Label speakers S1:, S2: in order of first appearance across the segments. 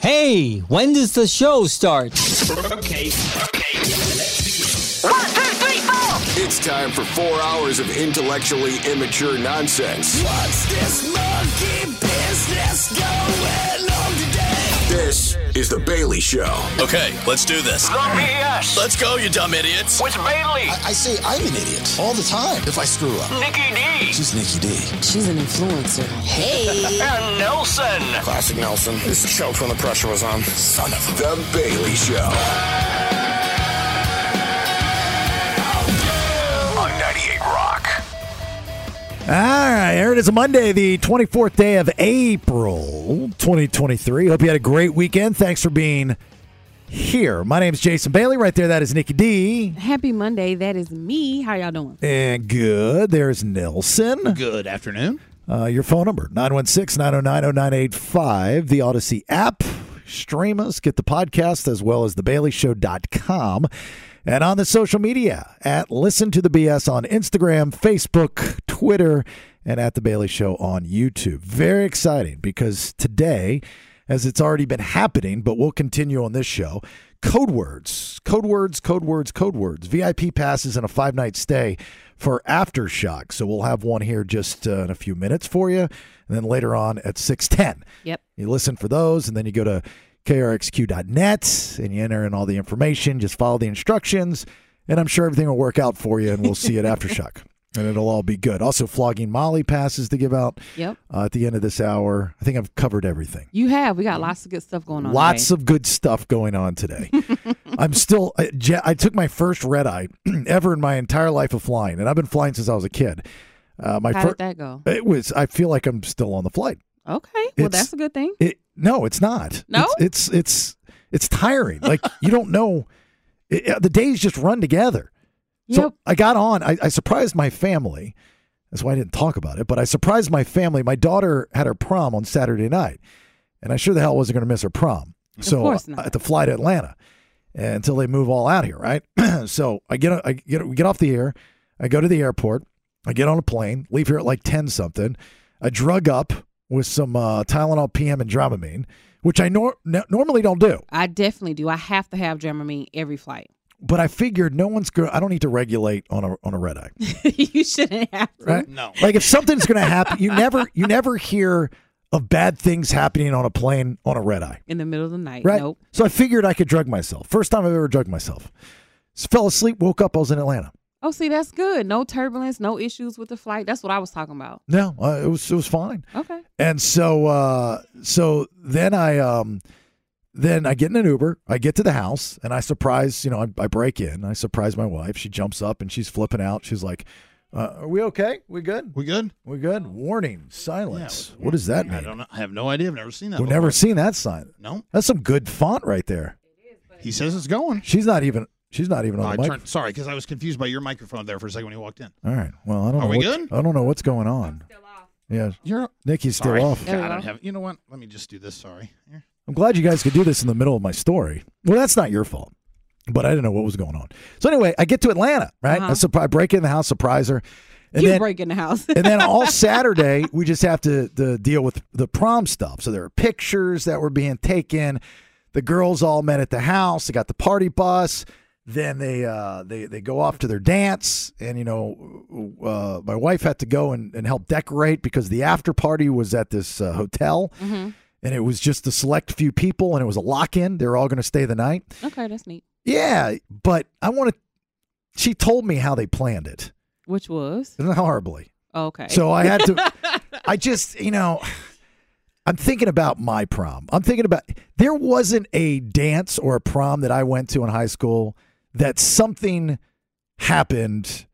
S1: Hey, when does the show start?
S2: Okay, okay.
S3: It's time for four hours of intellectually immature nonsense.
S4: What's this monkey business going on today?
S3: This is The Bailey Show.
S5: Okay, let's do this.
S6: BS
S5: Let's go, you dumb idiots.
S6: with Bailey,
S4: I say I'm an idiot all the time if I screw up.
S6: Nikki D,
S4: She's Nikki D.
S7: She's an influencer. Hey.
S6: and Nelson.
S8: Classic Nelson. This choke when the pressure was on.
S3: Son of The Bailey Show.
S6: On 98 Rock.
S9: All right, here it is Monday, the 24th day of April, 2023. Hope you had a great weekend. Thanks for being here. My name is Jason Bailey. Right there, that is Nikki D.
S7: Happy Monday. That is me. How y'all doing?
S9: And Eh, good, there's Nelson.
S10: Good afternoon.
S9: Uh, your phone number, 916 909 0985, the Odyssey app. Stream us, get the podcast as well as thebaileyshow.com. And on the social media at Listen to the BS on Instagram, Facebook, Twitter, and at The Bailey Show on YouTube. Very exciting because today, as it's already been happening, but we'll continue on this show, code words, code words, code words, code words, VIP passes, and a five night stay for Aftershock. So we'll have one here just uh, in a few minutes for you, and then later on at 610.
S7: Yep.
S9: You listen for those, and then you go to krxq.net and you enter in all the information. Just follow the instructions, and I'm sure everything will work out for you, and we'll see you at Aftershock. And it'll all be good. Also, flogging Molly passes to give out
S7: Yep.
S9: uh, at the end of this hour. I think I've covered everything.
S7: You have. We got lots of good stuff going on.
S9: Lots
S7: today.
S9: of good stuff going on today. I'm still, I, Je- I took my first red eye ever in my entire life of flying, and I've been flying since I was a kid. Uh, my
S7: How
S9: fir-
S7: did that go?
S9: it was. I feel like I'm still on the flight.
S7: Okay. Well,
S9: It's-
S7: that's a good thing.
S9: It no, it's not.
S7: No?
S9: it's it's it's, it's tiring. Like you don't know. It, it- the days just run together.
S7: Yep.
S9: So I got on. I, I surprised my family. That's why I didn't talk about it. But I surprised my family. My daughter had her prom on Saturday night, and I sure the hell wasn't going to miss her prom. so uh,
S7: course not.
S9: I had to fly to Atlanta and- until they move all out here, right? so I get I get we get off the air. I go to the airport. I get on a plane. Leave here at like ten something. I drug up with some uh, Tylenol PM and Dramamine, which I nor- n- normally don't do.
S7: I definitely do. I have to have Dramamine every flight.
S9: But I figured no one's going. I don't need to regulate on a on a red eye.
S7: you shouldn't have to.
S9: right?
S10: No.
S9: Like if something's going to happen, you never you never hear of bad things happening on a plane on a red eye,
S7: In the middle of the night.
S9: right?
S7: Nope.
S9: So I figured I could drug myself. First time I've ever drugged myself. So fell asleep, woke up, I was in Atlanta.
S7: Oh, see, that's good. No turbulence, no issues with the flight. That's what I was talking about.
S9: No, uh, it was it was fine.
S7: Okay.
S9: And so uh so then I um then I get in an Uber, I get to the house, and I surprise, you know, I, I break in, I surprise my wife. She jumps up and she's flipping out. She's like, uh, are we okay? We good?
S10: We good?
S9: We good? Warning, silence.
S10: Yeah,
S9: what does that
S10: I
S9: mean?
S10: don't know. I have no idea. I've never seen that.
S9: We've
S10: before.
S9: never seen that sign.
S10: No.
S9: That's some good font right there.
S10: He says it's going.
S9: She's not even. She's not even
S10: Oh, I
S9: on the mic.
S10: turned, sorry, because I was confused by your microphone there for a second when you walked in.
S9: All right. Well, I don't.
S10: Are
S9: know
S10: we
S9: what-
S10: good?
S9: I don't know what's going on. Yeah,
S10: You're
S9: Nikki's still
S10: sorry.
S9: off.
S10: God,
S7: There we
S10: I don't
S7: go.
S10: have. You know what? Let me just do this. Sorry. Here.
S9: I'm glad you guys could do this in the middle of my story. Well, that's not your fault, but I didn't know what was going on. So anyway, I get to Atlanta. Right. I,
S7: Uh-huh.
S9: surpri- I break in the house, surprise her, and
S7: you
S9: then
S7: break in the house.
S9: and then all Saturday we just have to the deal with the prom stuff. So there are pictures that were being taken. The girls all met at the house. They got the party bus. Then they uh, they they go off to their dance, and you know, uh, my wife had to go and, and help decorate because the after party was at this uh, hotel, and it was just a select few people, and it was a lock in. They were all going to stay the night.
S7: okay, that's neat.
S9: Yeah, but I want to. She told me how they planned it,
S7: Which was
S9: horribly.
S7: okay.
S9: So I had to. I just, you know, I'm thinking about my prom. I'm thinking about there wasn't a dance or a prom that I went to in high school that something happened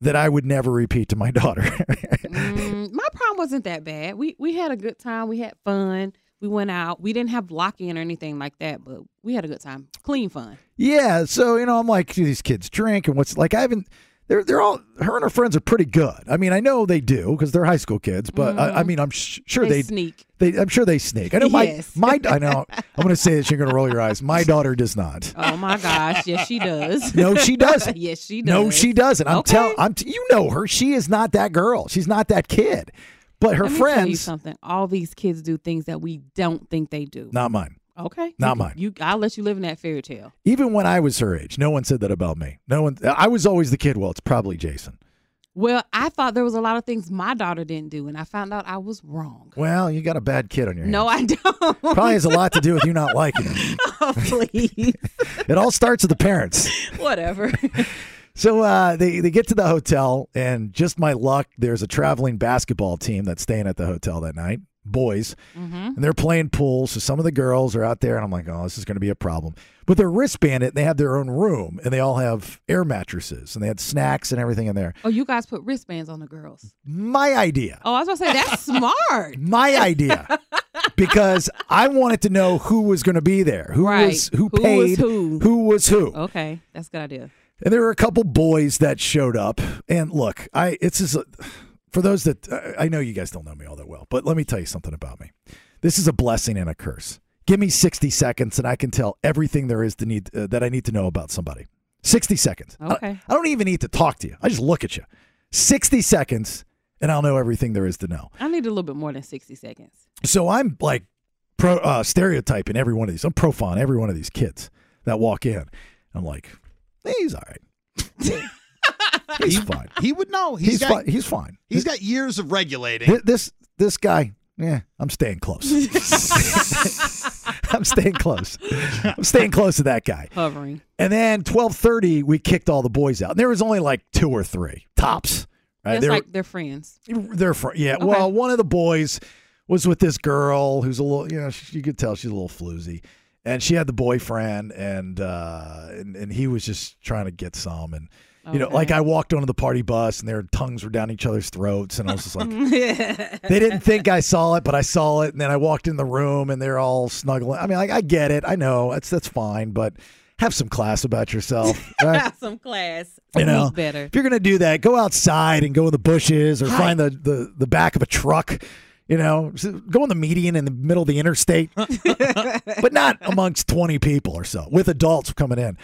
S9: that I would never repeat to my daughter.
S7: Mm, my prom wasn't that bad. We we had a good time. We had fun. We went out. We didn't have lock in or anything like that, but we had a good time. Clean fun.
S9: yeah, so you know, I'm like, do these kids drink and what's like? I haven't. They're they're all her and her friends are pretty good. I mean, I know they do because they're high school kids, but I, I mean, I'm sh- sure
S7: They
S9: Mm. they
S7: sneak.
S9: They, I'm sure they sneak. I know my
S7: Yes.
S9: my. I know. I'm going to say this. You're going to roll your eyes. My daughter does not.
S7: Oh my gosh. Yes, she does.
S9: No, she doesn't.
S7: yes, she does.
S9: No, she doesn't. I'm
S7: Okay.
S9: tell. I'm. T- you know her. She is not that girl. She's not that kid. But her
S7: Let me tell you
S9: friends,
S7: something. All these kids do things that we don't think they do.
S9: not mine.
S7: Okay.
S9: Not
S7: You-
S9: mine.
S7: You, I'll let you live in that fairy tale.
S9: Even when I was her age, no one said that about me. No one. I was always the kid. Well, it's probably Jason.
S7: Well, I thought there was a lot of things my daughter didn't do, and I found out I was wrong.
S9: Well, you got a bad kid on your hands.
S7: No, I don't.
S9: Probably has a lot to do with you not liking it.
S7: Please,
S9: It all starts with the parents.
S7: whatever.
S9: So uh, they they get to the hotel, and just my luck, there's a traveling basketball team that's staying at the hotel that night, boys,
S7: Mm-hmm.
S9: and they're playing pool. So some of the girls are out there, and I'm like, oh, this is going to be a problem. But they're wristbanded, and they have their own room, and they all have air mattresses, and they had snacks and everything in there.
S7: oh, you guys put wristbands on the girls.
S9: My idea,
S7: Oh, I was gonna say that's smart.
S9: my idea, because I wanted to know who was going to be there, who
S7: Right.
S9: was who
S7: Who was
S9: paid,
S7: who.
S9: who was who.
S7: Okay, that's a good idea.
S9: And there were a couple boys that showed up. And look, I it's just a, for those that I I know you guys don't know me all that well, but let me tell you something about me. This is a blessing and a curse. Give me 60 seconds and I can tell everything there is to need uh, that I need to know about somebody. 60 seconds. I-
S7: Okay.
S9: I, don't even need to talk to you. I just look at you. 60 seconds and I'll know everything there is to know.
S7: I need a little bit more than sixty seconds.
S9: So I'm like pro uh, stereotyping every one of these. I'm profiling every one of these kids that walk in. I'm like, "Hey, he's all right. he's fine.
S10: He would know.
S9: He's,
S10: got,
S9: fine. He's fine.
S10: He's got years of regulating.
S9: Th- this this guy. Yeah, I'm staying close. I'm staying close. I'm staying close to that guy.
S7: Hovering.
S9: And then 12:30, we kicked all the boys out. And there was only like two or three tops. Right?
S7: That's
S9: They were-
S7: like their friends.
S9: they're fr- yeah. Well, one of the boys was with this girl who's a little, you know, she, you could tell she's a little floozy, and she had the boyfriend, and uh, and, and he was just trying to get some, and you know,
S7: Okay.
S9: like I walked onto the party bus, and their tongues were down each other's throats, and I was just like, they didn't think I saw it, but I saw it, and then I walked in the room, and they're all snuggling. I mean, like I get it, I know that's that's fine, but have some class about yourself. right?
S7: Got some class.
S9: You know,
S7: Sneak better.
S9: if you're gonna do that, go outside and go in the bushes or find the, the the back of a truck. You know, S- go on the median in the middle of the interstate, but not amongst 20 people or so with adults coming in.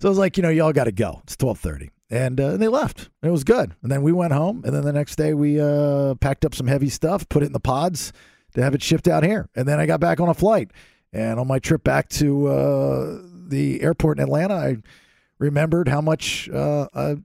S9: So I was like, you know, y'all got to go. It's 12:30, and uh, they left. It was good, and then we went home, and then the next day we uh, packed up some heavy stuff, put it in the pods to have it shipped out here, and then I got back on a flight. And on my trip back to uh, the airport in Atlanta, I remembered how much uh, I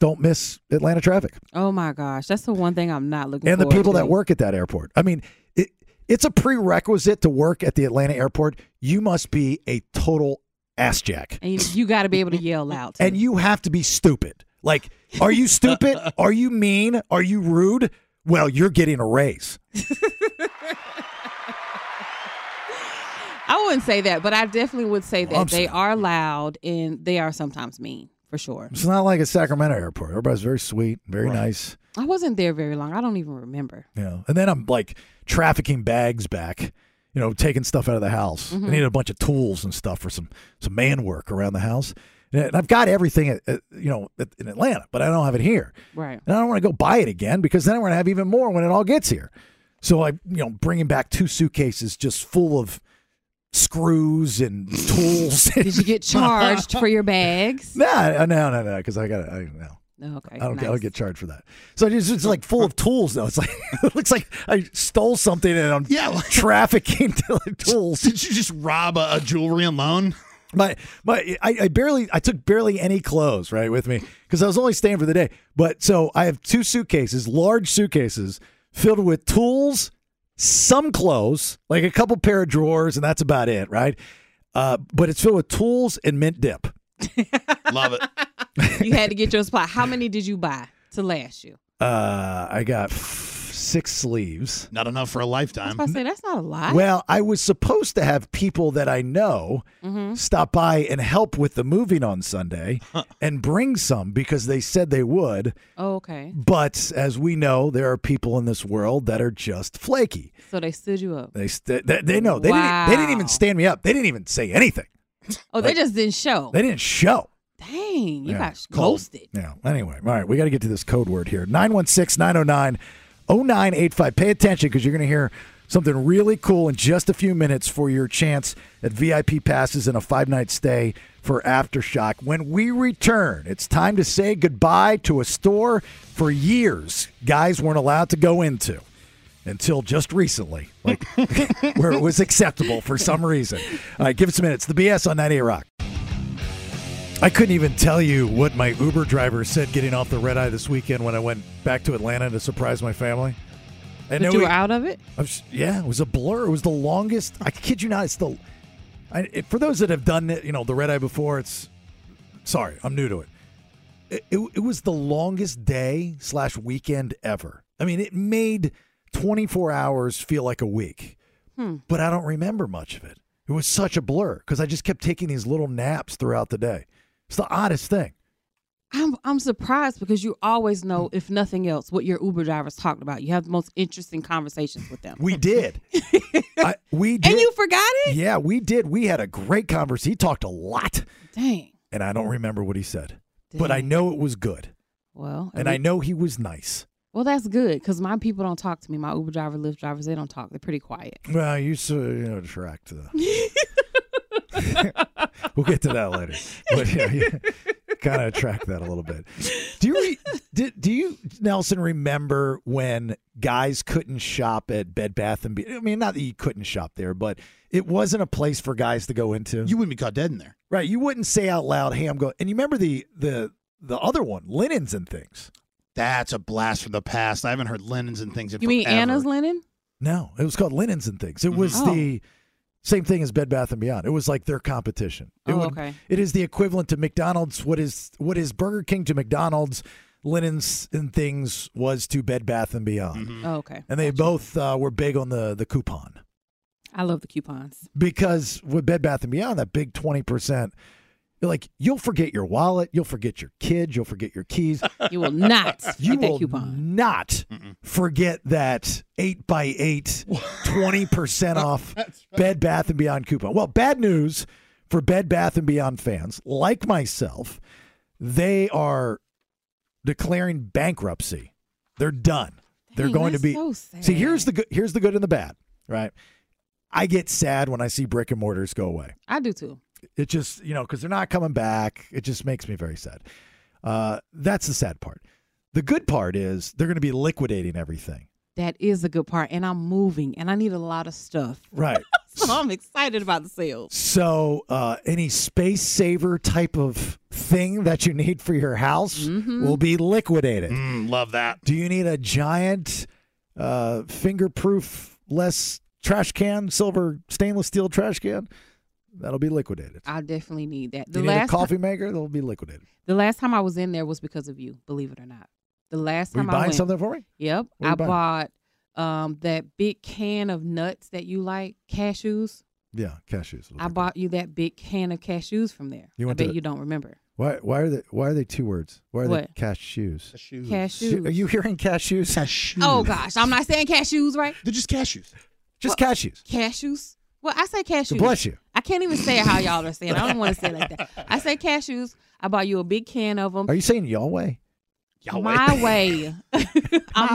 S9: don't miss Atlanta traffic
S7: Oh my gosh, that's the one thing I'm not looking.
S9: and the
S7: forward
S9: people
S7: to.
S9: that work at that airport. I mean, it, it's a prerequisite to work at the Atlanta airport. You must be a total ass jack,
S7: and you, you got to be able to yell out.
S9: and you have to be stupid. Like, are you stupid? are you mean? Are you rude? Well, you're getting a raise.
S7: I wouldn't say that, but I definitely would say that
S9: I'm
S7: they
S9: saying-
S7: are loud and they are sometimes mean for sure.
S9: It's not like a Sacramento airport. Everybody's very sweet, very nice.
S7: I wasn't there very long. I don't even remember.
S9: You know, and then I'm like trafficking bags back, you know, taking stuff out of the house.
S7: Mm-hmm.
S9: I needed a bunch of tools and stuff for some some man work around the house. And and I've got everything, at, at, you know, at, in Atlanta, but I don't have it here.
S7: Right.
S9: And I don't want to go buy it again because then I'm going to have even more when it all gets here. So I, you know, bringing back two suitcases just full of screws and tools.
S7: Did you get charged for your bags?
S9: Nah, no, no, no, because I got I no.
S7: No. Okay.
S9: I don't, get, I
S7: nice.
S9: don't get charged for that. So it's, it's like full of tools though. It's like it looks like I stole something and I'm
S10: Yeah, like-
S9: trafficking to like tools.
S10: Did you just rob a, a jewelry and loan?
S9: My my I, I barely I took barely any clothes right with me because I was only staying for the day. But so I have two suitcases, large suitcases filled with tools, some clothes, like a couple pair of drawers, and that's about it, right? Uh, but it's filled with tools and mint dip.
S10: Love it.
S7: You had to get your supply. How many did you buy to last you?
S9: Uh, I got f- six sleeves.
S10: Not enough for a
S7: I was
S10: lifetime.
S7: about to say that's not a lot.
S9: Well, I was supposed to have people that I know
S7: Mm-hmm.
S9: stop by and help with the moving on Sunday and bring some because they said they would.
S7: oh, okay.
S9: But as we know, there are people in this world that are just flaky.
S7: So they stood you up.
S9: They st- they, they know they didn't they didn't even
S7: Wow.
S9: stand me up. They didn't even say anything.
S7: Oh, they just didn't show.
S9: They didn't show.
S7: Dang, you
S9: Yeah,
S7: got
S9: cold.
S7: ghosted.
S9: Yeah. Anyway, all right, we got to get to this code word here 916 909 0985. Pay attention because you're going to hear something really cool in just a few minutes for your chance at VIP passes and a five night stay for Aftershock. When we return, it's time to say goodbye to a store for years guys weren't allowed to go into. until just recently, like where it was acceptable for some reason. All right, give us a minute. It's the BS on 98 Rock. I couldn't even tell you what my Uber driver said getting off the red eye this weekend when I went back to Atlanta to surprise my family. And
S7: That you were out of it?
S9: I was- yeah, it was a blur. It was the longest. I kid you not. It's the. I, it, for those that have done it, you know the red eye before. It's sorry, I'm new to it. It, it, it was the longest day slash weekend ever. I mean, it made 24 hours feel like a week,
S7: Hmm.
S9: but I don't remember much of it. It was such a blur because I just kept taking these little naps throughout the day. It's the oddest thing.
S7: I'm I'm surprised because you always know, if nothing else, what your Uber drivers talked about. You have the most interesting conversations with them.
S9: We did. I, we did.
S7: And you forgot it?
S9: yeah, we did. We had a great conversation. He talked a lot.
S7: Dang.
S9: and I don't remember what he said, but I know it was good,
S7: Well,
S9: and I know he was nice.
S7: well that's good because my people don't talk to me. My Uber driver, Lyft drivers, they don't talk. They're pretty quiet.
S9: Well, you so you know attract. Uh... we'll get to that later, but yeah, kind of attract that a little bit. Do you re- do, do you Nelson remember when guys couldn't shop at Bed Bath and Be- I mean, not that you couldn't shop there, but it wasn't a place for guys to go into.
S10: You wouldn't be caught dead in there.
S9: right? You wouldn't say out loud, "Hey, I'm going." And you remember the the the other one, linens and things.
S10: That's a blast from the past. I haven't heard linens and things in
S7: You mean
S10: forever.
S7: Anna's linen?
S9: No, it was called Linens and Things. It was
S7: Oh.
S9: the same thing as Bed Bath and Beyond. It was like their competition. It
S7: Oh, okay.
S9: It is the equivalent to McDonald's. What is what is Burger King to McDonald's? Linens and Things was to Bed Bath and Beyond,
S7: Oh, okay.
S9: and they both uh, were big on the the coupon
S7: I love the coupons.
S9: because with Bed Bath and Beyond, that big twenty percent. Like you'll forget your wallet, you'll forget your kids, you'll forget your keys.
S7: You will not
S9: You
S7: get that
S9: will
S7: coupon.
S9: not forget that 8 by 8 20% off Bed Bath & Beyond coupon. Well, bad news for Bed Bath & Beyond fans like myself. They are declaring bankruptcy. They're done. They're
S7: Dang,
S9: going to
S7: that's
S9: be
S7: so
S9: See, here's
S7: sad.
S9: the good here's the good and the bad, right? I get sad when I see brick and mortars go away
S7: I do too.
S9: it just you know because they're not coming back it just makes me very sad uh, that's the sad part the good part is they're going to be liquidating everything
S7: That is a good part. And I'm moving and I need a lot of stuff.
S9: right
S7: So I'm excited about the sales.
S9: so uh, any space saver type of thing that you need for your house
S7: Mm-hmm.
S9: will be liquidated
S10: Mm, love that.
S9: do you need a giant uh, fingerproof less trash can silver stainless steel trash can that'll be liquidated
S7: I definitely need that. Uh, The
S9: you need a
S7: last
S9: coffee maker that'll be liquidated
S7: the last time I was in there was because of you, believe it or not. The last
S9: Were you
S7: time I
S9: buying
S7: went,
S9: something for me
S7: Yep.
S9: What you
S7: I
S9: buying?
S7: bought um that big can of nuts that you like, cashews.
S9: yeah cashews
S7: I bought you that big can of cashews from there.
S9: You
S7: I
S9: went to
S7: bet
S9: the-
S7: you don't remember.
S9: Why why are they why are they two words? Why are
S7: What?
S9: they cashews?
S7: Cashews.
S9: Are you hearing cashews?
S10: Cashews.
S7: Oh gosh, I'm not saying cashews, right?
S10: They're just cashews.
S9: Just cashews.
S7: Cashews. Well, I say cashews.
S9: bless you.
S7: I can't even say it how y'all are saying. it. I don't want to say it like that. I say cashews. I bought you a big can of them.
S9: Are you saying Yahweh?
S7: My way. I'm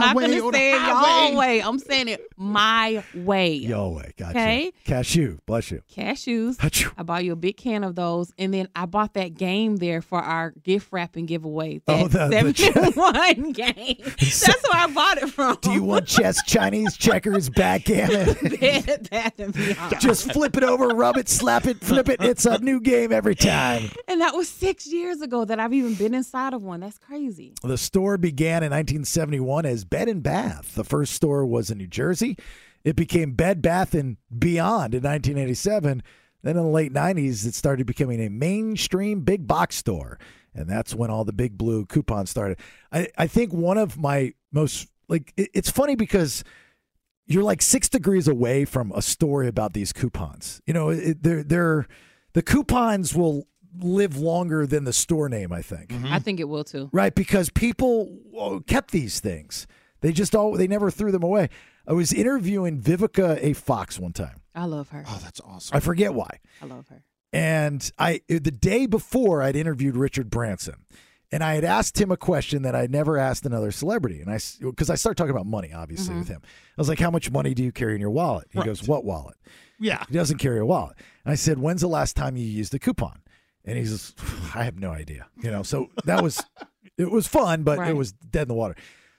S10: My
S7: not
S10: way
S7: gonna
S10: or
S7: say it
S10: the
S7: y'all
S10: highway.
S7: way. I'm saying it my way.
S9: Yahweh. Gotcha.
S7: Okay.
S9: Cashew. Bless you.
S7: Cashews.
S9: Achoo.
S7: I bought you a big can of those, and then I bought that game there for our gift wrapping giveaway. That
S9: Oh, the- the chess-
S7: seven-one game. That's where I bought it from.
S9: Do you want chess, Chinese, checkers, backgammon?
S7: Bed Bath and Beyond.
S9: Just flip it over, rub it, slap it, flip it. It's a new game every time.
S7: And that was six years ago that I've even been inside of one. That's crazy.
S9: The store began in 1971 as Bed and Bath. The first store was in New Jersey. It became Bed Bath and Beyond in 1987. Then in the late 90s, it started becoming a mainstream big box store, and that's when all the big blue coupons started. I, I think one of my most like it- it's funny because you're like six degrees away from a story about these coupons. You know, it, they're they're the coupons will live longer than the store name. I think.
S7: I think it will too.
S9: Right, because people uh, kept these things. They just all they never threw them away. I was interviewing Vivica A. Fox one time.
S7: I love her.
S10: Oh, that's awesome.
S9: I forget why.
S7: I love her.
S9: And I the day before I'd interviewed Richard Branson. And I had asked him a question that I never asked another celebrity. And I because I started talking about money obviously with him. I was like, "How much money do you carry in your wallet?" He goes, "What wallet?"
S10: Yeah.
S9: He doesn't carry a wallet. And I said, "When's the last time you used a coupon?" And he says, "I have no idea." You know, so that was it was fun, but it
S7: Right.
S9: was dead in the water.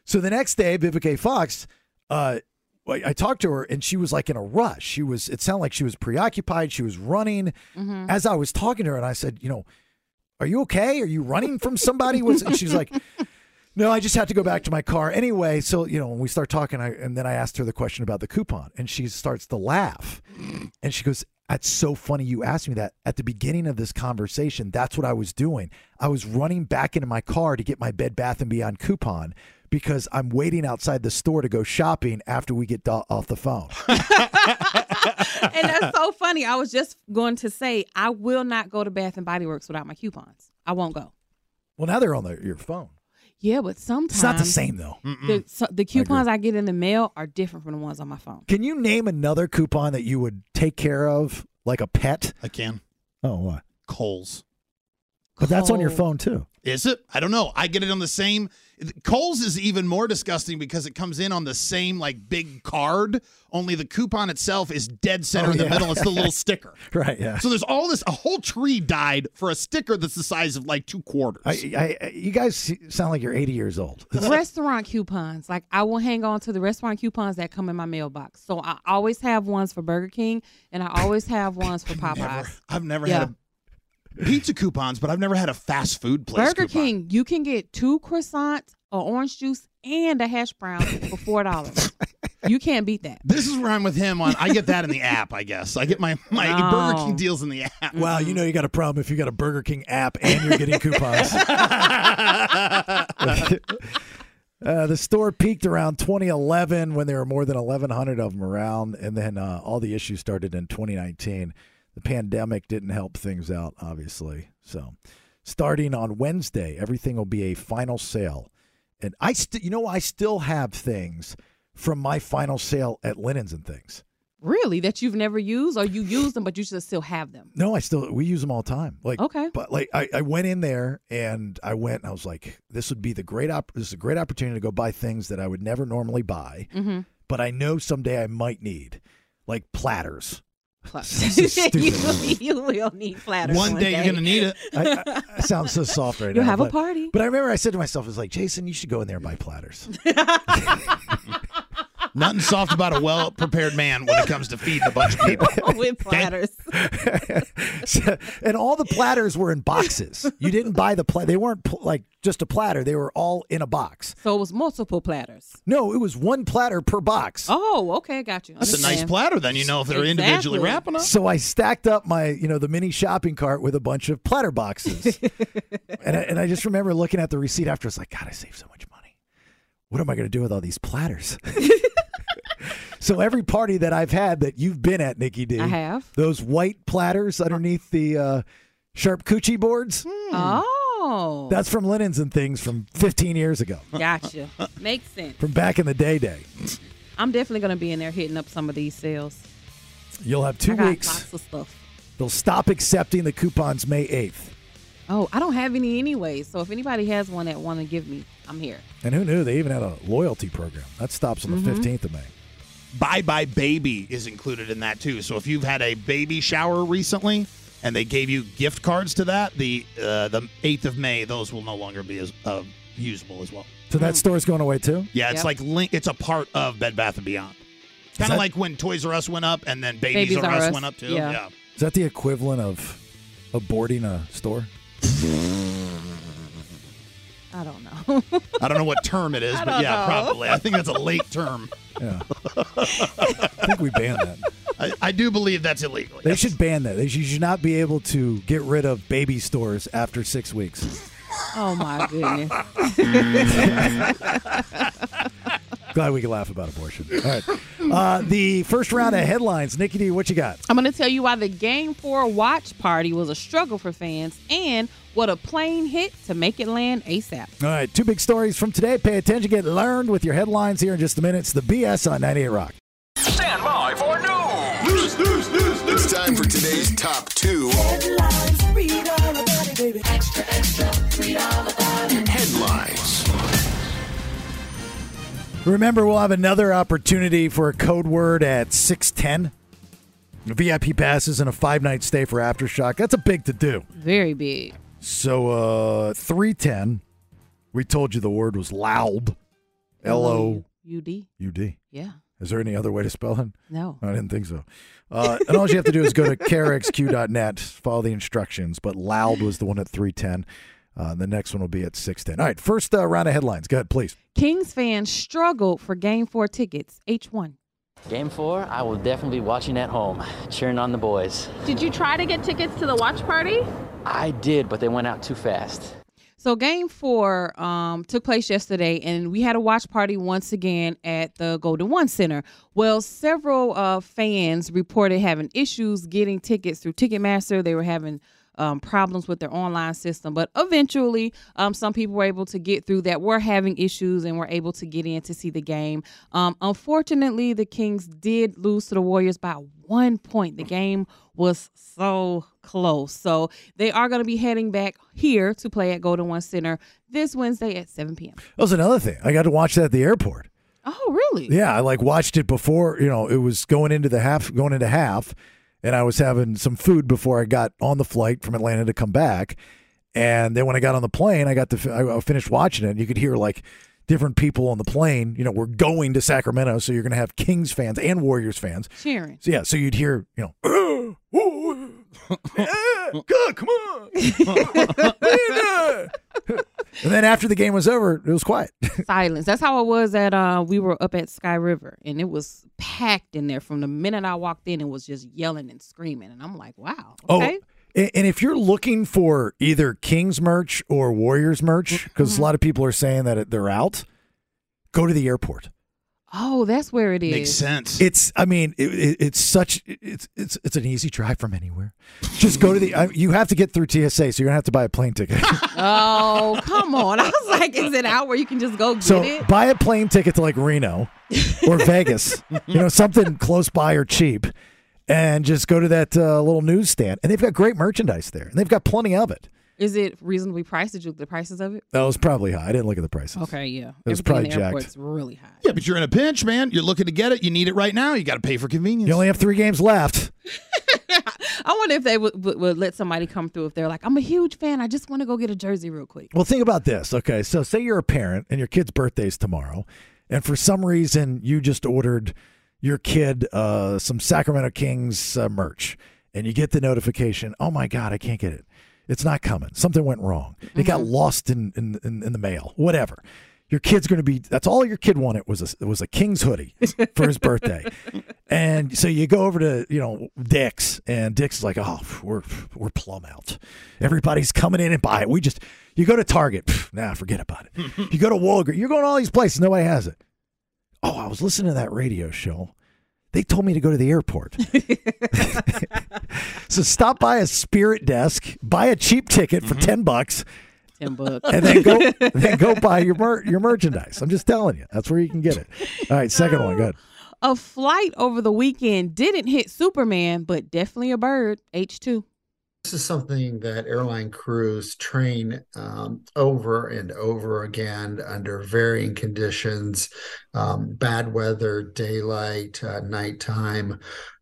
S9: So the next day, Vivica A. Fox uh, I, I talked to her and she was like in a rush. She was, it sounded like she was preoccupied. She was running. As I was talking to her, and I said, You know, are you okay? Are you running from somebody? Was and she's like, No, I just have to go back to my car anyway. So, you know, when we start talking, I, and then I asked her the question about the coupon, and she starts to laugh. And she goes, That's so funny you asked me that. At the beginning of this conversation, that's what I was doing. I was running back into my car to get my Bed Bath and Beyond coupon because I'm waiting outside the store to go shopping after we get do- off the phone.
S7: and that's so funny. I was just going to say I will not go to Bath and Body Works without my coupons. I won't go.
S9: well, now they're on the, your phone.
S7: Yeah, but sometimes
S9: It's not the same, though.
S7: The, so, the coupons I, get in the mail are different from the ones on my phone.
S9: Can you name another coupon that you would take care of, like a pet?
S10: I can.
S9: Oh, what?
S10: Coles.
S9: But that's on your
S7: Cold.
S9: phone too.
S10: Is it? I don't know. I get it on the same. Kohl's is even more disgusting because it comes in on the same like big card, only the coupon itself is dead center
S9: Oh,
S10: in the
S9: yeah.
S10: middle. It's the little sticker.
S9: Right. Yeah.
S10: So there's all this. A whole tree died for a sticker that's the size of like two quarters.
S9: I, I, I, you guys sound like you're 80 years old.
S7: restaurant coupons. Like I will hang on to the restaurant coupons that come in my mailbox. So I always have ones for Burger King and I always have ones for Popeyes.
S10: I've never
S7: Yeah.
S10: had a, pizza coupons, but I've never had a fast food place.
S7: Burger
S10: coupon.
S7: King, you can get two croissants, or orange juice, and a hash brown for four dollars. you can't beat that.
S10: This is where I'm with him on. I get that in the app, I guess. I get my my
S7: No.
S10: Burger King deals in the app.
S9: Wow, you know you got a problem if you got a Burger King app and you're getting coupons. Uh, the store peaked around 2011 when there were more than 1,100 of them around, and then uh, all the issues started in 2019. The pandemic didn't help things out, obviously. So, starting on Wednesday, everything will be a final sale. And I, st- you know, I still have things from my final sale at Linens and Things.
S7: Really? That you've never used, or you use them, but you should still have them.
S9: No, I still we use them all the time. Like
S7: Okay.
S9: but like I, I went in there and I went and I was like, this would be the great op- this is a great opportunity to go buy things that I would never normally buy,
S7: Mm-hmm.
S9: but I know someday I might need, like platters.
S7: Plus,
S9: This is stupid.
S7: you, you will need platters.
S10: One day you're gonna need it.
S9: I, I, I sound so soft right
S7: You'll
S9: now.
S7: have a
S9: but-
S7: party.
S9: But I remember I said to myself, "It's like Jason, you should go in there and buy platters."
S10: Nothing soft about a well prepared man when it comes to feeding a bunch of people.
S7: with platters.
S9: So- and all the platters were in boxes. You didn't buy the pla- they weren't pl- like just a platter. They were all in a box.
S7: So it was multiple platters.
S9: No, it was one platter per box.
S7: Oh, okay, got you.
S10: That's a nice
S7: Understand.
S10: platter, then you know if they're individually
S7: Exactly.
S10: wrapping up.
S9: So I stacked up my, you know, the mini shopping cart with a bunch of platter boxes. and, I, and I just remember looking at the receipt after. I was like, God, I saved so much money. What am I going to do with all these platters? so every party that I've had that you've been at, Nikki D,
S7: I have.
S9: those white platters underneath the uh, sharp coochie boards,
S7: Hmm.
S10: Hmm.
S7: Oh,
S9: that's from linens and things from 15 years ago,
S7: gotcha. Makes sense.
S9: from back in the day day.
S7: I'm definitely gonna be in there hitting up some of these sales.
S9: You'll have
S7: I
S9: two
S7: got
S9: weeks.
S7: lots of stuff.
S9: They'll stop accepting the coupons May 8th.
S7: Oh, I don't have any anyway. So if anybody has one that want to give me, I'm here.
S9: And who knew they even had a loyalty program? That stops on the 15th of May.
S10: Bye Bye Baby is included in that too. So if you've had a baby shower recently and they gave you gift cards to that, the uh, the eighth of May, those will no longer be as uh, usable as well.
S9: So that store's going away too?
S10: Yeah, it's
S7: Yep.
S10: like link. It's a part of Bed Bath and Beyond. Kind
S9: that-
S10: of like when Toys R Us went up, and then Babies, R, Us, went up too.
S7: yeah.
S9: Is that the equivalent of aborting a store?
S7: I don't know.
S10: I don't know what term it is, but yeah, probably. I think that's a late term.
S9: Yeah. I think we banned that.
S10: I, I do believe that's illegal.
S9: They
S10: yes.
S9: should ban that. They should, you should not be able to get rid of baby stores after six weeks.
S7: oh my goodness.
S9: Glad we could laugh about abortion. All right. Uh, the first round of headlines. Nikki D, what you got?
S7: I'm going to tell you why the Game 4 watch party was a struggle for fans and what a plane hit to make it land ASAP.
S9: All right. Two big stories from today. Pay attention. Get learned with your headlines here in just a minute. It's the BS on 98 Rock.
S6: Stand by for news.
S3: News, news, news, news. It's time for today's top two. Headlines.
S9: Remember, we'll have another opportunity for a code word at 610. VIP passes and a five night stay for Aftershock. That's a big to do.
S7: Very big.
S9: So, uh, 310, we told you the word was loud. L O
S7: UD.
S9: U D.
S7: Yeah.
S9: Is there any other way to spell it?
S7: No.
S9: I didn't think so. Uh, and all you have to do is go to carexq.net, follow the instructions. But loud was the one at 310. Uh, the next one will be at 610. All right, first uh, round of headlines. Go ahead, please.
S7: Kings fans struggled for game four tickets, H1.
S11: Game four, I will definitely be watching at home, cheering on the boys.
S12: Did you try to get tickets to the watch party?
S11: I did, but they went out too fast.
S7: So game four um, took place yesterday, and we had a watch party once again at the Golden One Center. Well, several uh, fans reported having issues getting tickets through Ticketmaster. They were having um, problems with their online system, but eventually, um, some people were able to get through that were having issues and were able to get in to see the game. Um, unfortunately, the Kings did lose to the Warriors by one point. The game was so close. So they are going to be heading back here to play at Golden One Center this Wednesday at 7 p.m.
S9: That was another thing. I got to watch that at the airport.
S7: Oh, really?
S9: Yeah, I like watched it before, you know, it was going into the half, going into half, and I was having some food before I got on the flight from Atlanta to come back. And then when I got on the plane, I got to I finished watching it. And you could hear like different people on the plane. You know, we're going to Sacramento, so you're going to have Kings fans and Warriors fans
S7: cheering.
S9: So yeah, so you'd hear you know, God, come on, and then after the game was over, it was quiet.
S7: Silence. That's how it was at uh we were up at Sky River and it was packed in there from the minute I walked in it was just yelling and screaming and I'm like, wow. Okay.
S9: Oh. And if you're looking for either Kings merch or Warriors merch, because mm-hmm. a lot of people are saying that they're out, go to the airport.
S7: Oh, that's where it is.
S10: Makes sense.
S9: It's. I mean, it, it, it's such. It's. It's. It's an easy drive from anywhere. Just go to the. I, you have to get through TSA, so you're gonna have to buy a plane ticket.
S7: oh, come on! I was like, is it out where you can just go get
S9: so
S7: it?
S9: buy a plane ticket to like Reno or Vegas, you know, something close by or cheap and just go to that uh, little newsstand. And they've got great merchandise there, and they've got plenty of it.
S7: Is it reasonably priced? Did you look at the prices of it?
S9: That was probably high. I didn't look at the prices.
S7: Okay, yeah.
S9: It was probably
S7: in the
S9: jacked.
S7: It's really high.
S10: Yeah, but you're in a pinch, man. You're looking to get it. You need it right now. You got to pay for convenience.
S9: You only have three games left.
S7: I wonder if they would, would, would let somebody come through if they're like, I'm a huge fan. I just want to go get a jersey real quick.
S9: Well, think about this. Okay, so say you're a parent and your kid's birthday's tomorrow, and for some reason you just ordered your kid uh, some Sacramento Kings uh, merch, and you get the notification, oh my God, I can't get it. It's not coming. Something went wrong. It mm-hmm. got lost in, in, in, in, the mail, whatever. Your kid's going to be, that's all your kid wanted was a, was a Kings hoodie for his birthday. and so you go over to, you know, Dick's, and Dick's is like, oh, we're, we're plumb out. Everybody's coming in and buy it. We just, you go to Target, nah, forget about it. you go to Walgreens, you're going to all these places, nobody has it oh, I was listening to that radio show. They told me to go to the airport. so stop by a spirit desk, buy a cheap ticket for mm-hmm. 10 bucks.
S7: 10 bucks.
S9: And then go then go buy your mer- your merchandise. I'm just telling you. That's where you can get it. All right, second one, good.
S7: A flight over the weekend didn't hit Superman, but definitely a bird, H2.
S13: This is something that airline crews train um, over and over again under varying conditions um, bad weather, daylight, uh, nighttime.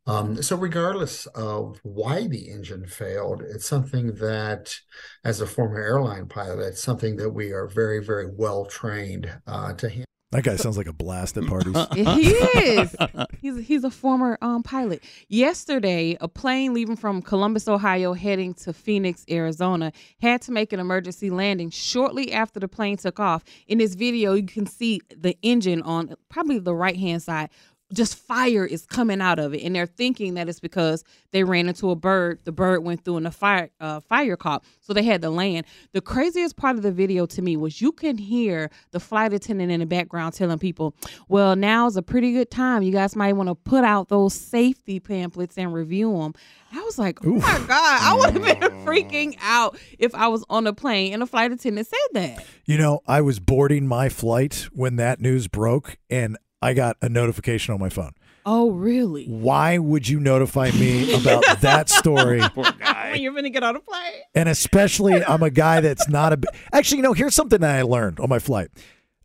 S13: Um, so, regardless of why the engine failed, it's something that, as a former airline pilot, it's something that we are very, very well trained uh, to handle.
S9: That guy sounds like a blast at parties.
S7: he is. He's he's a former um, pilot. Yesterday, a plane leaving from Columbus, Ohio, heading to Phoenix, Arizona, had to make an emergency landing shortly after the plane took off. In this video, you can see the engine on probably the right hand side. Just fire is coming out of it, and they're thinking that it's because they ran into a bird. The bird went through, and the fire uh, fire caught, so they had to land. The craziest part of the video to me was you can hear the flight attendant in the background telling people, "Well, now's a pretty good time. You guys might want to put out those safety pamphlets and review them." I was like, "Oh Oof. my god, I would have been freaking out if I was on a plane and a flight attendant said that."
S9: You know, I was boarding my flight when that news broke, and I got a notification on my phone.
S7: Oh, really?
S9: Why would you notify me about that story?
S7: when you're going to get on a plane.
S9: And especially, I'm a guy that's not a. Actually, you know, here's something that I learned on my flight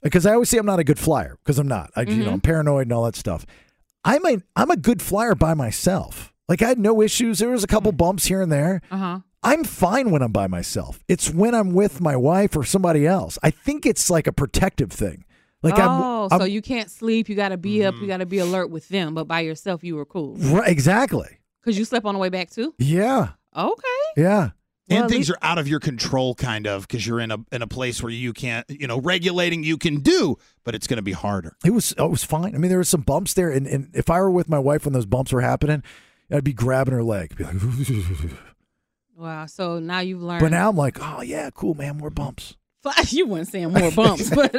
S9: because I always say I'm not a good flyer because I'm not. I, mm-hmm. you know, I'm paranoid and all that stuff. I'm a I'm a good flyer by myself. Like I had no issues. There was a couple
S7: Mm.
S9: bumps here and there. Uh
S7: Uh-huh.
S9: huh. I'm fine when I'm by myself. It's when I'm with my wife or somebody else. I think it's like a protective thing. Like I'm-
S7: oh,
S9: I'm, Mm-hmm.
S7: so you can't sleep. You got to be up. You got to be alert with them. But by yourself, you were cool.
S9: Right, exactly.
S7: Because you slept on the way back too.
S9: Yeah.
S7: Okay.
S9: Yeah.
S10: And
S7: Well, at
S10: things are out of your control, kind of, because you're in a in a place where you can't, you know, regulating you can do, but it's going to be harder.
S9: It was oh, it was fine. I mean, there were some bumps there, and, and if I were with my wife when those bumps were happening, I'd be grabbing her leg, be like,
S7: Wow. So now you've learned.
S9: but now I'm like, oh yeah, cool, man, more bumps.
S7: you weren't saying more bumps, but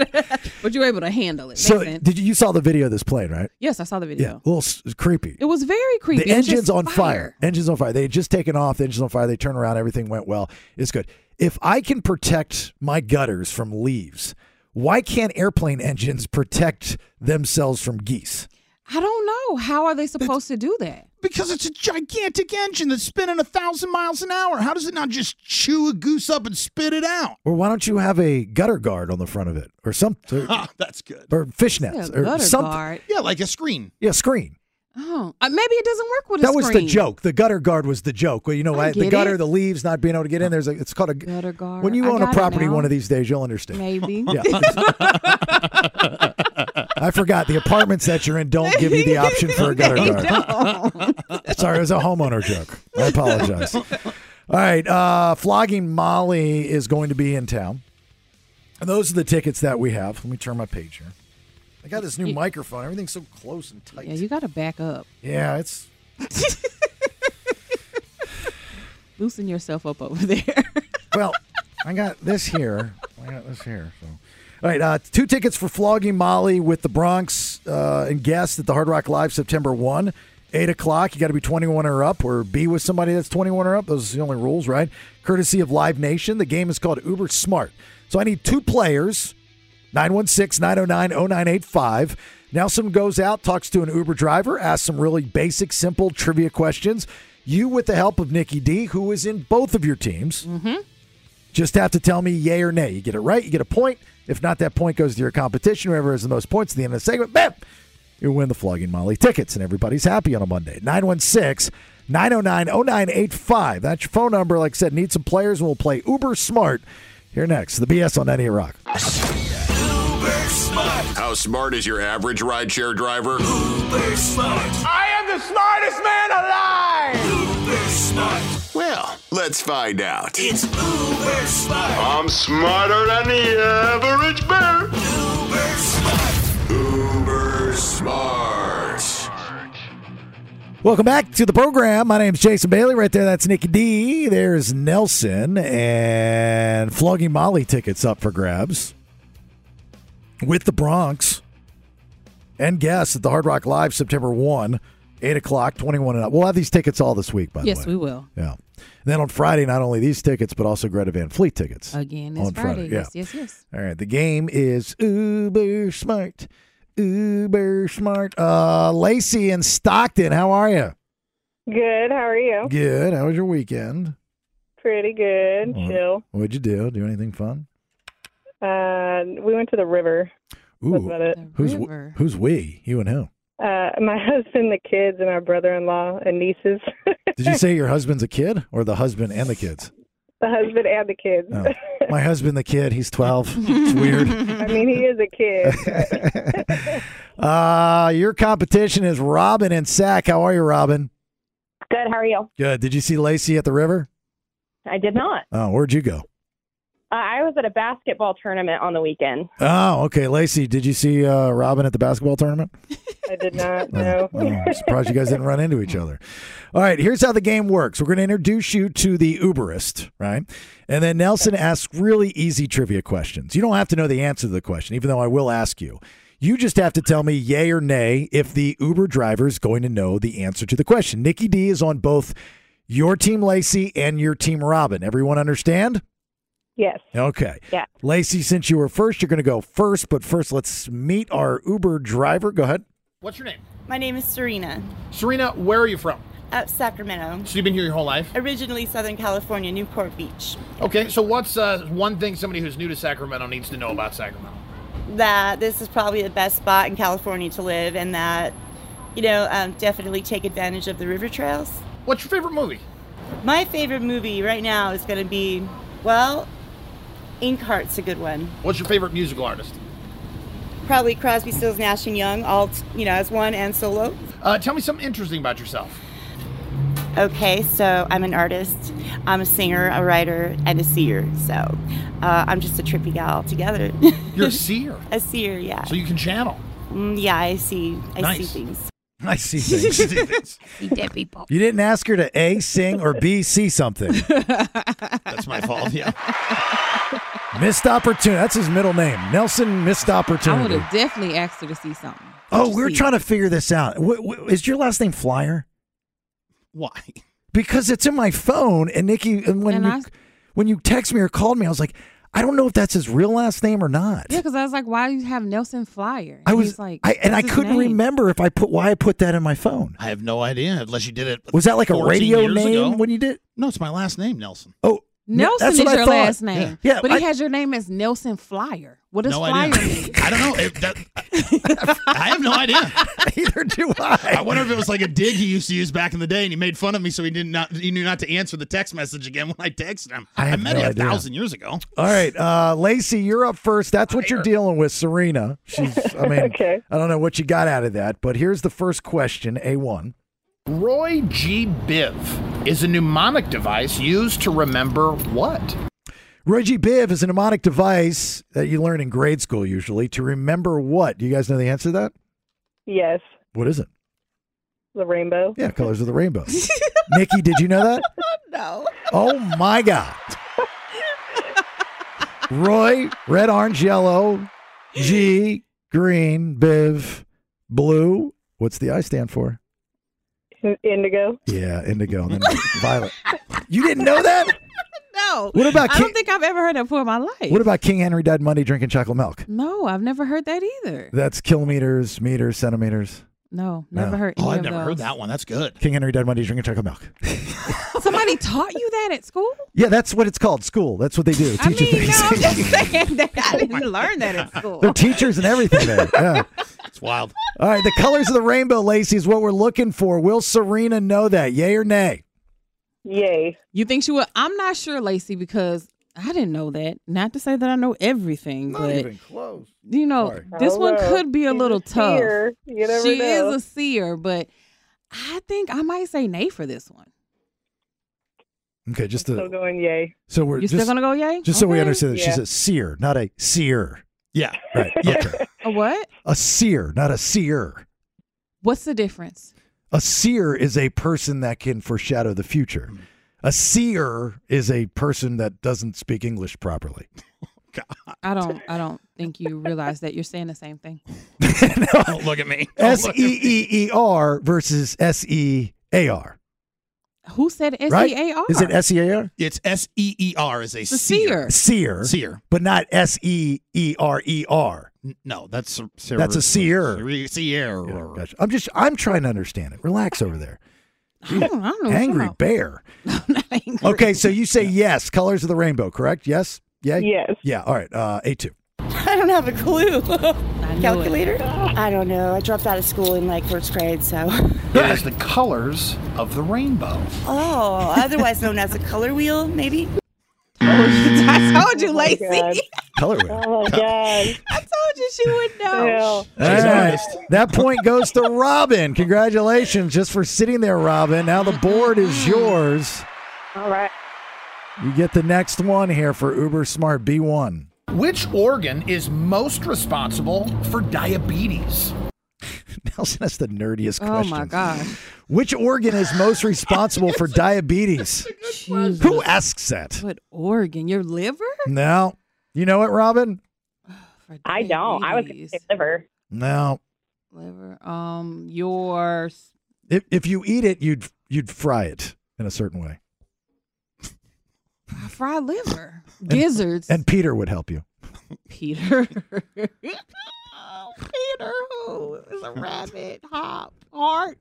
S7: but you were able to handle it. Makes
S9: So
S7: sense.
S9: did you, you saw the video of this plane, right?
S7: yes, I saw the video.
S9: Yeah, a little s- creepy.
S7: It was very creepy.
S9: The
S7: It was just
S9: engine's on fire. Engine's on fire. They had just taken off. The engine's on fire. They turn around. Everything went well. It's good. If I can protect my gutters from leaves, why can't airplane engines protect themselves from geese?
S7: I don't know. How are they supposed to do that?
S10: Because it's a gigantic engine that's spinning a thousand miles an hour. How does it not just chew a goose up and spit it out?
S9: Or why don't you have a gutter guard on the front of it, or some, or,
S10: Ah, that's good.
S9: or fishnets, or something?
S10: Yeah, like a screen.
S9: Yeah, screen.
S7: Oh, uh, maybe it doesn't work with a
S9: that was the
S7: screen.
S9: joke. The gutter guard was the joke. Well, you know,
S7: I
S9: I the
S7: get
S9: gutter,
S7: it.
S9: the leaves not being able to get in. There's a, it's called a gutter
S7: guard.
S9: When you
S7: I
S9: own a
S7: got it
S9: property,
S7: now.
S9: one of these days you'll understand.
S7: Maybe.
S9: Yeah. I forgot the apartments that you're in don't give you the option for a gutter
S4: They
S9: guard. Sorry, it was a homeowner joke. I apologize. All right, uh, flogging Molly is going to be in town, and those are the tickets that we have. Let me turn my page here. I got this new
S7: You-
S9: microphone. Everything's so close and tight.
S7: Yeah, you got to back up.
S9: Yeah, it's
S7: Loosen yourself up over there.
S9: well, I got this here. I got this here. So, all right, uh, two tickets for flogging Molly with the Bronx uh, and guests at the Hard Rock Live September one, eight o'clock. You got to be twenty one or up, or be with somebody that's twenty one or up. Those are the only rules, right? Courtesy of Live Nation. The game is called Uber Smart. So I need two players. 916 909 0985. Nelson goes out, talks to an Uber driver, asks some really basic, simple trivia questions. You, with the help of Nikki D, who is in both of your teams, just have to tell me yay or nay. You get it right, you get a point. If not, that point goes to your competition. Whoever has the most points at the end of the segment, bam, you win the flogging Molly tickets, and everybody's happy on a Monday. 916 909 0985. That's your phone number. Like I said, need some players, and we'll play Uber Smart here next. The BS on 98 Rock.
S3: How smart is your average rideshare driver? Uber smart.
S2: I am the smartest man alive!
S3: Well, let's find out.
S2: It's Uber Smart. I'm smarter than the average bear. Uber Smart. Uber Smart.
S9: Welcome back to the program. My name's Jason Bailey. Right there, that's Nikki D. There's Nelson and flogging Molly tickets up for grabs with the Bronx and guests at the Hard Rock Live September one, eight o'clock, twenty one and up. We'll have these tickets all this week. By
S7: yes,
S9: the way,
S7: we will.
S9: yeah. And then on Friday, not only these tickets but also Greta Van Fleet tickets
S7: Again, it's
S9: on Friday. Yeah.
S7: Yes, yes, yes.
S9: All right, the game is Uber Smart. Uber Smart. Uh, Lacey in Stockton, how are you?
S14: Good. How are you?
S9: Good. How was your weekend?
S14: Pretty good.
S9: What-
S14: Chill.
S9: What'd you do? Do anything fun?
S14: Uh, we went to the river. That's about it.
S9: who's w- who's we? You and who?
S14: Uh, my husband, the kids, and my brother-in-law and nieces.
S9: Did you say your husband's a kid or the husband and the kids?
S14: the husband and the kids.
S9: Oh. My husband, the kid, he's twelve. It's weird.
S14: I mean, he is a kid.
S9: Uh, your competition is Robin and Sack. How are you, Robin?
S15: Good. How are you?
S9: Good. Did you see Lacey at the river?
S15: I did not.
S9: Oh, where'd you go?
S15: Uh, I was at a basketball tournament on the weekend.
S9: Oh, okay, Lacey. Did you see uh, Robin at the basketball tournament?
S14: I did not
S9: know. I'm surprised you guys didn't run into each other. All right, here's how the game works. We're going to introduce you to the Uberist, right? And then Nelson asks really easy trivia questions. You don't have to know the answer to the question, even though I will ask you. You just have to tell me yay or nay if the Uber driver is going to know the answer to the question. Nikki D is on both your team Lacey and your team Robin. Everyone understand?
S14: Yes.
S9: Okay.
S14: Yeah.
S9: Lacey, since you were first, you're going to go first. But first, let's meet our Uber driver. Go ahead.
S16: What's your name?
S17: My name is Serena,
S16: Serena, where are you from?
S17: uh, Sacramento.
S16: So you've been here your whole life?
S17: Originally Southern California, Newport Beach.
S16: Okay, so what's uh, one thing somebody who's new to Sacramento needs to know about Sacramento?
S17: That this is probably the best spot in California to live, and that, you know, um, definitely take advantage of the river trails.
S16: What's your favorite movie?
S17: My favorite movie right now is going to be, well, Inkheart's a good one.
S16: What's your favorite musical artist?
S17: probably Crosby, Stills, Nash and Young, all t- you know, as one and solo.
S16: Uh, tell me something interesting about yourself.
S17: Okay, so I'm an artist, I'm a singer, a writer, and a seer. So uh, I'm just a trippy gal together.
S16: You're a seer.
S17: a seer, yeah.
S16: So you can channel.
S17: Mm, yeah, I see. I see
S16: Nice.
S17: things.
S9: I see things.
S17: see dead people.
S9: you didn't ask her to A, sing, or B, see something.
S10: That's my fault. Yeah.
S9: Missed opportunity. That's his middle name. Nelson missed
S7: I would
S9: opportunity.
S7: have definitely asked her to see something.
S9: Oh, we're trying to figure this out. Wh- wh- is your last name Flyer?
S10: Why?
S9: Because it's in my phone, and Nikki, and when
S7: And
S9: you,
S7: I-
S9: when you text me or called me, I was like, I don't know if that's his real last name or not.
S7: Yeah, because I was like, why do you have Nelson Flyer?
S9: I was
S7: He's like,
S9: I, and I
S7: "That's his
S9: couldn't
S7: name."
S9: remember if I put why I put that in my phone.
S10: I have no idea unless you did it.
S9: Was that like a
S10: 14
S9: radio
S10: years
S9: name
S10: ago.
S9: when you did?
S10: No, it's my last name, Nelson.
S9: Oh, n-
S7: Nelson
S9: that's
S7: is
S9: what I
S7: your
S9: thought.
S7: last name.
S9: Yeah, Yeah,
S7: but he
S9: I-
S7: has your name as Nelson Flyer. What does
S10: No
S7: Flyer
S10: idea.
S7: mean?
S10: I don't know. It- that- I have no idea.
S9: Neither do I.
S10: I wonder if it was like a dig he used to use back in the day, and he made fun of me, so he did not. He knew not to answer the text message again when I texted him.
S9: I
S10: I,
S9: have
S10: met
S9: no
S10: him
S9: idea.
S10: a thousand years ago.
S9: All right, uh, Lacey, you're up first. That's what you're dealing with, Serena. She's, I mean,
S16: Okay.
S9: I don't know what you got out of that, but here's the first question, A1.
S16: Roy G. Biv is a mnemonic device used to remember what?
S9: Roy G. Biv is a mnemonic device that you learn in grade school usually to remember what? Do you guys know the answer to that?
S14: Yes,
S9: What is it?
S14: the rainbow.
S9: Yeah, colors of the rainbow. Nikki, did you know that?
S14: No.
S9: Oh my God. Roy, red, orange, yellow, G, green, Biv, blue. What's the I stand for?
S14: Indigo.
S9: Yeah, indigo and then violet. You didn't know that?
S7: No.
S9: What about
S7: I
S9: Ki-
S7: don't think I've ever heard that before in my life.
S9: What about King Henry died Monday drinking chocolate milk?
S7: No, I've never heard that either.
S9: That's kilometers, meters, centimeters.
S7: No,
S9: No.
S7: never heard.
S10: Oh,
S7: any
S10: I've
S7: of
S10: never heard
S7: those.
S10: that one. That's good.
S9: King Henry died Monday drinking chocolate milk.
S7: Somebody taught you that at school?
S9: Yeah, that's what it's called. School. That's what they do.
S7: I
S9: Teachers.
S7: mean, no, I'm just saying that
S10: Oh
S7: I didn't learn that at school.
S9: They're teachers and everything there. Yeah.
S10: It's wild.
S9: All right, the colors of the rainbow, Lacey, is what we're looking for. Will Serena know that? Yay or nay?
S7: Yay. You think she would? I'm not sure, Lacey, because I didn't know that. Not to say that I know everything, but
S9: close.
S7: you know, this one
S14: Hello.
S7: could be a
S14: She's
S7: little
S14: a
S7: tough.
S14: seer. You never
S7: she
S14: know.
S7: is a seer, but I think I might say nay for this one.
S9: Okay, just to,
S14: Still going yay.
S9: so we're
S7: You still
S9: just,
S7: gonna go yay?
S9: Just so we
S7: Okay.
S9: understand that she's
S14: Yeah.
S9: a seer, not a seer.
S10: Yeah.
S9: Right. Okay.
S7: A what?
S9: a seer, not a seer.
S7: What's the difference?
S9: A seer is a person that can foreshadow the future. A seer is a person that doesn't speak English properly.
S7: I don't. I don't think you realize that you're saying the same thing.
S10: Don't Oh, look at me. Don't
S9: S e
S10: look at me.
S9: e e r versus s e a r.
S7: Who said S
S9: Right?
S7: E A R?
S9: Is it S E A R?
S10: It's S E E R is a
S7: It's a
S10: seer.
S7: seer.
S9: Seer.
S10: Seer.
S9: But not S E E R E R.
S10: N- No, that's a seer.
S9: That's a seer.
S10: Seer. seer.
S9: Gotcha. I'm just I'm trying to understand it. Relax over there.
S7: I don't, I don't know.
S9: Angry bear. Okay, so you say yes, colors of the rainbow, correct? Yes? Yeah?
S14: Yes.
S9: Yeah. All right. Uh A two.
S17: I don't have a clue.
S7: it.
S17: Calculator? I don't know. I dropped out of school in like first grade, so.
S16: It is the colors of the rainbow.
S17: Oh, otherwise known as a color wheel, maybe?
S7: I told you, Lacey.
S14: Oh God.
S9: Color
S14: Oh my god.
S7: I told you she would know.
S14: Hell.
S9: That point goes to Robin. Congratulations just for sitting there, Robin. Now the board is yours.
S14: All right.
S9: You get the next one here for Uber Smart B1.
S16: Which organ is most responsible for diabetes?
S9: Nelson, that's the nerdiest
S7: Oh
S9: question.
S7: my god.
S9: Which organ is most responsible for diabetes? Who asks that?
S7: What organ? Your liver?
S9: No. You know it, Robin?
S7: For
S14: I don't. I was gonna
S7: diabetes.
S14: say liver.
S9: No.
S7: liver. Um, your s-
S9: If, if you eat it, you'd you'd fry it in a certain way.
S7: fried liver. Gizzards.
S9: And Peter would help you.
S7: Peter. oh, Peter, who is a rabbit, hop, heart.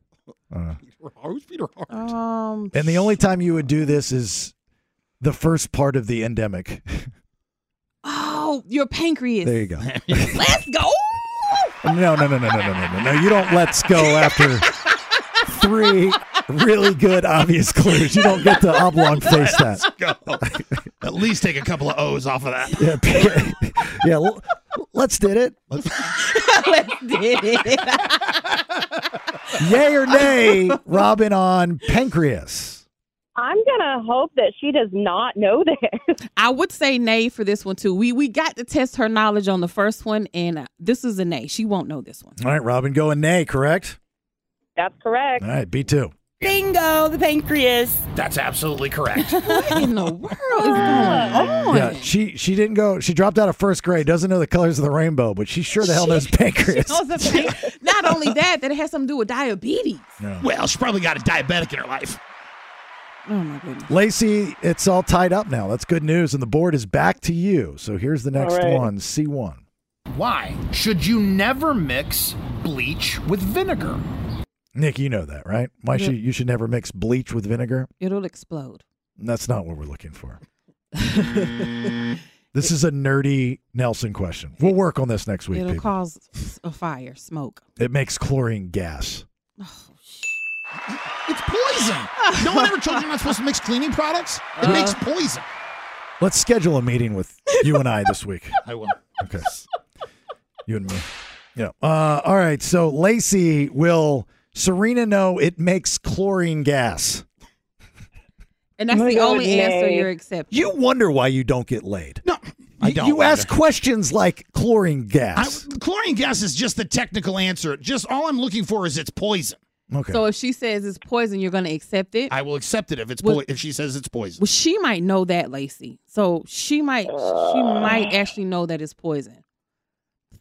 S9: Uh,
S10: Who's Peter Hart?
S7: Um,
S9: and the only time you would do this is the first part of the endemic.
S7: oh, your pancreas.
S9: There you go.
S7: Let's go.
S9: No, no, no, no, no, no, no, no, no. You don't let's go after three really good obvious clues. You don't get to oblong face that.
S10: Go. At least take a couple of O's off of that.
S9: Yeah, Peter- yeah. l- Let's did it.
S10: Let's,
S17: Let's did it.
S9: Yay or nay, Robin on pancreas.
S7: I'm gonna hope that she does not know this. I would say nay for this one too. We we got to test her knowledge on the first one, and uh, this is a nay. She won't know this one.
S9: All right, Robin, going nay, correct?
S7: That's correct.
S9: All right, B2.
S17: Bingo, the pancreas.
S16: That's absolutely correct.
S7: What in the world is going on?
S9: Yeah, she she didn't go. She dropped out of first grade. Doesn't know the colors of the rainbow, but she sure the hell knows pancreas.
S7: Knows the pan- not only that, that it has something to do with diabetes.
S10: Well, she probably got a diabetic in her life.
S7: Oh my goodness.
S9: Lacey, it's all tied up now. That's good news, and the board is back to you. So here's the next
S16: All right.
S9: one, C1.
S16: Why should you never mix bleach with vinegar?
S9: Nick, you know that, right? Why
S7: Yep.
S9: should you should never mix bleach with vinegar?
S7: It'll explode.
S9: That's not what we're looking for. this is a nerdy Nelson question. We'll work on this next week.
S7: It'll
S9: people.
S7: cause s- a fire, smoke.
S9: It makes chlorine gas.
S10: It's poison. No one ever told you you're not supposed to mix cleaning products. It
S7: Uh.
S10: makes poison.
S9: Let's schedule a meeting with you and I this week.
S10: I will.
S9: Okay. You and me. Yeah. Uh, all right. So Lacey will Serena know it makes chlorine gas.
S7: And that's
S2: Oh my
S7: the
S2: God,
S7: only answer
S2: nay.
S7: you're accepting.
S9: You wonder why you don't get laid. No,
S10: I don't
S9: You ask
S10: wonder.
S9: questions like chlorine gas.
S10: Chlorine gas is just the technical answer. Just all I'm looking for is it's poison.
S9: okay.
S7: So if she says it's poison, you're going to accept it.
S10: I will accept it if it's
S7: Well-
S10: po- if she says it's poison.
S7: Well, she might know that, Lacey. So she might she might actually know that it's poison.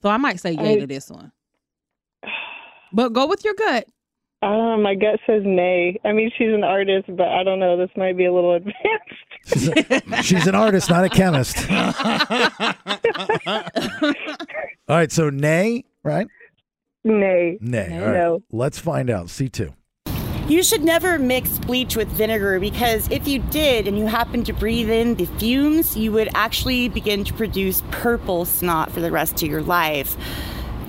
S7: So I might say yay
S14: I-
S7: to this one. But go with your gut.
S14: Oh, my gut says nay. I mean, she's an artist, but I don't know. This might be a little advanced.
S9: She's an artist, not a chemist. All right. So nay, right?
S14: Nay.
S9: Nay.
S17: Nay.
S9: All right.
S17: No.
S9: Let's find out. C two.
S17: You should never mix bleach with vinegar because if you did and you happened to breathe in the fumes, you would actually begin to produce purple snot for the rest of your life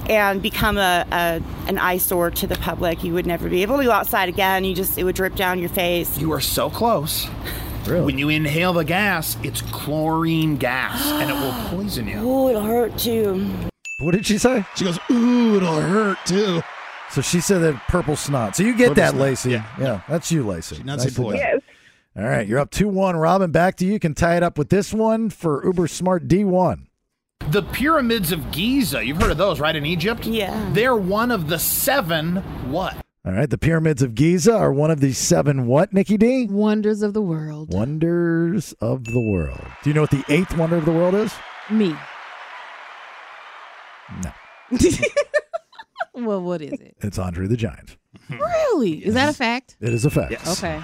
S17: and become a, a an eyesore to the public. You would never be able to go outside again. You just it would drip down your face.
S16: You are so close.
S9: Really?
S16: When you inhale the gas, it's chlorine gas and it will poison you.
S17: Oh, it'll hurt too.
S9: What did she say?
S10: She goes, ooh, it'll hurt too.
S9: So she said that purple snot. So you get
S10: Purple
S9: that,
S10: snot,
S9: Lacey.
S10: yeah.
S9: that's you, Lacey.
S10: She did not say
S9: Nicely
S10: boy.
S9: done. All right, you're up 2 1. Robin, back to you. You Can tie it up with this one for Uber Smart D1.
S16: The pyramids of Giza, you've heard of those, right? In Egypt?
S17: Yeah.
S16: They're one of the seven what?
S9: All right, the pyramids of Giza are one of the seven what, Nikki D?
S7: Wonders of the world.
S9: Wonders of the world. Do you know what the eighth wonder of the world is?
S7: Me.
S9: No,
S7: Well, what is it?
S9: it's Andre the Giant.
S7: Really? Is that a fact?
S9: It is a fact.
S7: Okay.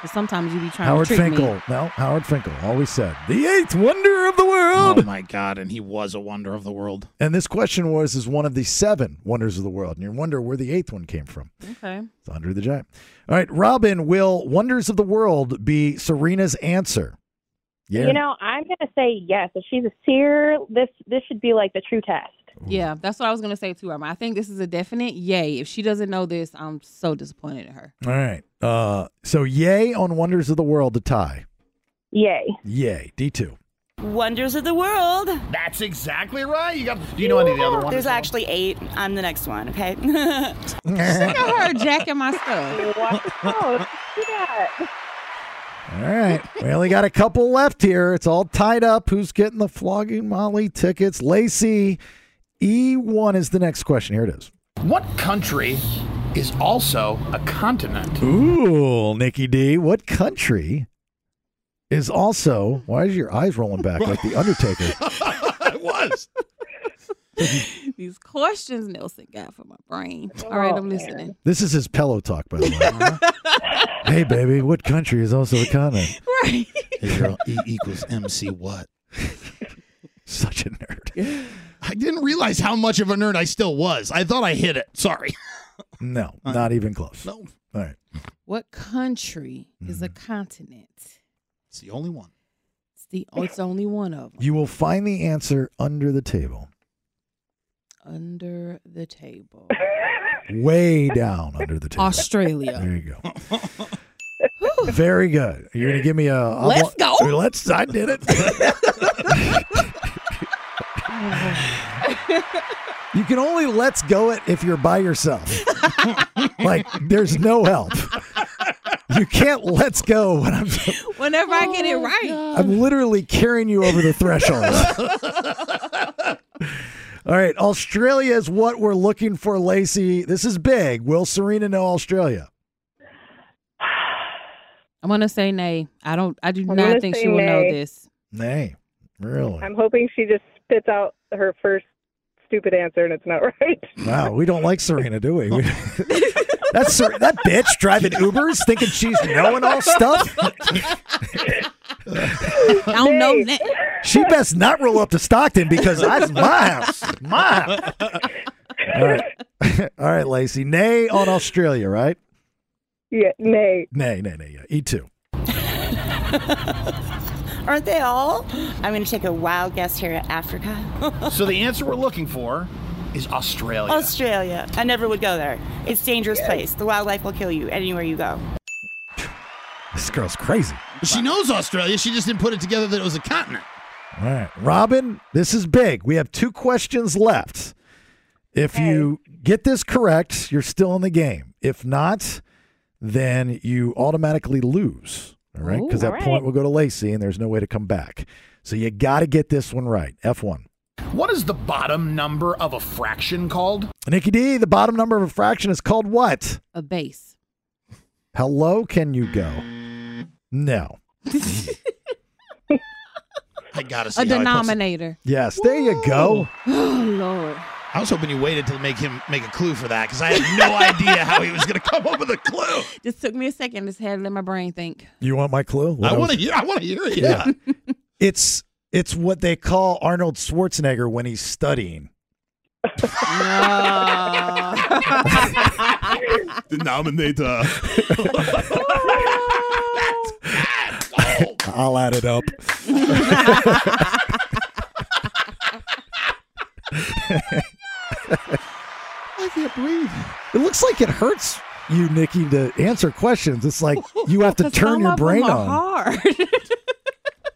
S7: 'Cause sometimes you be trying
S9: Howard
S7: to trick
S9: Finkel.
S7: me.
S9: No, Howard Finkel always said, the eighth wonder of the world.
S10: Oh my god, and he was a wonder of the world.
S9: And this question was, is one of the seven wonders of the world. And you wonder where the eighth one came from.
S7: Okay.
S9: It's Andre the Giant. All right, Robin, will Wonders of the World be Serena's answer? Yeah.
S14: You know, I'm gonna say yes. If she's a seer, this this should be like the true test.
S7: Yeah, that's what I was gonna say too, Irma. I think this is a definite yay. If she doesn't know this, I'm so disappointed in her.
S9: All right. Uh, so, yay on Wonders of the World to tie.
S14: Yay.
S9: Yay. D2.
S17: Wonders of the world.
S16: That's exactly right. You got Do you know any of the other ones?
S17: There's actually eight. I'm the next one, okay?
S7: Look at her jacking my stuff.
S14: Wow, do that.
S9: All right. we only got a couple left here. It's all tied up. Who's getting the flogging Molly tickets? Lacey, E1 is the next question. Here it is.
S16: What country is also a continent?
S9: Ooh, Nikki D. What country is also. Why is your eyes rolling back like The Undertaker?
S10: it was.
S7: These questions Nelson got for my brain. All
S14: Oh,
S7: right, I'm listening.
S9: This is his pillow talk, by the way. hey, baby, what country is also a continent?
S7: Right.
S10: girl, E equals MC what?
S9: Such a nerd.
S10: I didn't realize how much of a nerd I still was. I thought I hit it. Sorry.
S9: No, not even close.
S10: No.
S9: All right.
S7: What country is a
S9: Mm.
S7: continent?
S10: It's the only one.
S7: It's the oh, it's only one of them
S9: You will find the answer under the table,
S7: under the table.
S9: way down under the table.
S7: Australia.
S9: There you go. Very good. You're gonna give me a. I'm
S7: Let's
S9: wa-
S7: go.
S9: Let's. I did it. You can only let's go it if you're by yourself. like there's no help. You can't let's go when I'm
S7: Whenever I get it
S17: Oh,
S14: Oh,
S7: right.
S9: I'm literally carrying you over the threshold. All right, Australia is what we're looking for, Lacey. This is big. Will Serena know Australia?
S7: I'm gonna say nay. I don't. I do
S14: I'm
S7: not
S14: gonna
S7: think
S14: say
S7: she will know
S14: nay.
S7: this.
S9: Nay, really?
S14: I'm hoping she just spits out her first stupid answer and it's not right.
S9: Wow, we don't like Serena, do we? We- That's Ser- that bitch driving Ubers, thinking she's knowing all stuff.
S7: I don't know. that.
S9: She best not roll up to Stockton because that's my house. My. house. All right, all right, Lacey. Nay on Australia, right?
S14: Yeah, nay.
S9: Nay, nay, nay. Yeah. E two.
S17: Aren't they all? I'm going to take a wild guess here at Africa.
S16: So the answer we're looking for is Australia.
S17: Australia. I never would go there. It's a dangerous place. The wildlife will kill you anywhere you go.
S9: This girl's crazy.
S10: She knows Australia. She just didn't put it together that it was a continent.
S9: All right, Robin, this is big. We have two questions left. If you get this correct, you're still in the game. If not, then you automatically lose. All right, because
S17: Ooh.
S9: that
S17: All
S9: point
S17: right.
S9: will go to Lacey, and there's no way to come back. So you got to get this one right. F one.
S16: What is the bottom number of a fraction called?
S9: Nikki D, the bottom number of a fraction is called what?
S7: A base.
S9: How low can you go? No.
S10: I gotta see
S7: A
S10: how I put-
S7: denominator.
S9: Yes, there you go.
S7: Oh Lord.
S10: I was hoping you waited to make him make a clue for that because I had no idea how he was going to come up with a clue.
S7: Just took me a second. Just had to let my brain think.
S9: You want my clue?
S10: I
S9: What
S10: want to
S9: was-
S10: hear. I want to hear it. Yeah.
S9: It's it's what they call Arnold Schwarzenegger when he's studying.
S10: Denominator.
S9: I'll add it up.
S10: I can't breathe.
S9: It looks like it hurts you, Nikki, to answer questions. It's like you have to
S7: 'Cause
S9: turn
S7: some
S9: your
S7: of them
S9: brain
S7: are
S9: on.
S7: Hard.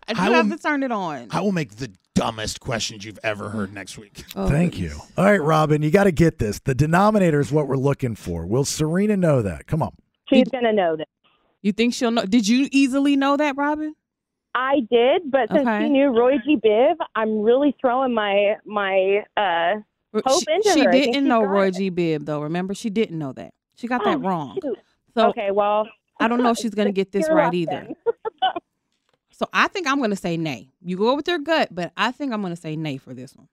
S7: I do
S10: I
S7: have
S10: will-
S7: to turn it on.
S10: I will make the dumbest questions you've ever heard next week.
S7: Oh,
S9: Thank you. All right, Robin, you got to get this. The denominator is what we're looking for. Will Serena know that? Come on.
S15: She's gonna know this.
S7: You think she'll know? Did you easily know that, Robin?
S15: I did, but since
S7: Okay.
S15: she knew Roy G. Biv, I'm really throwing my my uh, hope
S7: she
S15: into
S7: she
S15: her. I think
S7: didn't
S15: she's
S7: know
S15: got
S7: Roy
S15: it.
S7: G. Bibb though. Remember, she didn't know that. She got that
S15: Oh,
S7: wrong.
S15: shoot.
S7: So
S15: okay, well,
S7: I don't know if she's gonna get this
S15: you're
S7: right
S15: lucky
S7: either.
S15: then.
S7: So I think I'm gonna say nay. You go with your gut, but I think I'm gonna say nay for this one.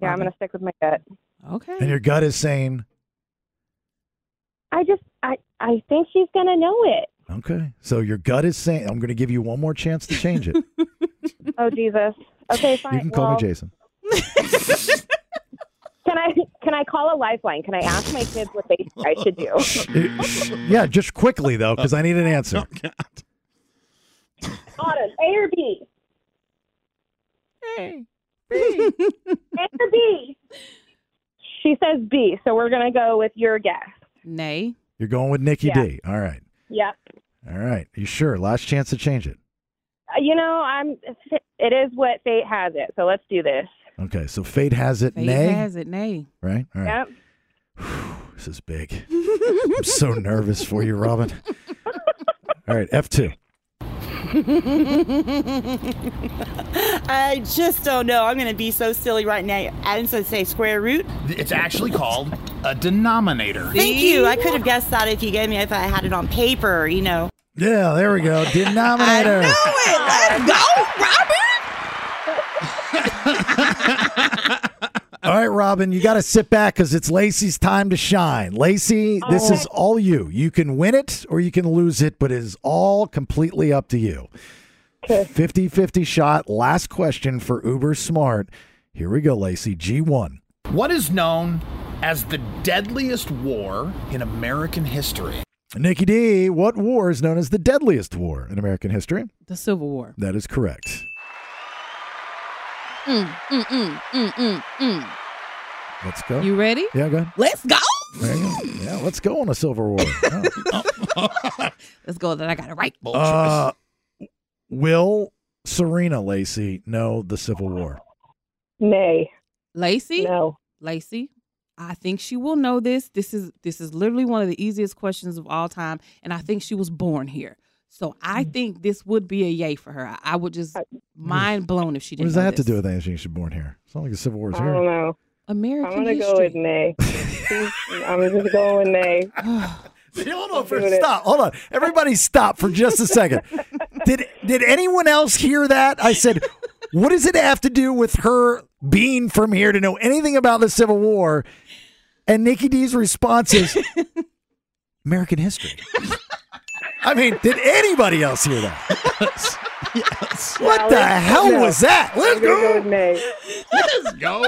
S15: Yeah, I'm
S7: Robin.
S15: gonna stick with my gut.
S7: Okay.
S9: And your gut is saying,
S15: I just I I think she's gonna know it.
S9: okay. So your gut is saying, I'm going to give you one more chance to change it. you
S15: Oh Jesus. Okay, fine.
S9: can call
S15: well,
S9: me Jason.
S15: Can I can I call a lifeline? Can I ask my kids what they I should do?
S9: yeah, just quickly, though, because I need an answer.
S15: Autumn, A or B?
S7: Hey.
S15: A or B? She says B, so we're gonna go with your guess.
S7: Nay.
S9: You're going with Nikki
S15: Yeah.
S9: D. All right.
S15: Yep.
S9: All right. You sure? Last chance to change it.
S15: Uh, You know, I'm. It is what fate has it. So let's do this.
S9: Okay. So fate has it,
S7: Fate
S9: nay.
S7: has it. Nay.
S9: right? All right.
S15: Yep.
S9: This is big. I'm so nervous for you, Robin. All right, F2.
S17: I just don't know. I'm going to be so silly right now. Adam's going to say square root.
S16: It's actually called a denominator.
S17: Thank you. I could have guessed that if you gave me, if I had it on paper, you know.
S9: Yeah, there we go. Denominator. All right, Robin, you got to sit back because it's Lacey's time to shine. Lacey, this is all you. You can win it or you can lose it, but it is all completely up to you. 50 50 shot. Last question for Uber Smart. Here we go, Lacey. G1.
S16: What is known as the deadliest war in American history?
S9: Nikki D, what war is known as the deadliest war in American history?
S7: The Civil War.
S9: That is correct.
S7: Mm, mm, mm, mm, mm, mm.
S9: Let's go.
S7: You ready?
S9: Yeah, go ahead.
S7: Let's go.
S9: There you go. Yeah, let's go on a silver war. Yeah.
S7: Let's go. That I got it right.
S9: Uh, will Serena Lacey know the Civil War?
S14: Nay.
S7: Lacey?
S14: No.
S7: Lacey? I think she will know this. This is this is literally one of the easiest questions of all time, and I think she was born here. So I think this would be a yay for her. I, I would
S14: Uh,
S7: just mind blown if she
S9: What
S7: didn't.
S9: does that
S7: know
S9: have to
S7: this.
S9: do with anything? She's born here. It's not like the Civil War's
S14: I
S9: here.
S14: don't know.
S7: American
S14: I'm gonna go with nay. I'm just going with nay.
S9: Hold on, for, stop. Hold on. Everybody stop for just a second. did did anyone else hear that? I said, what does it have to do with her being from here to know anything about the Civil War? And Nikki D's response is American history. I mean, did anybody else hear that? What
S14: No,
S9: the
S14: let's-
S9: hell
S14: no.
S9: was that? Let's
S14: I'm gonna go with nay.
S10: Let's go.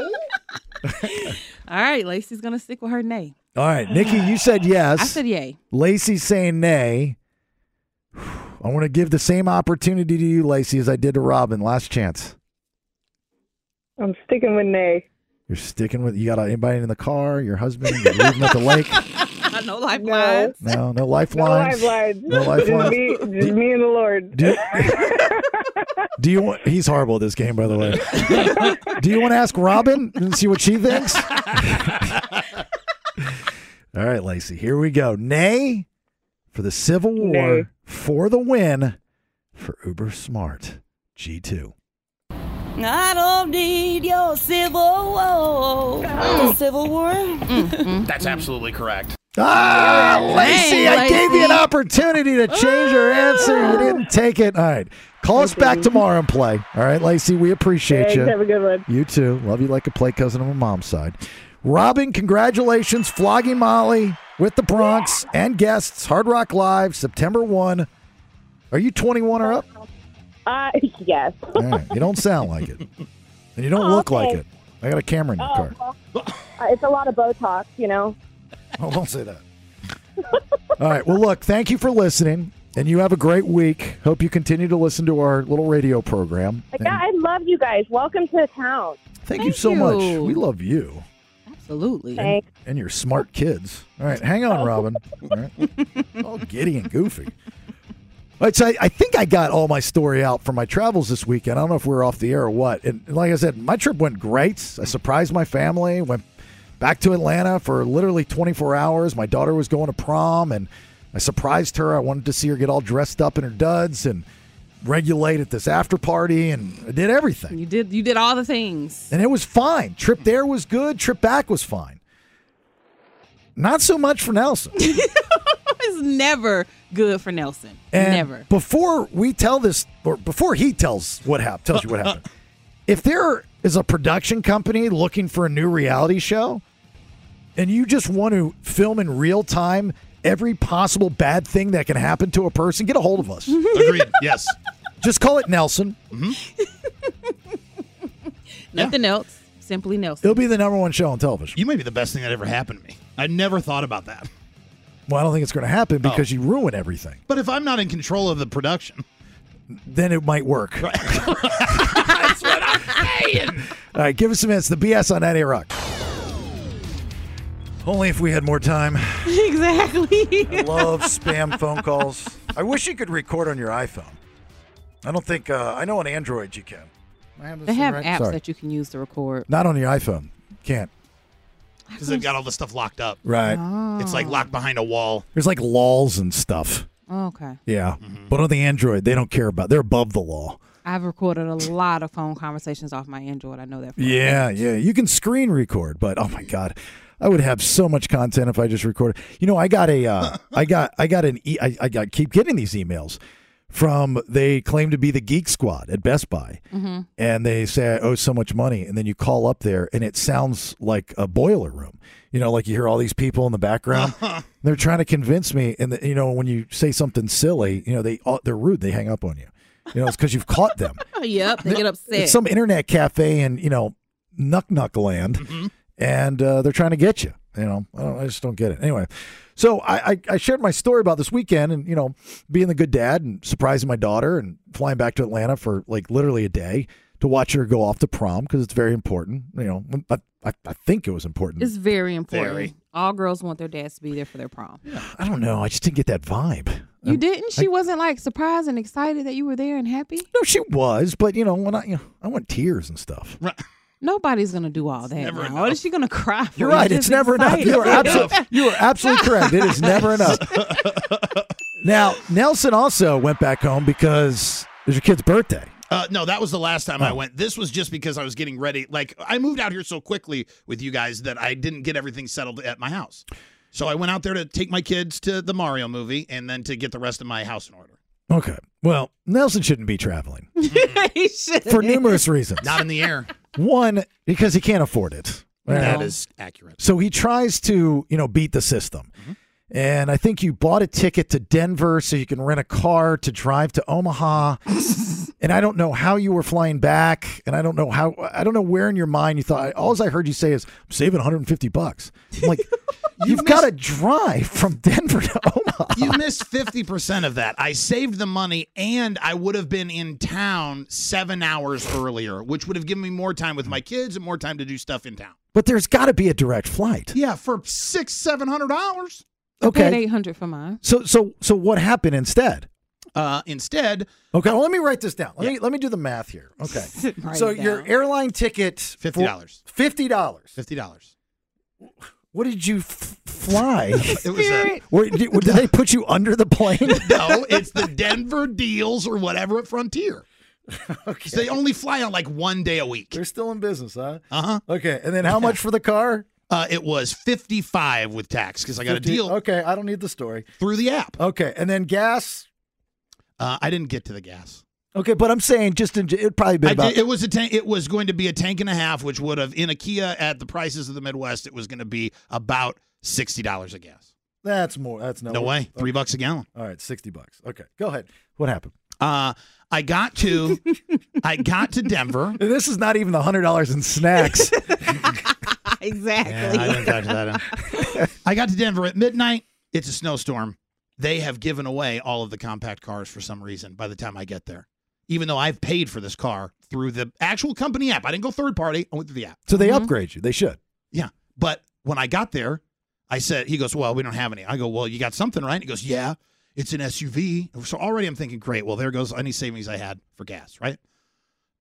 S7: All right, Lacey's gonna stick with her nay.
S9: All right, Nikki, you said yes.
S7: I said yay.
S9: Lacey's saying nay. I want to give the same opportunity to you, Lacey, as I did to Robin. Last chance.
S14: I'm sticking with nay.
S9: You're sticking with. You got anybody in the car? Your husband? You're leaving at the lake?
S7: no lifelines.
S9: No, no
S14: No
S9: lifelines.
S14: lifelines.
S9: No
S14: Just
S9: lifelines.
S14: me, just me and the Lord.
S9: Do, do you want? He's horrible at this game, by the way. do you want to ask Robin and see what she thinks? All right, Lacey. Here we go. Nay for the Civil War
S14: Nay.
S9: for the win for Uber Smart G two.
S17: I don't need your civil war. The civil war?
S16: That's absolutely correct.
S9: Ah, Lacey,
S16: Hey,
S9: I gave you an
S16: Lacey.
S9: opportunity to change your answer.
S14: Ah.
S9: You didn't take it. All right. Call us back tomorrow and play. All right, Lacey, we appreciate
S14: Thanks,
S9: you.
S14: have a good one.
S9: You too. Love you like a play cousin on my mom's side. Robin, congratulations. Flogging Molly with the Bronx and guests. Hard Rock Live, September 1. Are you 21 or up?
S15: Uh, yes.
S9: All right. You don't sound like it. And you don't
S15: Oh,
S9: look like
S15: okay.
S9: it. I got a camera in your
S15: Oh,
S9: car.
S15: well, uh, it's a lot of Botox, you know.
S9: Oh, don't say that. All right. Well, look, thank you for listening, and you have a great week. Hope you continue to listen to our little radio program.
S15: Like, yeah, I love you guys. Welcome to town.
S9: Thank, you so much. We love you
S7: Absolutely.
S15: Thanks.
S9: and your smart kids. All right. Hang on, Robin. All right. All giddy and goofy. All right, so I, I think I got all my story out from my travels this weekend. I don't know if we were off the air or what. And like I said, my trip went great. I surprised my family, went back to Atlanta for literally 24 hours. My daughter was going to prom, and I surprised her. I wanted to see her get all dressed up in her duds and regulate at this after party, and I did everything.
S7: You did you did all the things.
S9: And it was fine. Trip there was good. Trip back was fine. Not so much for Nelson.
S7: It's never good for Nelson.
S9: And
S7: never.
S9: Before we tell this, or before he tells what happened, tells you what happened. if there is a production company looking for a new reality show, and you just want to film in real time every possible bad thing that can happen to a person, get a hold of us.
S10: Agreed. Yes.
S9: Just call it Nelson.
S7: Nothing else. Simply Nelson.
S9: It'll be the number one show on television.
S10: You may be the best thing that ever happened to me. I never thought about that.
S9: Well, I don't think it's going to happen because you ruin everything.
S10: But if I'm not in control of the production,
S9: Then it might work. All right, give us some hints. The BS on 98 Rock. Only if we had more time.
S7: exactly.
S9: I love spam phone calls. I wish you could record on your iPhone. I don't think, uh, I know on Android you can.
S7: They have
S9: right?
S7: apps
S9: Sorry.
S7: that you can use to record.
S9: Not on your iPhone. Can't.
S10: because they've got all the stuff locked up.
S9: Right.
S10: It's like locked behind a wall.
S9: There's like laws and stuff.
S7: Oh, okay.
S9: Yeah. But on the Android, they don't care about They're above the law.
S7: I've recorded a lot of phone conversations off my Android. I know that. For a
S9: Yeah, yeah. You can screen record, but oh my god, I would have so much content if I just recorded. You know, I got a, uh, I got, I got an, e- I, I got keep getting these emails from they claim to be the Geek Squad at Best Buy, and they say I owe so much money, and then you call up there, and it sounds like a boiler room. You know, like you hear all these people in the background. They're trying to convince me, and the, you know, when you say something silly, you know, they uh, they're rude. They hang up on you. You know, it's because you've caught them.
S7: fact. Oh, yep. They get upset.
S9: It's some internet cafe in you know Nuck Nuck Land, and uh, they're trying to get you. You know, I, don't, I just don't get it. Anyway, so I, I I shared my story about this weekend, and you know, being the good dad and surprising my daughter, and flying back to Atlanta for like literally a day to watch her go off to prom because it's very important. You know, I I, I think it was important.
S7: it's very important.
S9: Very.
S7: All girls want their dads to be there for their prom.
S9: I don't know. I just didn't get that vibe.
S7: You didn't? She wasn't like surprised and excited that you were there and happy?
S9: No, she was, but you know, when I you know, I want tears and stuff.
S7: Nobody's gonna do all that. Now. What is she gonna cry? For?
S9: You're right.
S7: She's
S9: It's never enough.
S7: excited.
S9: You are absolutely you are absolutely correct. It is never enough. Now Nelson also went back home because it was your kid's birthday.
S10: Uh, no, that was the last time I went. This was just because I was getting ready. Like I moved out here so quickly with you guys that I didn't get everything settled at my house. So I went out there to take my kids to the Mario movie and then to get the rest of my house in order.
S9: Okay. Well, Nelson shouldn't be traveling for numerous reasons.
S10: Not in the air.
S9: One, because he can't afford it.
S10: That
S9: Well,
S10: is accurate.
S9: So he tries to, you know, beat the system. And I think you bought a ticket to Denver so you can rent a car to drive to Omaha. and I don't know how you were flying back. And I don't know how, I don't know where in your mind you thought, all I heard you say is, I'm saving 150 bucks. I'm like, you've got to drive from Denver to Omaha.
S10: You missed 50% of that. I saved the money and I would have been in town seven hours earlier, which would have given me more time with my kids and more time to do stuff in town.
S9: But there's got to be a direct flight.
S10: Yeah, for six, seven hundred dollars.
S9: Okay.
S7: eight hundred for mine.
S9: So, so, so what happened instead?
S10: Uh, instead,
S9: Okay, well, let me write this down. Let me let me do the math here. Okay,
S10: Write
S9: so
S10: it
S9: your airline ticket fifty
S10: $50.
S9: Fifty dollars.
S10: Fifty dollars.
S9: What did you f- fly?
S10: It was a-
S9: Were- did, did they put you under the plane?
S10: no, it's the Denver deals or whatever at Frontier. So they only fly on like one day a week.
S9: They're still in business, huh?
S10: Uh huh.
S9: Okay, and then how much for the car?
S10: Uh, it was fifty five with tax because I got a deal
S9: Okay, I don't need the story.
S10: through the app.
S9: Okay, and then gas.
S10: Uh, I didn't get to the gas.
S9: Okay, but I'm saying just in, it'd probably be
S10: I
S9: about
S10: did- it was a tank. It was going to be a tank and a half, which would have in a Kia at the prices of the Midwest, it was going to be about sixty dollars a gas.
S9: that's more. That's no,
S10: No way, three bucks a gallon.
S9: All right, sixty bucks. Okay, go ahead. What happened?
S10: Uh, I got to, I got to Denver.
S9: And this is not even the hundred dollars in snacks.
S7: exactly.
S10: Yeah, I didn't factor that in. I got to Denver at midnight. It's a snowstorm. They have given away all of the compact cars for some reason by the time I get there, even though I've paid for this car through the actual company app. I didn't go third party. I went through the app.
S9: so they upgrade you. They should.
S10: Yeah. But when I got there, I said, he goes, well, we don't have any. I go, well, you got something, right? He goes, yeah, it's an SUV. So already I'm thinking, great. Well, there goes any savings I had for gas, right?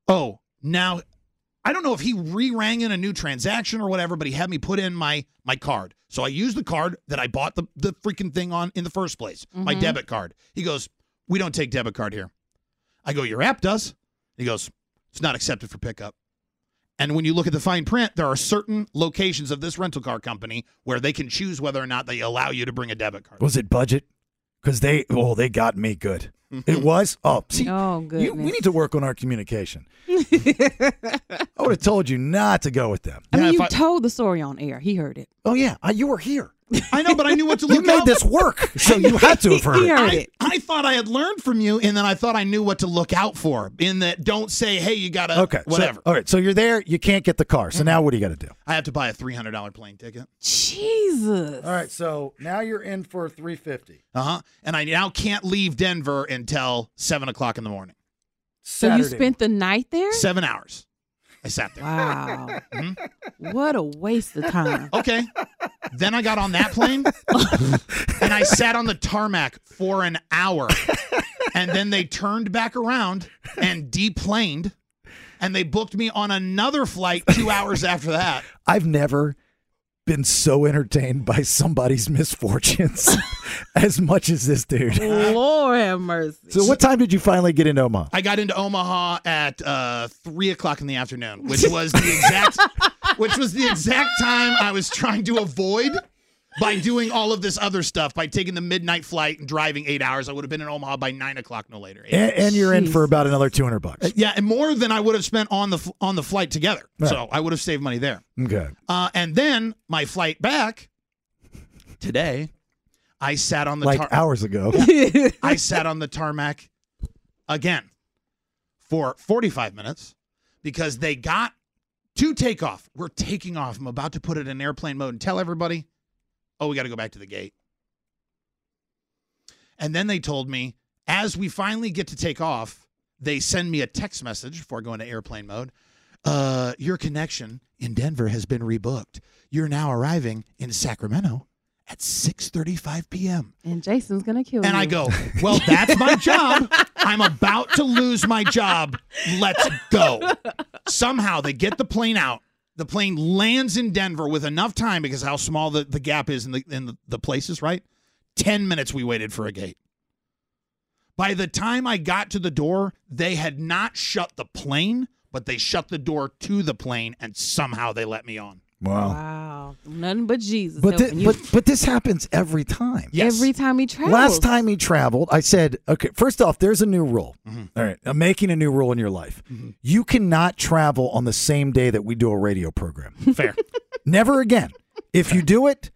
S10: Oh, now I don't know if he re-rang in a new transaction or whatever, but he had me put in my my card. So I used the card that I bought the, the freaking thing on in the first place, my
S7: Mm-hmm.
S18: Mhm.
S10: debit card. He goes, we don't take debit card here. I go, your app does. He goes, it's not accepted for pickup. And when you look at the fine print, there are certain locations of this rental car company where they can choose whether or not they allow you to bring a debit card.
S9: Was it budget? Because they, oh, they got me good. It was. Oh, see,
S7: Oh,
S9: you- we
S7: goodness.
S9: need to work on our communication. I would have told you not to go with them.
S7: I mean, you
S9: I-
S7: told the story on air. He heard it.
S9: oh yeah, I, you were here.
S10: I know, but I knew what to
S9: You
S10: look
S9: made
S10: out
S9: this work, so you had to have heard.
S7: He heard
S10: I,
S7: it.
S10: I thought I had learned from you, and then I thought I knew what to look out for. In that, don't say, "Hey, you gotta
S9: Okay, so-
S10: whatever."
S9: all right, so you're there. You can't get the car. So now what do you got to do?
S10: I have to buy a three hundred dollar plane ticket.
S7: Jesus.
S9: All right, so now you're in for three fifty.
S10: Uh huh. And I now can't leave Denver until seven o'clock in the morning.
S7: So you spent the night there?
S10: Seven hours. I sat there.
S7: Wow.
S9: Hmm?
S7: What a waste of time.
S9: Oh,
S10: Okay. Then I got on that plane, and I sat on the tarmac for an hour, and then they turned back around and deplaned, and they booked me on another flight two hours after that.
S9: I've never been so entertained by somebody's misfortunes as much as this dude.
S7: Lord have mercy.
S9: So what time did you finally get into Omaha?
S10: I got into Omaha at uh, three o'clock in the afternoon, which was the exact, which was the exact time I was trying to avoid by doing all of this other stuff. By taking the midnight flight and driving eight hours, I would have been in Omaha by nine o'clock, no later. Uh,
S9: And, and you're in for about another two hundred bucks.
S10: Yeah, and more than I would have spent on the fl- on the flight together.
S9: Right.
S10: So I would have saved money there.
S9: Okay.
S10: Uh, and then my flight back today, I sat on the
S9: like
S10: tar-
S9: hours ago.
S10: I sat on the tarmac again for 45 minutes because they got to take off. We're taking off. I'm about to put it in airplane mode and tell everybody, oh, we got to go back to the gate. And then they told me, as we finally get to take off, they send me a text message before going to airplane mode. Uh, your connection in Denver has been rebooked. You're now arriving in Sacramento at 6:35 p.m.
S7: And Jason's gonna kill
S10: And
S7: you.
S10: I go, well, that's my job. I'm about to lose my job. Let's go. Somehow they get the plane out. The plane lands in Denver with enough time because how small the, the gap is in the in the, the places, right? Ten minutes we waited for a gate. By the time I got to the door, they had not shut the plane, but they shut the door to the plane, and somehow they let me on.
S9: Wow.
S7: Wow. Nothing but Jesus.
S9: "Oh." But, thi-
S7: helping you.
S9: but but this happens every time.
S7: Every time he travels.
S9: Last time he traveled, I said, okay, first off, there's a new rule.
S10: Mm-hmm.
S9: All right. I'm making a new rule in your life. You cannot travel on the same day that we do a radio program.
S10: Fair.
S9: Never again. If you do it,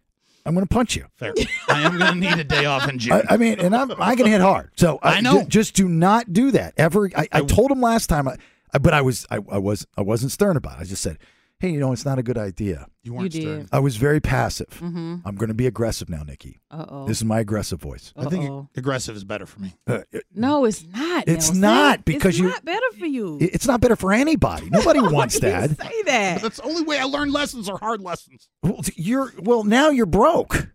S9: I'm going to punch you.
S10: Fair. I am going to need a day off in June.
S9: I, I mean, and I'm, I can hit hard. So uh,
S10: I know.
S9: ju- just do not do that ever. I, I told him last time, I, I, but I was I, I was I wasn't stern about it. I just said, hey, you know, it's not a good idea.
S10: You weren't
S7: You did. stern.
S9: I was very passive.
S7: Mhm.
S9: I'm going to be aggressive now, Nikki.
S7: Uh-oh.
S9: This is my aggressive voice.
S10: I think aggressive is better for me.
S9: Uh, it-
S7: No, it's not.
S9: It's
S7: Nelson.
S9: not, because
S7: it's
S9: you-
S7: not better for you.
S9: it's not better for anybody. Nobody wants that.
S7: Say that.
S10: That's the only way I learn lessons are hard lessons.
S9: Well, you're well now. You're broke.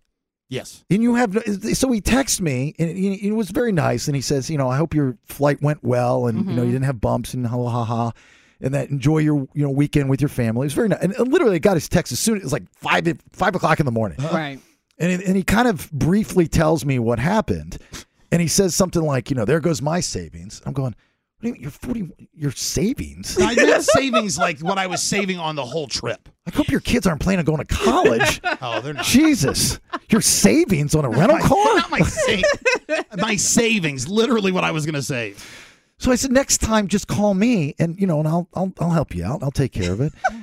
S10: Yes.
S9: And you have no- so he texts me and he, he was very nice and he says, you know, I hope your flight went well and you know you didn't have bumps and ha ha ha, and that enjoy your you know weekend with your family. It was very nice. And literally, I got his text as soon as like five five o'clock in the morning.
S7: Right.
S9: And it, and he kind of briefly tells me what happened, and he says something like, you know, there goes my savings. I'm going, what do you mean your forty your savings?
S10: I meant savings like what I was saving on the whole trip.
S9: I hope your kids aren't planning on going to college.
S10: Oh, they're not.
S9: Jesus, your savings on a rental car?
S10: Not my savings. my savings, literally what I was going to save.
S9: So I said, next time, just call me, and you know, and I'll I'll, I'll help you out. I'll take care of it. And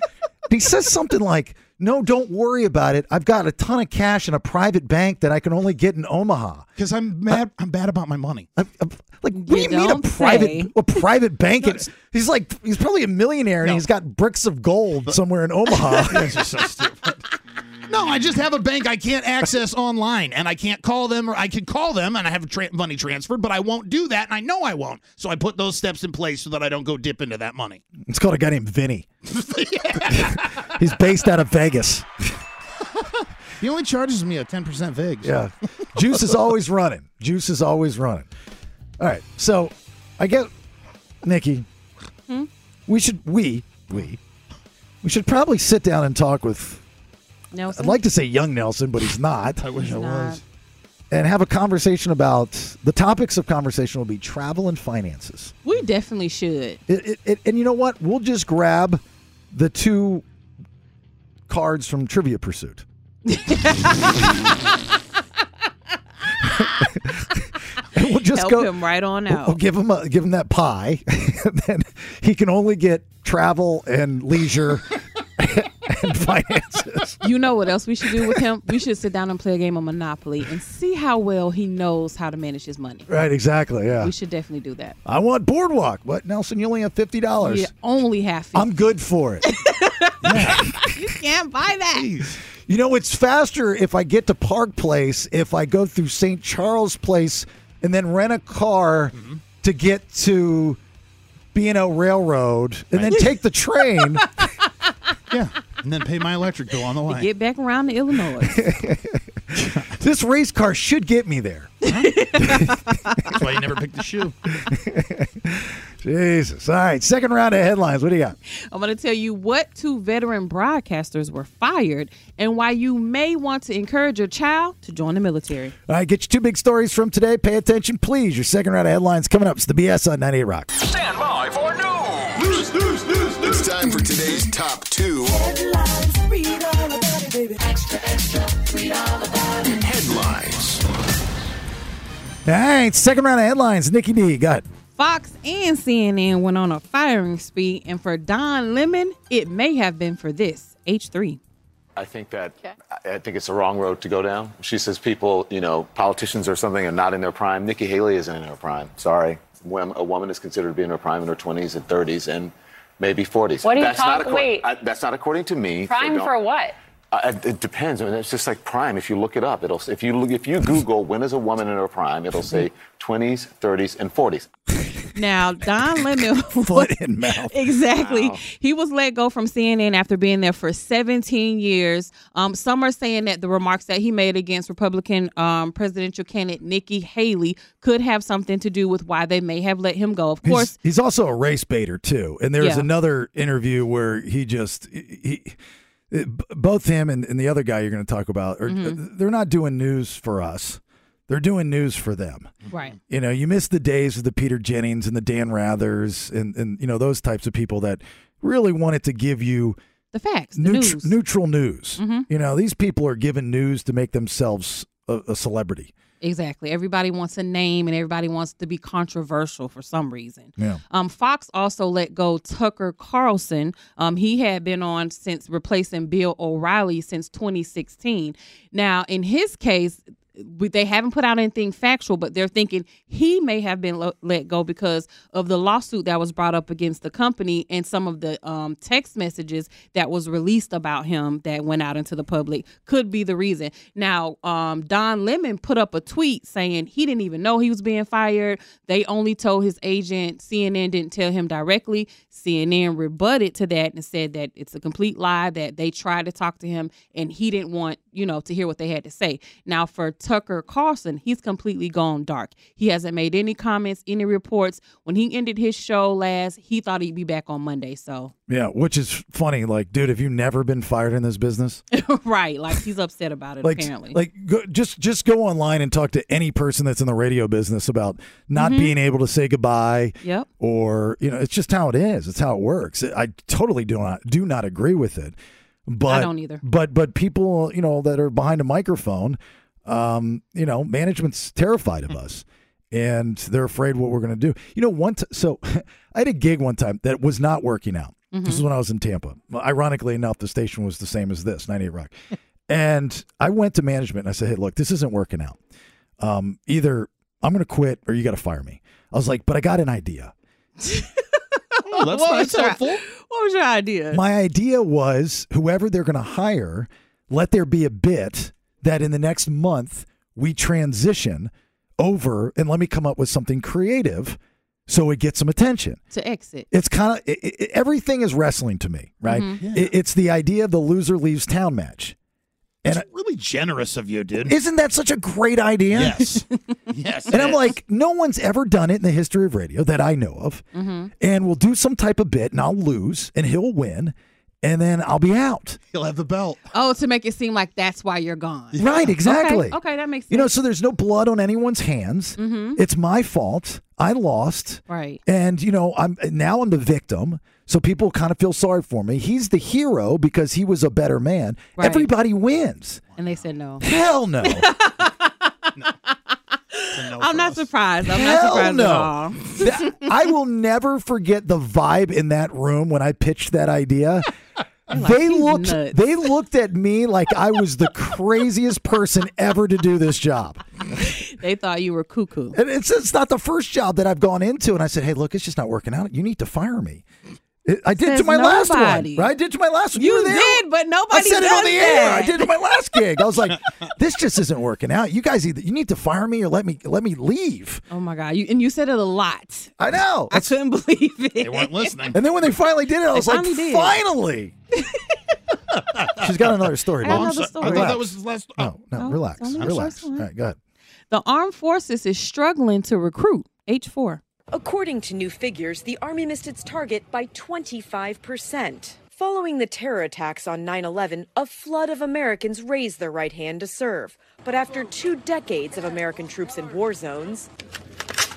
S9: he says something like, "No, don't worry about it. I've got a ton of cash in a private bank that I can only get in Omaha."
S10: Because I'm mad. I'm bad about my money.
S9: Like, what do you mean a
S7: don't
S9: private
S7: say.
S9: a private bank? in- he's like, he's probably a millionaire, and he's got bricks of gold somewhere in Omaha.
S10: That's just so stupid. No, I just have a bank I can't access online, and I can't call them, or I can call them, and I have tra- money transferred, but I won't do that, and I know I won't. So I put those steps in place so that I don't go dip into that money.
S9: it's called a guy named Vinny. he's based out of Vegas.
S10: He only charges me a ten percent vig.
S9: Yeah. Juice is always running. Juice is always running. All right. So I get Nikki.
S7: Hmm?
S9: We should we we we should probably sit down and talk with
S7: Nelson.
S9: I'd like to say young Nelson, but he's not. I wish
S7: He's I was. not.
S9: And have a conversation about the topics of conversation will be travel and finances.
S7: we definitely should.
S9: It, it, it, and you know what? We'll just grab the two cards from Trivia Pursuit. and we'll just
S7: Help
S9: go.
S7: him right on
S9: we'll-
S7: out.
S9: We'll give him a, give him that pie, and then he can only get travel and leisure and finances.
S7: You know what else we should do with him? We should sit down and play a game of Monopoly and see how well he knows how to manage his money.
S9: Right? Exactly. Yeah.
S7: We should definitely do that.
S9: I want boardwalk. What, Nelson? You only have fifty dollars.
S7: Yeah, only half.
S9: I'm good for it.
S7: You can't buy that.
S9: You know, it's faster if I get to Park Place, if I go through St. Charles Place, and then rent a car to get to B&O Railroad, and then take the train.
S10: yeah, and then pay my electric bill on the way.
S7: Get back around to Illinois.
S9: this race car should get me there.
S10: That's why you never picked the shoe.
S9: Jesus. All right, second round of headlines. What do you got?
S7: I'm going to tell you what two veteran broadcasters were fired and why you may want to encourage your child to join the military.
S9: All right, get your two big stories from today. Pay attention, please. Your second round of headlines coming up. It's the BS on 98 Rock.
S6: Stand by for news.
S3: News, news, news, news. It's time for today's top two headlines.
S9: All right, second round of headlines. Nikki D, got it.
S7: Fox and CNN went on a firing spree, and for Don Lemon, it may have been for this H3.
S18: I think that I I think it's the wrong road to go down. She says people, you know, politicians or something are not in their prime. Nikki Haley isn't in her prime. Sorry, when a woman is considered to be in her prime in her 20s and 30s and maybe 40s.
S19: What are you
S18: that's not
S19: talk-
S18: accor-
S19: wait.
S18: I, that's not according to me. so
S19: Prime
S18: don't-
S19: for what?
S18: I, I- it depends. I mean, it's just like prime. If you look it up, it'll if you look, if you Google when is a woman in her prime, it'll say 20s, 30s, and 40s.
S7: Now, Don Lemon. Foot
S9: in mouth.
S7: Exactly. He was let go from CNN after being there for 17 years. Um, some are saying that the remarks that he made against Republican um, presidential candidate Nikki Haley could have something to do with why they may have let him go. Of
S9: He's-
S7: course,
S9: he's, also a race baiter too. And there's
S7: Yeah.
S9: another interview where he just he, he- b- both him and, and the other guy you're going to talk about are
S7: Mm-hmm.
S2: Mhm.
S9: they're not doing news for us. They're doing news for them.
S7: Right.
S9: You know, you miss the days of the Peter Jennings and the Dan Rathers and and you know those types of people that really wanted to give you
S7: the facts, the
S9: neut-
S7: news.
S9: neutral news.
S7: Mhm.
S9: You know, these people are given news to make themselves a, a celebrity.
S7: Exactly. Everybody wants a name and everybody wants to be controversial for some reason.
S9: Yeah.
S7: Um, Fox also let go Tucker Carlson. Um, he had been on since replacing Bill O'Reilly since 2016. Now, in his case, we, they haven't put out anything factual, but they're thinking he may have been lo- let go because of the lawsuit that was brought up against the company and some of the um, text messages that was released about him that went out into the public could be the reason. Now, um, Don Lemon put up a tweet saying he didn't even know he was being fired. They only told his agent. CNN didn't tell him directly. CNN rebutted to that and said that it's a complete lie that they tried to talk to him and he didn't want, you know, to hear what they had to say. Now for Tucker Carlson, he's completely gone dark. He hasn't made any comments, any reports. When he ended his show last, he thought he'd be back on Monday. So,
S9: Yeah, which is funny. Like, dude, have you never been fired in this business?
S7: right, like he's upset about it
S9: like,
S7: apparently.
S9: like go, just just go online and talk to any person that's in the radio business about not
S7: Mhm.
S9: being able to say goodbye.
S7: Yep.
S9: Or you know, it's just how it is. It's how it works. I totally do not do not agree with it. But
S7: don't either.
S9: But but people you know that are behind a microphone, um, you know, management's terrified
S7: Hmm.
S9: of us. And they're afraid what we're going to do. You know, one t- so I had a gig one time that was not working out.
S7: Mm-hmm.
S9: This is when I was in Tampa. Well, Ironically enough, the station was the same as this, 98 Rock. and I went to management and I said, hey, look, this isn't working out. Um, either I'm going to quit or you got to fire me. I was like, but I got an idea.
S7: what was your- what was your idea?
S9: My idea was whoever they're going to hire, let there be a bit that in the next month we transition over and let me come up with something creative so it gets some attention.
S7: to exit.
S9: It's kind of it, it, everything is wrestling to me, right?
S7: Mhm. Yeah.
S9: It, it's the idea of the loser leaves town match. And I-
S10: really generous of you, dude.
S9: isn't that such a great idea?
S10: Yes. yes.
S9: And I'm
S10: it is.
S9: like, no one's ever done it in the history of radio that I know of.
S7: Mm-hmm.
S9: And we'll do some type of bit and I'll lose and he'll win and then I'll be out.
S10: he'll have the belt.
S7: Oh, to make it seem like that's why you're gone.
S9: Right, exactly.
S7: Okay, okay, that makes sense.
S9: You know, so there's no blood on anyone's hands.
S7: Mhm.
S9: It's my fault. I lost.
S7: Right.
S9: And you know, I'm now I'm the victim. So people kind of feel sorry for me. He's the hero because he was a better man.
S7: Right.
S9: Everybody wins.
S7: And they said no.
S9: Hell no.
S7: I'm not surprised. I'm not
S9: Hell
S7: surprised
S9: no.
S7: at all.
S9: That- I will never forget the vibe in that room when I pitched that idea. they looked they looked at me like I was the craziest person ever to do this job.
S7: They thought you were cuckoo.
S9: And it's it's not the first job that I've gone into and I said, "Hey, look, it's just not working out. You need to fire me." It- I did
S7: Says
S9: to my last
S7: nobody.
S9: one. Right? I did to my last one. You, were there.
S7: did, but nobody
S9: I said it
S7: does
S9: on the air. I
S7: that.
S9: did it to my last gig. I was like, "This just isn't working out. You guys either you need to fire me or let me let me leave."
S7: Oh my god! You and you said it a lot.
S9: I know.
S7: I couldn't believe it. They
S10: weren't listening.
S9: And then when they finally did it, I
S7: They
S9: was like,
S7: finally did.
S9: finally. She's got another story.
S7: I got
S9: Bob.
S7: another story. I thought
S9: Relax.
S7: that was his last-
S9: No, no, relax,
S7: it's only the
S9: relax.
S7: first
S9: All
S7: one.
S9: right, go ahead.
S7: The armed forces is struggling to recruit H four.
S19: According to new figures, the Army missed its target by 25%. Following the terror attacks on 9 11, a flood of Americans raised their right hand to serve. But after two decades of American troops in war zones,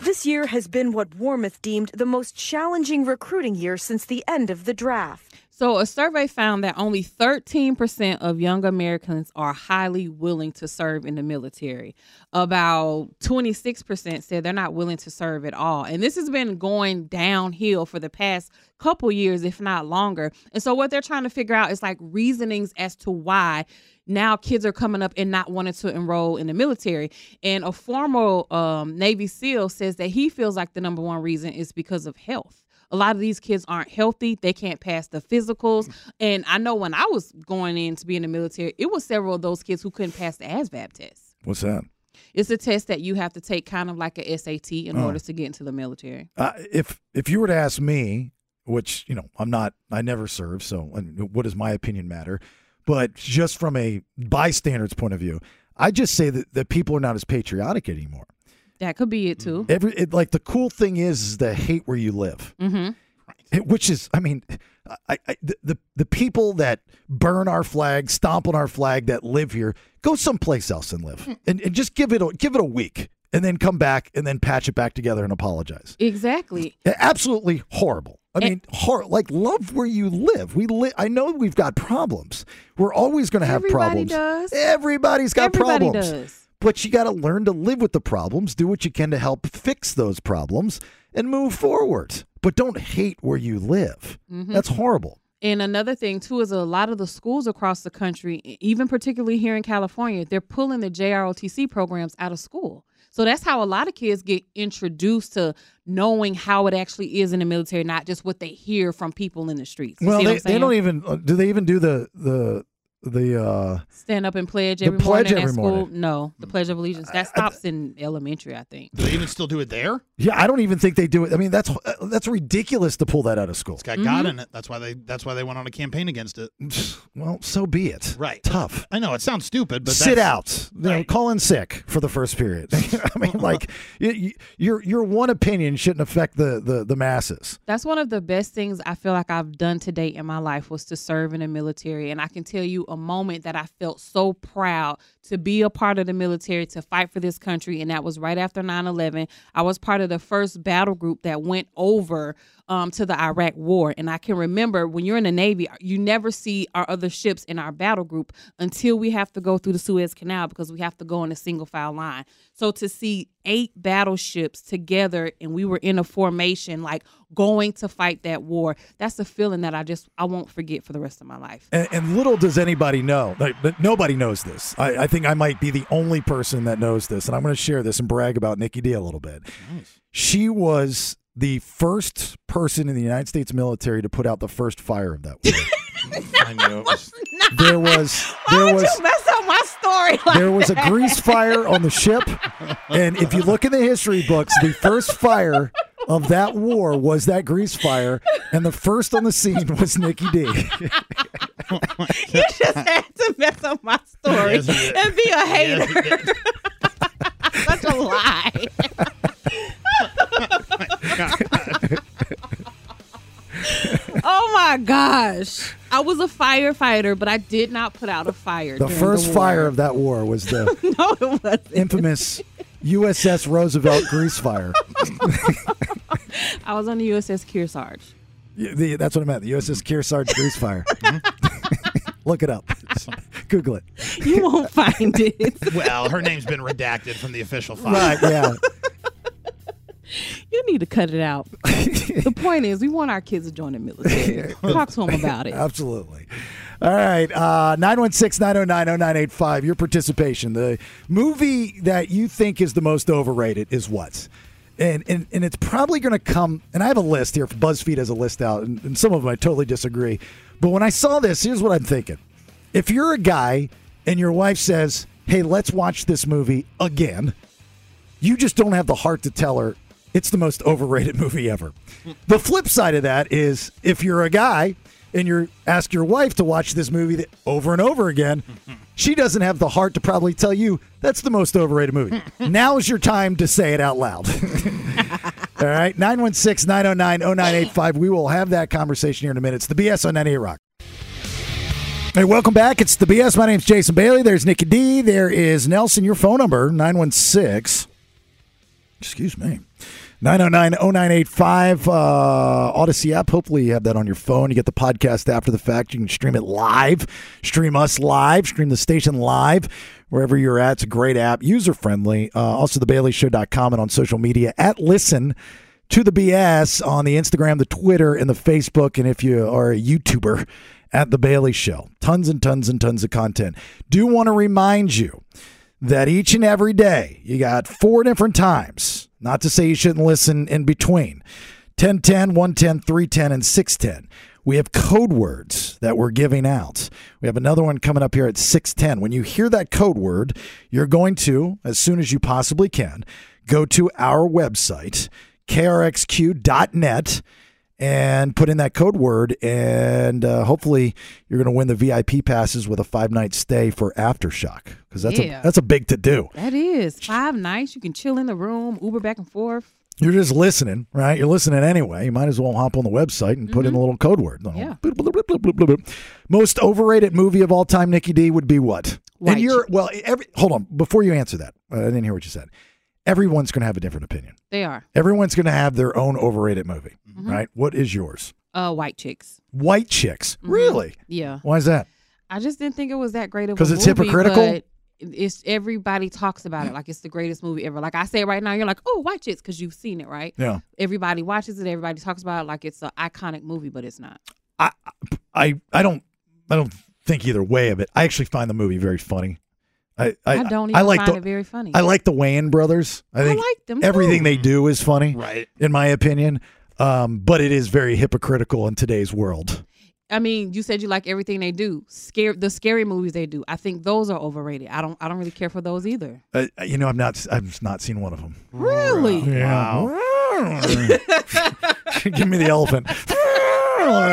S19: this year has been what Warmoth deemed the most challenging recruiting year since the end of the draft.
S7: So, a survey found that only 13% of young Americans are highly willing to serve in the military. About 26% said they're not willing to serve at all. And this has been going downhill for the past couple years, if not longer. And so, what they're trying to figure out is like reasonings as to why now kids are coming up and not wanting to enroll in the military. And a former um, Navy SEAL says that he feels like the number one reason is because of health a lot of these kids aren't healthy they can't pass the physicals and i know when i was going in to be in the military it was several of those kids who couldn't pass the asvab test
S9: What's that?
S7: It's a test that you have to take, kind of like a SAT, in
S9: Oh.
S7: order to get into the military.
S9: Uh, if if you were to ask me, which you know I'm not, I never served, so uh, what does my opinion matter? But just from a bystander's point of view, I just say that, that people are not as patriotic anymore.
S7: That could be it too.
S9: Every it, like the cool thing is, is they hate where you live,
S7: Mm-hmm.
S9: It- which is I mean, I, I the, the the people that burn our flag, stomp on our flag, that live here, go someplace else and live, and, and just give it a, give it a week, and then come back and then patch it back together and apologize.
S7: Exactly.
S9: Absolutely horrible. I mean, hor- like love where you live. We li- I know we've got problems. We're always going to have
S7: Everybody
S9: problems.
S7: does.
S9: Everybody's got
S7: Everybody
S9: problems.
S7: does.
S9: But you got to learn to live with the problems, do what you can to help fix those problems and move forward. But don't hate where you live.
S7: Mhm.
S9: That's horrible.
S7: And another thing too is a lot of the schools across the country, e- even particularly here in California, they're pulling the JROTC programs out of school. So that's how a lot of kids get introduced to knowing how it actually is in the military, not just what they hear from people in the streets. You
S9: well,
S7: see what
S9: they,
S7: I'm
S9: they
S7: saying?
S9: don't e even uh, do they even do the the the uh
S7: stand up and pledge
S9: The
S7: every
S9: pledge
S7: morning at
S9: every
S7: school.
S9: morning.
S7: No, the Pledge of Allegiance that stops in elementary, I think.
S10: Do they even still do it there?
S9: yeah, I don't even think they do it. I mean, that's uh, that's ridiculous to pull that out of school.
S10: It's got God in it. That's why they. That's why they went on a campaign against it.
S9: Well, so be it.
S10: Right.
S9: Tough.
S10: I know it sounds stupid, but
S9: sit
S10: that's-
S9: out. You know, Call in sick for the first period. I mean, like y- y- your your one opinion shouldn't affect the the, the masses.
S7: That's one of the best things I feel like I've done to date in my life was to serve in the military. And I can tell you a moment that I felt so proud to be a part of the military, to fight for this country. And that was right after 9 11. I was part of the first battle group that went over um, to the Iraq war. And I can remember when you're in the Navy, you never see our other ships in our battle group until we have to go through the Suez Canal because we have to go in a single file line. So to see eight battleships together and we were in a formation, like going to fight that war, that's a feeling that I just, I won't forget for the rest of my life.
S9: And, and little does anybody know. Like, but nobody knows this. I, I think I might be the only person that knows this, and I'm going to share this and brag about Nikki D a little bit. She was the first person in the United States military to put out the first fire of that war.
S10: I knew it was.
S9: There was there was
S7: mess up my story.
S9: there was a grease fire on the ship. And if you look in the history books, the first fire of that war was that grease fire. And the first on the scene was Nikki D.
S7: You just had to mess up my story
S9: Yes, it-
S7: and be a
S9: yes,
S7: hater. Such a lie. oh my gosh. I was a firefighter, but I did not put out a fire.
S9: The
S7: during
S9: first
S7: war.
S9: fire of that war was the
S7: No, it wasn't.
S9: infamous USS Roosevelt grease fire.
S7: I was on the USS Kearsarge.
S9: Yeah, the- That's what I meant. The USS Kearsarge grease fire. Look it up. Google it.
S7: You won't find it.
S10: well, her name's been redacted from the official file.
S9: Right, yeah.
S7: You need to cut it out. the point is, we want our kids to join the military. Talk to them about it.
S9: Absolutely. All right. Uh 916-909-0985. Your participation. The movie that you think is the most overrated is what? And and, and it's probably gonna come and I have a list here. BuzzFeed has a list out, and, and some of them I totally disagree. But when I saw this, here's what I'm thinking. If you're a guy and your wife says, Hey, let's watch this movie again, you just don't have the heart to tell her it's the most overrated movie ever. The flip side of that is if you're a guy and you ask your wife to watch this movie that, over and over again, she doesn't have the heart to probably tell you that's the most overrated movie. Now's your time to say it out loud. All right, 916 909 0985. We will have that conversation here in a minute. It's the BS on 98 Rock. Hey, welcome back. It's the BS. My name's Jason Bailey. There's Nikki D. There is Nelson. Your phone number, 916. Excuse me. 909-0985 uh, Odyssey app. Hopefully you have that on your phone. You get the podcast after the fact. You can stream it live. Stream us live. Stream the station live. Wherever you're at, it's a great app. User friendly. Uh, also thebaileyshow.com and on social media at listen to the BS on the Instagram, the Twitter, and the Facebook. And if you are a YouTuber at the Bailey Show, tons and tons and tons of content. Do want to remind you that each and every day you got four different times not to say you shouldn't listen in between 1010 110 310 and 610 We have code words that we're giving out. We have another one coming up here at 610. When you hear that code word, you're going to, as soon as you possibly can, go to our website, krxq.net, and put in that code word. And uh, hopefully, you're going to win the VIP passes with a five night stay for Aftershock because that's,
S7: Yeah.
S9: a, that's a big to do.
S7: That is five nights. You can chill in the room, Uber back and forth.
S9: You're just listening, right? You're listening anyway. You might as well hop on the website and put in a little code word.
S7: Mm-hmm. Yeah.
S9: Bloop, bloop, bloop, bloop, bloop, bloop. Most overrated movie of all time, Nikki D, would be what?
S7: White
S9: and you're well. Every hold on before you answer that. uh, I didn't hear what you said. Everyone's going to have a different opinion.
S7: They are
S9: Everyone's going to have their own overrated movie,
S7: Mm-hmm.
S9: right? What is yours?
S7: uh, white chicks.
S9: White chicks,
S7: Mm-hmm.
S9: really?
S7: Yeah.
S9: Why is that?
S7: I just didn't think it was that great of a
S9: 'Cause it's
S7: movie,
S9: hypocritical?
S7: but It's everybody talks about it like it's the greatest movie ever. Like I say right now, you're like, oh, watch it because you've seen it, right?
S9: Yeah.
S7: Everybody watches it. Everybody talks about it like it's an iconic movie, but it's not.
S9: I I don't I don't think either way of it. I actually find the movie very funny. I I,
S7: I don't
S9: I
S7: even
S9: like
S7: find
S9: the,
S7: it very funny.
S9: I like the Wayans brothers. I think
S7: like them
S9: everything
S7: too.
S9: they do is funny,
S10: right?
S9: In my opinion, um, but it is very hypocritical in today's world.
S7: I mean, you said you like everything they do. Scare the scary movies they do. I think those are overrated. I don't. I don't really care for those either.
S9: Uh, you know, I've not I've just not seen one of them.
S7: Really?
S9: Wow. Give me the elephant.
S7: yeah,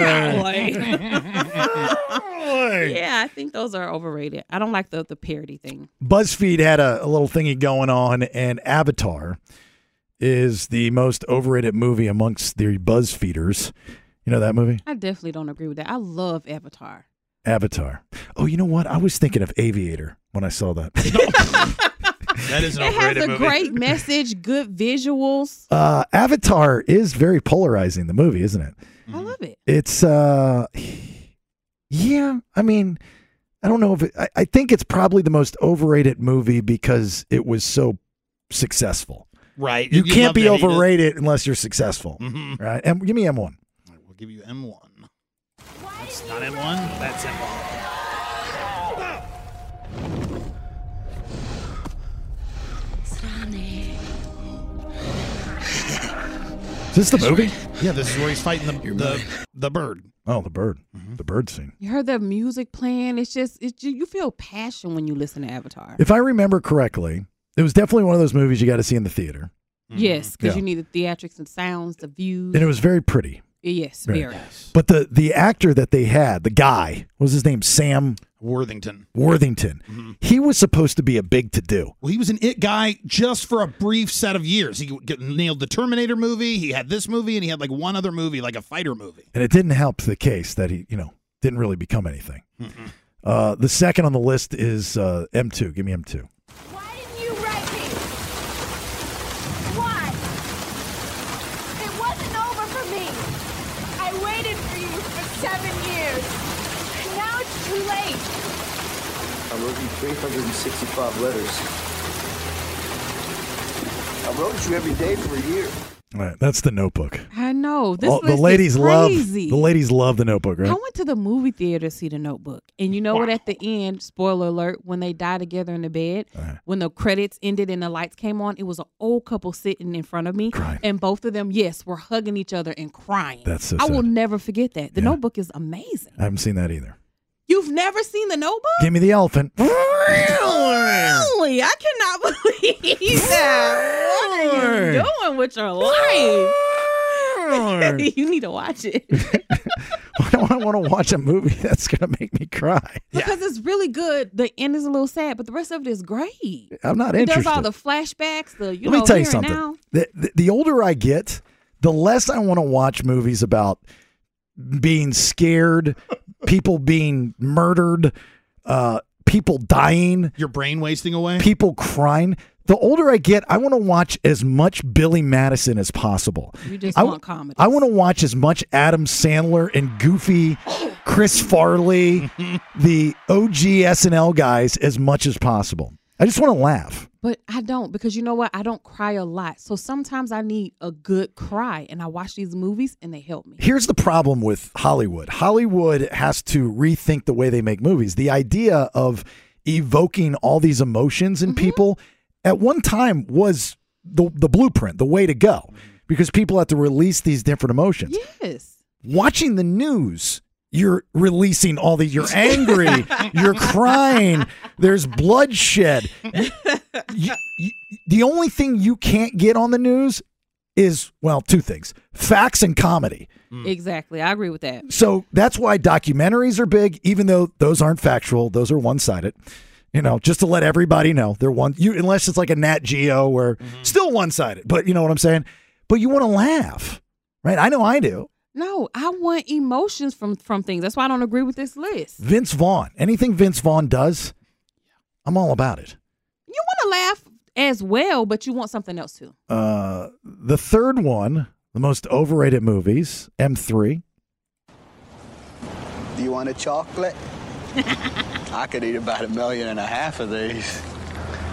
S7: I think those are overrated. I don't like the the parody thing.
S9: BuzzFeed had a, a little thingy going on, and Avatar is the most overrated movie amongst the BuzzFeeders. You know that movie?
S7: I definitely don't agree with that. I love Avatar.
S9: Avatar. Oh, you know what? I was thinking of Aviator when I saw that.
S10: That is an
S7: It has
S10: overrated
S7: a
S10: movie.
S7: great message, good visuals.
S9: Uh, Avatar is very polarizing, the movie, isn't it?
S7: I love it.
S9: It's, uh, yeah, I mean, I don't know if it, I, I think it's probably the most overrated movie because it was so successful.
S10: Right.
S9: You,
S10: You'd
S9: can't
S10: love
S9: be
S10: to hate it.
S9: overrated unless you're successful,
S10: Mhm.
S9: right? And give me M1.
S10: We'll give you M1. That's not M1. That's M1.
S9: Is this the movie?
S10: Yeah, this is where he's fighting the the, the bird.
S9: Oh, the bird. The bird scene.
S7: You heard the music playing. It's just it's you, you feel passion when you listen to Avatar.
S9: If I remember correctly, it was definitely one of those movies you got to see in the theater.
S7: Yes, because
S9: Mm-hmm. Yeah.
S7: you need the theatrics and sounds, the views.
S9: And it was very pretty.
S7: yes,
S9: Right.
S7: very.
S9: But the the actor that they had, the guy, what was his name Sam
S10: Worthington.
S9: Worthington. He was supposed to be a big to do.
S10: Well, he was an it guy just for a brief set of years. He g- nailed the Terminator movie. He had this movie, and he had like one other movie, like a fighter movie.
S9: And it didn't help the case that he, you know, didn't really become anything. Uh, the second on the list is uh, M2. Give me M2.
S2: Why? It wasn't over for me. I waited for you for seven years. Now it's too late.
S20: I wrote you 365 letters. I wrote you every day for a year.
S9: All right, that's the Notebook.
S7: I know. This
S9: All- the
S7: list is
S9: ladies love
S7: crazy.
S9: the ladies love the Notebook, right?
S7: I went to the movie theater to see The Notebook, and you know what? At the end, spoiler alert: when they die together in the bed, when the credits ended and the lights came on, it was an old couple sitting in front of me, and both of them, yes, were hugging each other and crying.
S9: That's so
S7: I
S9: sad.
S7: will never forget that. The
S9: Yeah.
S7: Notebook is amazing.
S9: I haven't seen that either.
S7: You've never seen The Notebook?
S9: Give me the elephant.
S7: Really? I cannot believe that. What are you doing with your life? you need to watch it
S9: Why do I want to watch a movie that's going to make me cry?
S7: because it's really good. The end is a little sad, but the rest of it is great.
S9: I'm not
S7: He
S9: interested.
S7: does all the flashbacks. The you
S9: Let
S7: know,
S9: me tell you
S7: here and
S9: something.
S7: Now.
S9: The, the, the older I get, the less I want to watch movies about being scared, people being murdered, uh, people dying,
S10: your brain wasting away,
S9: people crying. The older I get, I want to watch as much Billy Madison as possible.
S7: You just
S9: I,
S7: want comedy.
S9: I want to watch as much Adam Sandler and Goofy, Chris Farley, the OG SNL guys as much as possible. I just want to laugh.
S7: But I don't because you know what? I don't cry a lot. So sometimes I need a good cry, and I watch these movies and they help me.
S9: Here's the problem with Hollywood Hollywood has to rethink the way they make movies. The idea of evoking all these emotions in people at one time was the, the blueprint, the way to go, because people had to release these different emotions.
S7: Yes.
S9: watching the news, you're releasing all these. You're angry. you're crying. There's bloodshed. You- you- you- the only thing you can't get on the news is well, two things: facts and comedy.
S7: Exactly. I agree with that.
S9: So that's why documentaries are big, even though those aren't factual; those are one-sided. You know, just to let everybody know they're one. You unless it's like a Nat Geo, where still one-sided, but you know what I'm saying. But you want to laugh, right? I know I do.
S7: No, I want emotions from from things. That's why I don't agree with this list.
S9: Vince Vaughn, anything Vince Vaughn does, I'm all about it.
S7: You want to laugh as well, but you want something else too.
S9: Uh, the third one, the most overrated movies, M3.
S21: Do you want a chocolate? I could eat about a million and a half of these.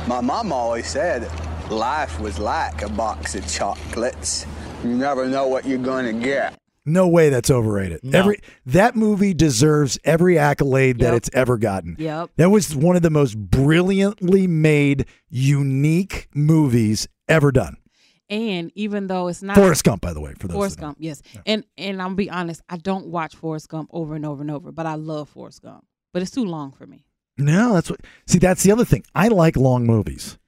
S21: My mom always said life was like a box of chocolates. You never know what you're going to get.
S9: No way that's overrated. Every that movie deserves every accolade that it's ever gotten.
S7: Yep.
S9: That was one of the most brilliantly made, unique movies ever done.
S7: And even though it's not
S9: Forrest Gump, by the way, for those
S7: Ah. Forrest Gump, yes. And and I'm be honest, I don't watch Forrest Gump over and over and over, but I love Forrest Gump. But it's too long for me.
S9: No, that's what see, that's the other thing. I like long movies.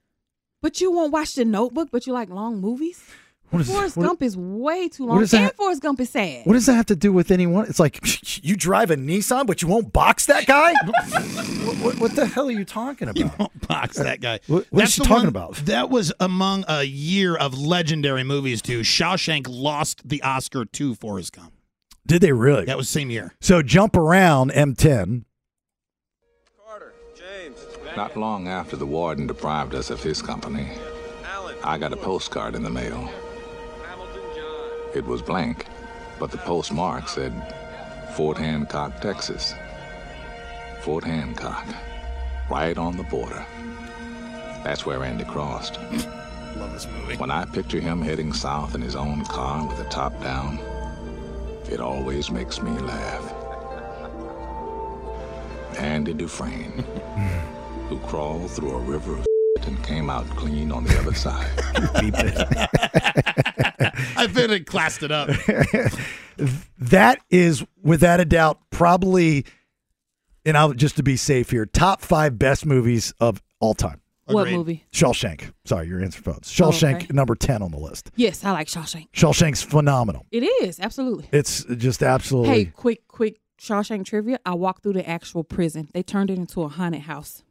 S7: But you won't watch The Notebook, but you like long movies.
S9: What is-
S7: Forrest
S9: what-
S7: Gump is way too
S9: what
S7: long,
S9: does that-
S7: and Forrest Gump is sad.
S9: What does that have to do with anyone? It's like you drive a Nissan, but you won't box that guy. what, what, what the hell are you talking about?
S10: Box that guy.
S9: What- what is
S10: That's
S9: she
S10: the
S9: talking
S10: one-
S9: about?
S10: That was among a year of legendary movies too. Shawshank lost the Oscar to Forrest Gump.
S9: Did they really?
S10: That was same year.
S9: So jump around M10.
S22: Not long after the warden deprived us of his company, I got a postcard in the mail. It was blank, but the postmark said Fort Hancock, Texas. Fort Hancock, right on the border. That's where Andy crossed. Love this movie. When I picture him heading south in his own car with the top down, it always makes me laugh. Andy Dufresne, who crawled through a river of and came out clean on the other side.
S10: I think it classed it up.
S9: That is, without a doubt, probably, and I'll just to be safe here, top five best movies of all time.
S7: What Agreed. movie?
S9: Shawshank. Sorry, your answer phones.
S7: Oh,
S9: Shawshank,
S7: okay.
S9: number 10 on the list.
S7: Yes, I like Shawshank.
S9: Shawshank's phenomenal.
S7: It is absolutely.
S9: It's just absolutely.
S7: Hey, quick, quick Shawshank trivia. I walked through the actual prison. They turned it into a haunted house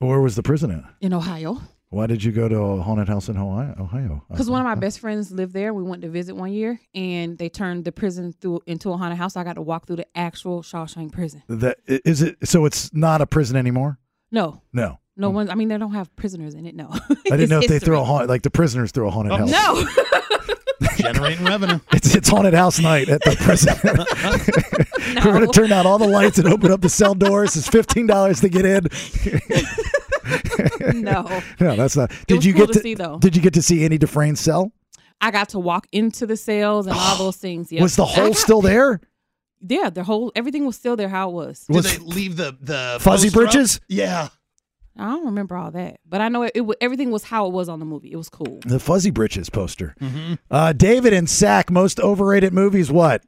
S9: Where was the prison at?
S7: in Ohio.
S9: Why did you go to a haunted house in Ohio? Ohio. Uh,
S7: Because one of my best friends lived there. We went to visit one year and they turned the prison through into a haunted house. I got to walk through the actual Shawshank prison.
S9: That is it. So it's not a prison anymore.
S7: No.
S9: No,
S7: No one I mean they don't have prisoners in it, no.
S9: Hmm. I didn't know if they threw a haunted like the prisoners threw a haunted house.
S7: Oh, No.
S10: Generating revenue.
S9: It's, it's haunted house night at the prison. We're going to turn out all the lights and open up the cell doors. It's fifteen dollars to get in.
S7: no.
S9: No, that's not. Did
S7: was
S9: you
S7: cool
S9: get
S7: to see, though.
S9: Did you get to see Andy Dufresne's cell?
S7: I got to walk into the cells and all those things. Yep.
S9: Was the
S7: I
S9: hole
S7: got-
S9: still there?
S7: Yeah, the whole everything was still there how it was.
S10: Did they leave the the
S9: Fuzzy
S10: poster up?
S9: britches?
S10: Yeah.
S7: I don't remember all that, but I know it, it wa- everything was how it was on the movie. It was cool.
S9: The Fuzzy Britches poster. Uh, David and Sack most overrated movies. What?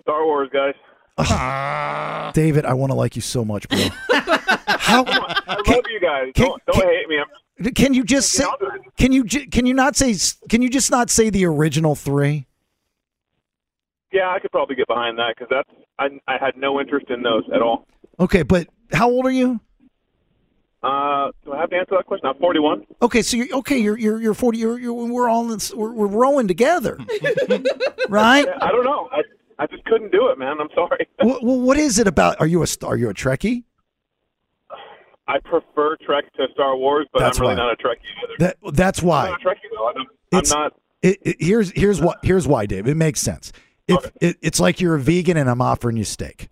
S23: Star Wars, guys.
S9: David, I want to like you so much, bro. How
S23: I love you guys. don't don't hate me. I'm,
S9: can you just say? Can you ju- can you not say? Can you just not say the original three?
S23: yeah, I could probably get behind that because that's I, I had no interest in those at all.
S9: Okay, but how old are you?
S23: Uh, do I have to answer that question? I'm 41.
S9: Okay, so you're okay. You're you're you're forty. You're, you're we're all in this, we're, we're rowing together, right?
S23: Yeah, I don't know. I I just couldn't do it, man. I'm sorry.
S9: Well, what is it about? Are you a st- are you a Trekkie?
S23: I prefer Trek to Star Wars, but
S9: That's
S23: I'm really
S9: why.
S23: not a Trekkie either.
S9: That that's
S23: I'm
S9: why.
S23: not a Trekkie though. I'm, I'm not.
S9: It, it- here's here's what here's why, Dave. It makes sense. If it, it's like you're a vegan and I'm offering you steak.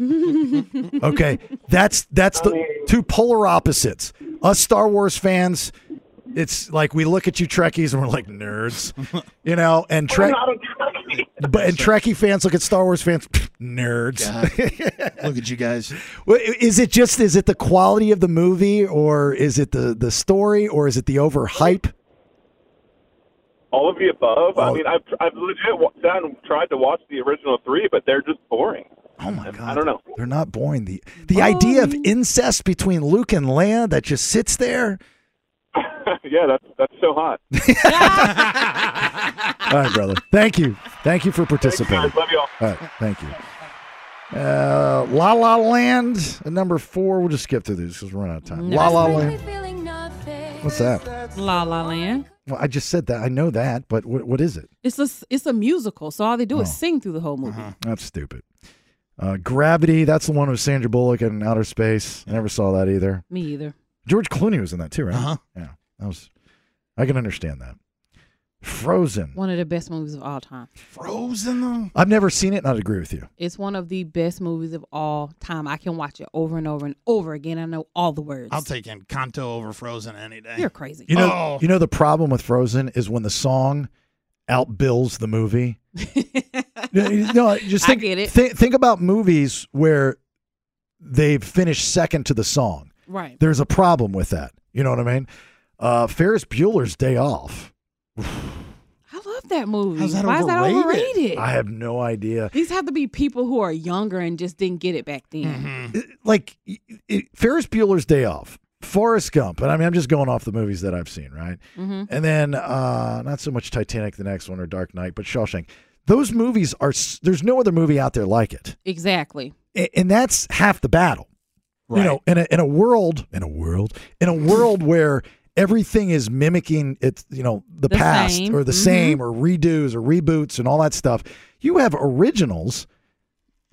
S9: Okay, that's that's the two polar opposites. Us Star Wars fans, it's like we look at you Trekkies and we're like nerds, you know. And Trek, but and Trekkie fans look at Star Wars fans, nerds.
S10: Look at you guys.
S9: Well, i- Is it just is it the quality of the movie, or is it the the story, or is it the overhype?
S23: All of the above. I mean, I've I've legit wa- sat and tried to watch the original three, but they're just boring.
S9: Oh my god!
S23: I don't know.
S9: They're not boring. The the idea of incest between Luke and Leia that just sits there.
S23: yeah, that's that's so hot.
S9: All right, brother. Thank you. Thank you for participating.
S23: guys. Love y'all.
S9: All right. Thank you. Uh, La La Land at number four. We'll just skip through these because we're running out of time. La La Land. What's that?
S7: La La Land.
S9: Well, I just said that. I know that, but what, what is it?
S7: It's a it's a musical, so all they do is sing through the whole movie.
S9: That's stupid. Uh, Gravity. That's the one with Sandra Bullock in outer space. I never saw that either.
S7: Me either.
S9: George Clooney was in that too, right? Uh-huh. Yeah. That was. I can understand that. Frozen.
S7: One of the best movies of all time.
S10: Frozen though.
S9: I've never seen it, and I'd agree with you.
S7: It's one of the best movies of all time. I can watch it over and over and over again. I know all the words.
S10: I'll take Encanto over Frozen any day.
S7: You're crazy.
S9: You know,
S10: Oh.
S9: you know the problem with Frozen is when the song outbills the movie. no, you- no, just
S7: I
S9: think,
S7: get it.
S9: thi- think about movies where they've finished second to the song.
S7: Right.
S9: There's a problem with that. You know what I mean? Uh, Ferris Bueller's Day Off.
S7: I love that movie.
S9: How's that
S7: Why is that
S9: overrated?
S7: overrated?
S9: I have no idea.
S7: These have to be people who are younger and just didn't get it back then.
S9: Mm-hmm. Like y- it, Ferris Bueller's Day Off, Forrest Gump, and I mean I'm just going off the movies that I've seen, right?
S7: Mhm.
S9: And then uh, not so much Titanic, the next one, or Dark Knight, but Shawshank. Those movies are s- there's no other movie out there like it,
S7: Exactly.
S9: A- and that's half the battle. You know, in a in a world in a world in a world where everything is mimicking it's you know the,
S4: The
S9: past
S4: same.
S9: or the
S4: Mhm.
S9: same or redos or reboots and all that stuff. You have originals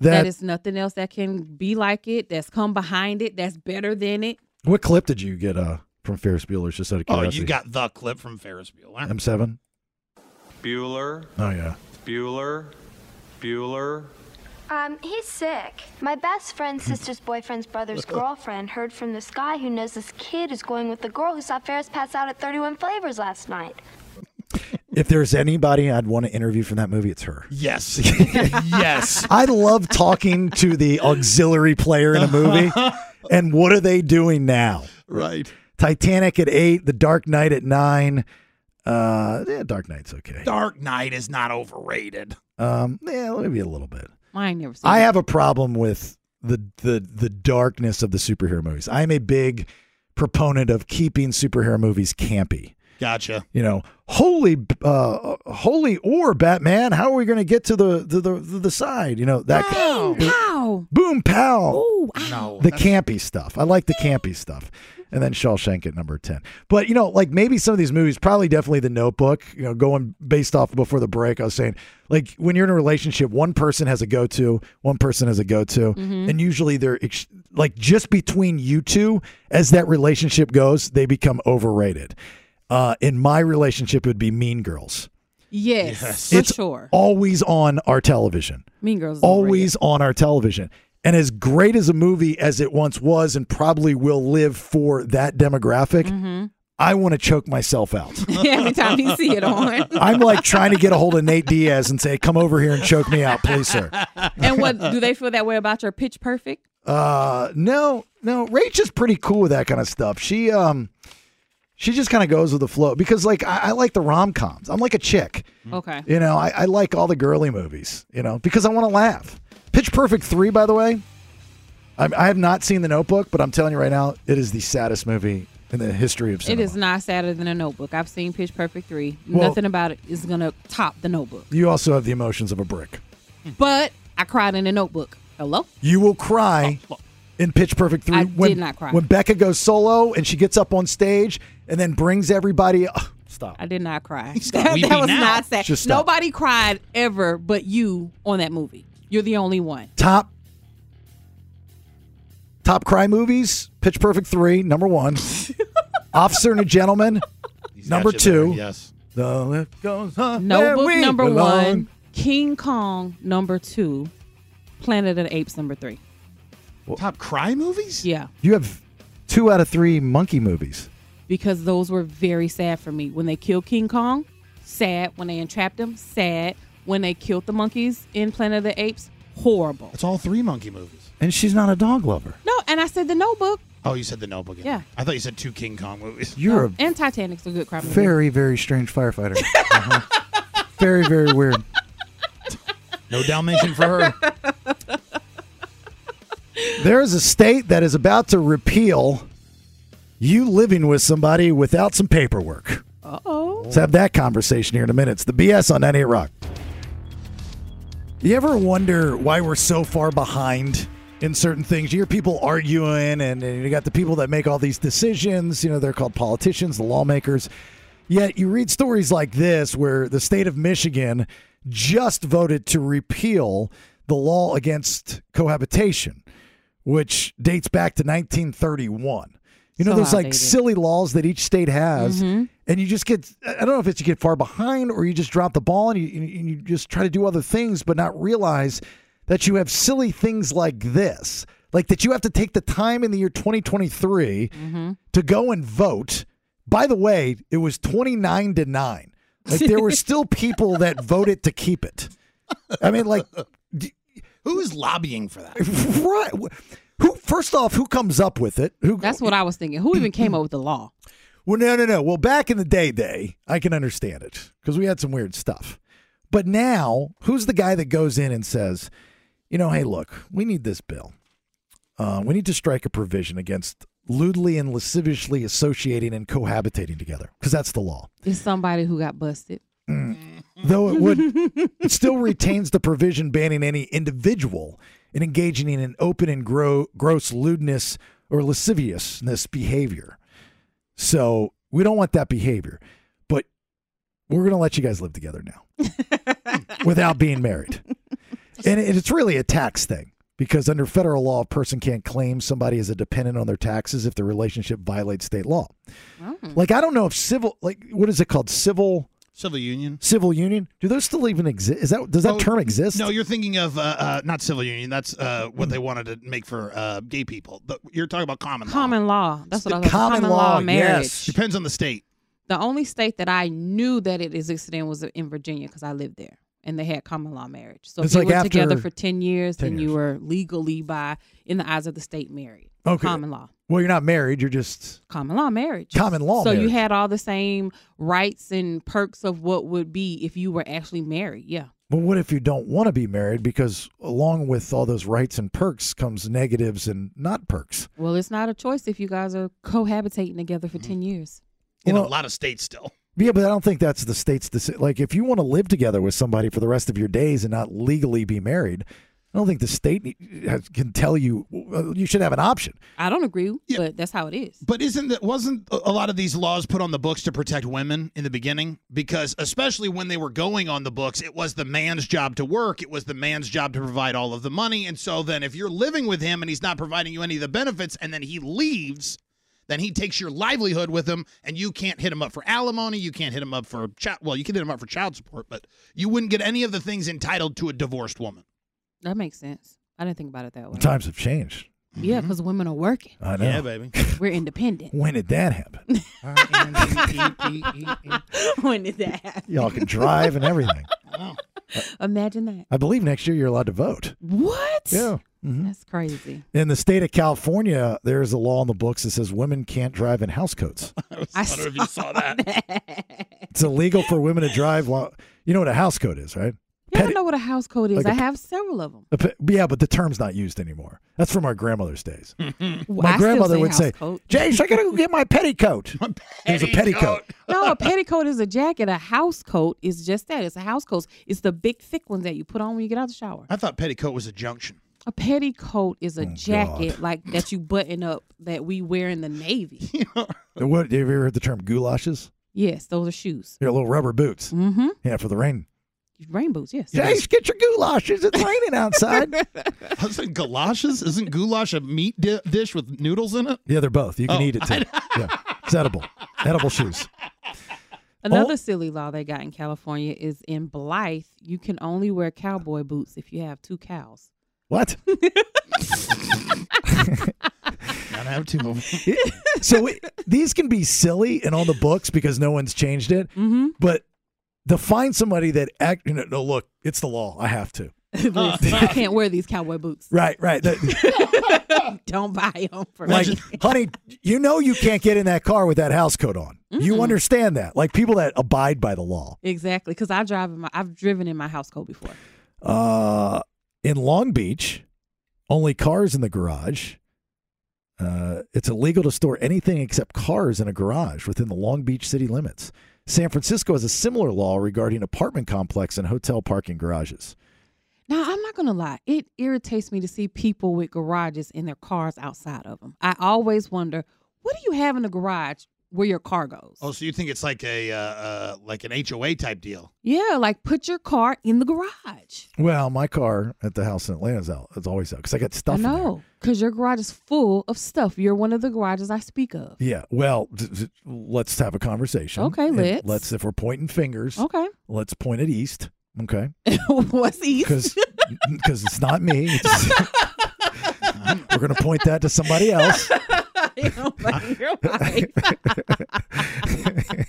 S9: that
S7: that is nothing else that can be like it. That's come behind it. That's better than it.
S9: What clip did you get uh, from Ferris Bueller's? Just out of
S10: Oh,
S9: curiosity.
S10: you got the clip from Ferris Bueller.
S9: M7.
S1: Bueller,
S9: Oh yeah.
S1: Bueller, Bueller.
S5: Um, he's sick. My best friend's sister's boyfriend's brother's girlfriend heard from this guy who knows this kid is going with the girl who saw Ferris pass out at 31 Flavors last night.
S9: If there's anybody I'd want to interview from that movie, it's her.
S10: Yes. yes.
S9: I love talking to the auxiliary player in a movie. And what are they doing now?
S10: Right.
S9: Titanic at eight, The Dark Knight at nine. Uh, yeah, Dark Knight's okay.
S10: Dark Knight is not overrated.
S9: Um, yeah, maybe a little bit.
S7: I ain't never seen.
S9: I
S7: it.
S9: have a problem with the the the darkness of the superhero movies. I am a big proponent of keeping superhero movies campy.
S10: Gotcha.
S9: you know, holy, uh, holy or Batman, how are we going to get to the to the to the side? You know that
S7: pow,
S9: boom pow.
S10: no,
S9: the campy stuff. I like the campy stuff. And then Shawshank at number ten. But you know, like maybe some of these movies, probably definitely The Notebook. You know, going based off before the break, I was saying, like when you're in a relationship, one person has a go-to, one person has a go-to,
S7: Mm-hmm.
S4: Mhm.
S9: and usually they're ex- like just between you two. As that relationship goes, they become overrated. Uh, in my relationship, it would be Mean Girls.
S7: Yes, for
S9: it's
S7: sure.
S9: always on our television
S7: Mean Girls. is
S9: always on our television. And as great as a movie as it once was and probably will live for that demographic, I want to choke myself out.
S7: Every time you see it on.
S9: I'm like trying to get a hold of Nate Diaz and say, come over here and choke me out, please, sir.
S7: and what do they feel that way about your Pitch Perfect?
S9: Uh, no, no, Rach is pretty cool with that kind of stuff. She, um, she just kind of goes with the flow because, like, I, I like the rom coms. I'm like a chick.
S7: Okay.
S9: You know, I, I like all the girly movies, you know, because I want to laugh. Pitch Perfect 3, by the way, I, I have not seen The Notebook, but I'm telling you right now, it is the saddest movie in the history of
S7: It
S9: cinema.
S7: is not sadder than a Notebook. I've seen Pitch Perfect three.
S9: Well-
S7: Nothing about it is gonna top the Notebook.
S9: You also have the emotions of a brick.
S7: But I cried in the Notebook. Hello.
S9: You will cry in Pitch Perfect 3.
S7: I
S9: when,
S7: did not cry.
S9: When Becca goes solo and she gets up on stage and then brings everybody. uh, Ugh, stop.
S7: I did not cry.
S9: got
S7: That,
S9: weepy
S7: that was
S9: now.
S7: not sad.
S9: Just stop.
S7: Nobody cried ever but you on that movie. You're the only one.
S9: Top top cry movies: Pitch Perfect three, number one. Officer and a Gentleman, number
S10: got you
S9: two.
S10: there, yes.
S9: The lift goes up
S7: Notebook
S9: where we
S7: number
S9: belong.
S7: one, King Kong number two, Planet of the Apes number three.
S10: Top cry movies?
S7: Yeah,
S9: You have two out of three monkey movies.
S7: because those were very sad for me. When they killed King Kong, sad. When they entrapped him, sad. When they killed the monkeys in Planet of the Apes, horrible.
S10: It's all three monkey movies.
S9: And she's not a dog lover.
S7: No, and I said the Notebook
S10: Oh, you said The Notebook.
S7: Yeah.
S10: I thought you said two King Kong movies.
S9: You're a
S7: Oh, And Titanic's a good crime movie.
S9: very, very strange firefighter. Uh-huh. Very, very weird.
S10: No Dalmatian for her.
S9: There is a state that is about to repeal you living with somebody without some paperwork.
S7: Uh oh.
S9: Let's have that conversation here in a minute. It's the BS on 98 Rock. You ever wonder why we're so far behind in certain things? You hear people arguing, and, and you got the people that make all these decisions. You know, they're called politicians, the lawmakers. Yet you read stories like this where the state of Michigan just voted to repeal the law against cohabitation, which dates back to 1931. You know,
S8: So
S9: there's like
S8: outdated.
S9: silly laws that each state has,
S8: Mhm.
S9: and you just get I don't know if it's you get far behind or you just drop the ball and you, and you just try to do other things, but not realize that you have silly things like this. Like that you have to take the time in the year 2023
S8: Mm-hmm.
S9: to go and vote. By the way, it was 29 to 9. Like there were still people that voted to keep it. I mean, like, d-
S10: Who is lobbying for that?
S9: right. Who, first off, who comes up with it? Who,
S7: That's what I was thinking. Who even came up with the law?
S9: Well, no, no, no. Well, back in the day, day, I can understand it because we had some weird stuff. But now, who's the guy that goes in and says, you know, hey, look, we need this bill. Uh, we need to strike a provision against lewdly and lasciviously associating and cohabitating together because that's the law.
S7: It's somebody who got busted.
S9: Though it would, it still retains the provision banning any individual in engaging in an open and gro- gross lewdness or lasciviousness behavior. So we don't want that behavior, but we're going to let you guys live together now without being married. And it- it's really a tax thing because under federal law, a person can't claim somebody as a dependent on their taxes if the relationship violates state law. Like, I don't know if civil, like, what is it called? Civil.
S10: Civil union.
S9: Civil union. Do those still even exist? Is that does that
S10: Oh,
S9: term exist?
S10: No, you're thinking of uh, uh, not civil union. That's uh, what they wanted to make for uh, gay people. The- you're talking about common law.
S7: Common law. That's what I
S10: The
S7: was common, common law, marriage.
S10: Depends on the state.
S7: The only state that I knew that it existed in was in Virginia because I lived there and they had common law marriage. So
S9: It's
S7: if you
S9: like
S7: were together
S9: after
S7: for 10 years,
S9: 10
S7: then you were legally by, in the eyes of the state, married.
S9: Okay.
S7: Common law.
S9: Well, you're not married. You're just
S7: Common law marriage.
S9: Common law
S7: So you
S9: marriage.
S7: had all the same rights and perks of what would be if you were actually married. Yeah.
S9: But what if you don't want to be married? Because along with all those rights and perks comes negatives and not perks.
S7: Well, it's not a choice if you guys are cohabitating together for
S9: Mm-hmm.
S7: 10 years.
S10: In a lot of states still.
S9: Yeah, but I don't think that's the state's decision. Like, if you want to live together with somebody for the rest of your days and not legally be married, I don't think the state ne- has- can tell you uh, you should have an option.
S7: I don't agree, but that's how it is.
S10: But isn't that wasn't a a lot of these laws put on the books to protect women in the beginning? Because especially when they were going on the books, it was the man's job to work. It was the man's job to provide all of the money. And so then, if you're living with him and he's not providing you any of the benefits, and then he leaves, then he takes your livelihood with him, and you can't hit him up for alimony. You can't hit him up for child. Well, you can hit him up for child support, but you wouldn't get any of the things entitled to a divorced woman.
S7: That makes sense. I didn't think about it that way.
S9: Times have changed.
S7: Yeah, because women are working.
S9: I know. Yeah,
S10: baby.
S7: We're independent.
S9: When did that happen?
S7: when did that happen?
S9: Y'all can drive and everything.
S7: Imagine that.
S9: I believe next year you're allowed to vote.
S7: What?
S9: Yeah.
S7: That's crazy.
S9: In the state of California, there is a law in the books that says women can't drive in house coats.
S7: I, don't know if you saw that.
S9: It's illegal for women to drive while you know what a house coat is, right?
S7: Yeah, I know what a house code is.
S9: Like
S7: I
S9: a-
S7: have several of them.
S9: A pe- Yeah, but the term's not used anymore. That's from our grandmother's days.
S7: Well,
S9: my
S7: I Hmm. still
S9: grandmother would
S7: house
S9: say,
S7: coat.
S9: "James, I gotta go get my petticoat." There's a petticoat.
S7: no, a petticoat is a jacket. A house coat is just that. It's a house coat. It's the big, thick ones that you put on when you get out of the shower.
S9: Uh,
S10: I thought petticoat was a junction.
S7: A petticoat is a
S9: oh,
S7: jacket like that you button up that we wear in the Navy.
S9: And What? Have you ever heard the term goulashes?
S7: yes, those are shoes.
S9: They're little rubber boots.
S7: Mm-hmm.
S9: Yeah, for the rain.
S7: Rain boots, yes.
S9: James, get your goulashes. It's raining outside.
S10: Isn't galoshes? Isn't goulash a meat di- dish with noodles in it?
S9: Yeah, they're both. You can
S10: Oh,
S9: eat it too. yeah, it's edible. Edible shoes.
S7: Another
S9: Oh.
S7: silly law they got in California is in Blythe, you can only wear cowboy boots if you have two cows.
S9: What?
S10: Gotta have two of them.
S9: so it, these can be silly and on the books because no one's changed it. But to find somebody that act, you know, no, look, it's the law. I have to.
S7: Listen, I can't wear these cowboy boots.
S9: Right, right. That-
S7: Don't buy them for
S9: Like,
S7: me.
S9: honey, you know you can't get in that car with that house coat on. You understand that. Like people that abide by the law.
S7: Exactly, because I drive in my I've driven in my house coat before.
S9: Uh, in Long Beach, only cars in the garage. Uh, it's illegal to store anything except cars in a garage within the Long Beach city limits. San Francisco has a similar law regarding apartment complex and hotel parking garages.
S7: Now I'm not gonna lie, it irritates me to see people with garages in their cars outside of them. I always wonder, what do you have in the garage where your car goes?
S10: Oh, so you think it's like a uh, uh, like an HOA type deal?
S7: Yeah, like put your car in the garage.
S9: Well, my car at the house in Atlanta is out. It's always out because I got stuff. in
S7: I know, because your garage is full of stuff. You're one of the garages I speak of.
S9: Yeah. Well, d- d- let's have a conversation.
S7: Okay,
S9: And
S7: let's. Oh.
S9: Let's if we're pointing fingers.
S7: Okay.
S9: Let's point it east. Okay.
S7: What's east?
S9: Because it's not me. It's- we're gonna point that to somebody else.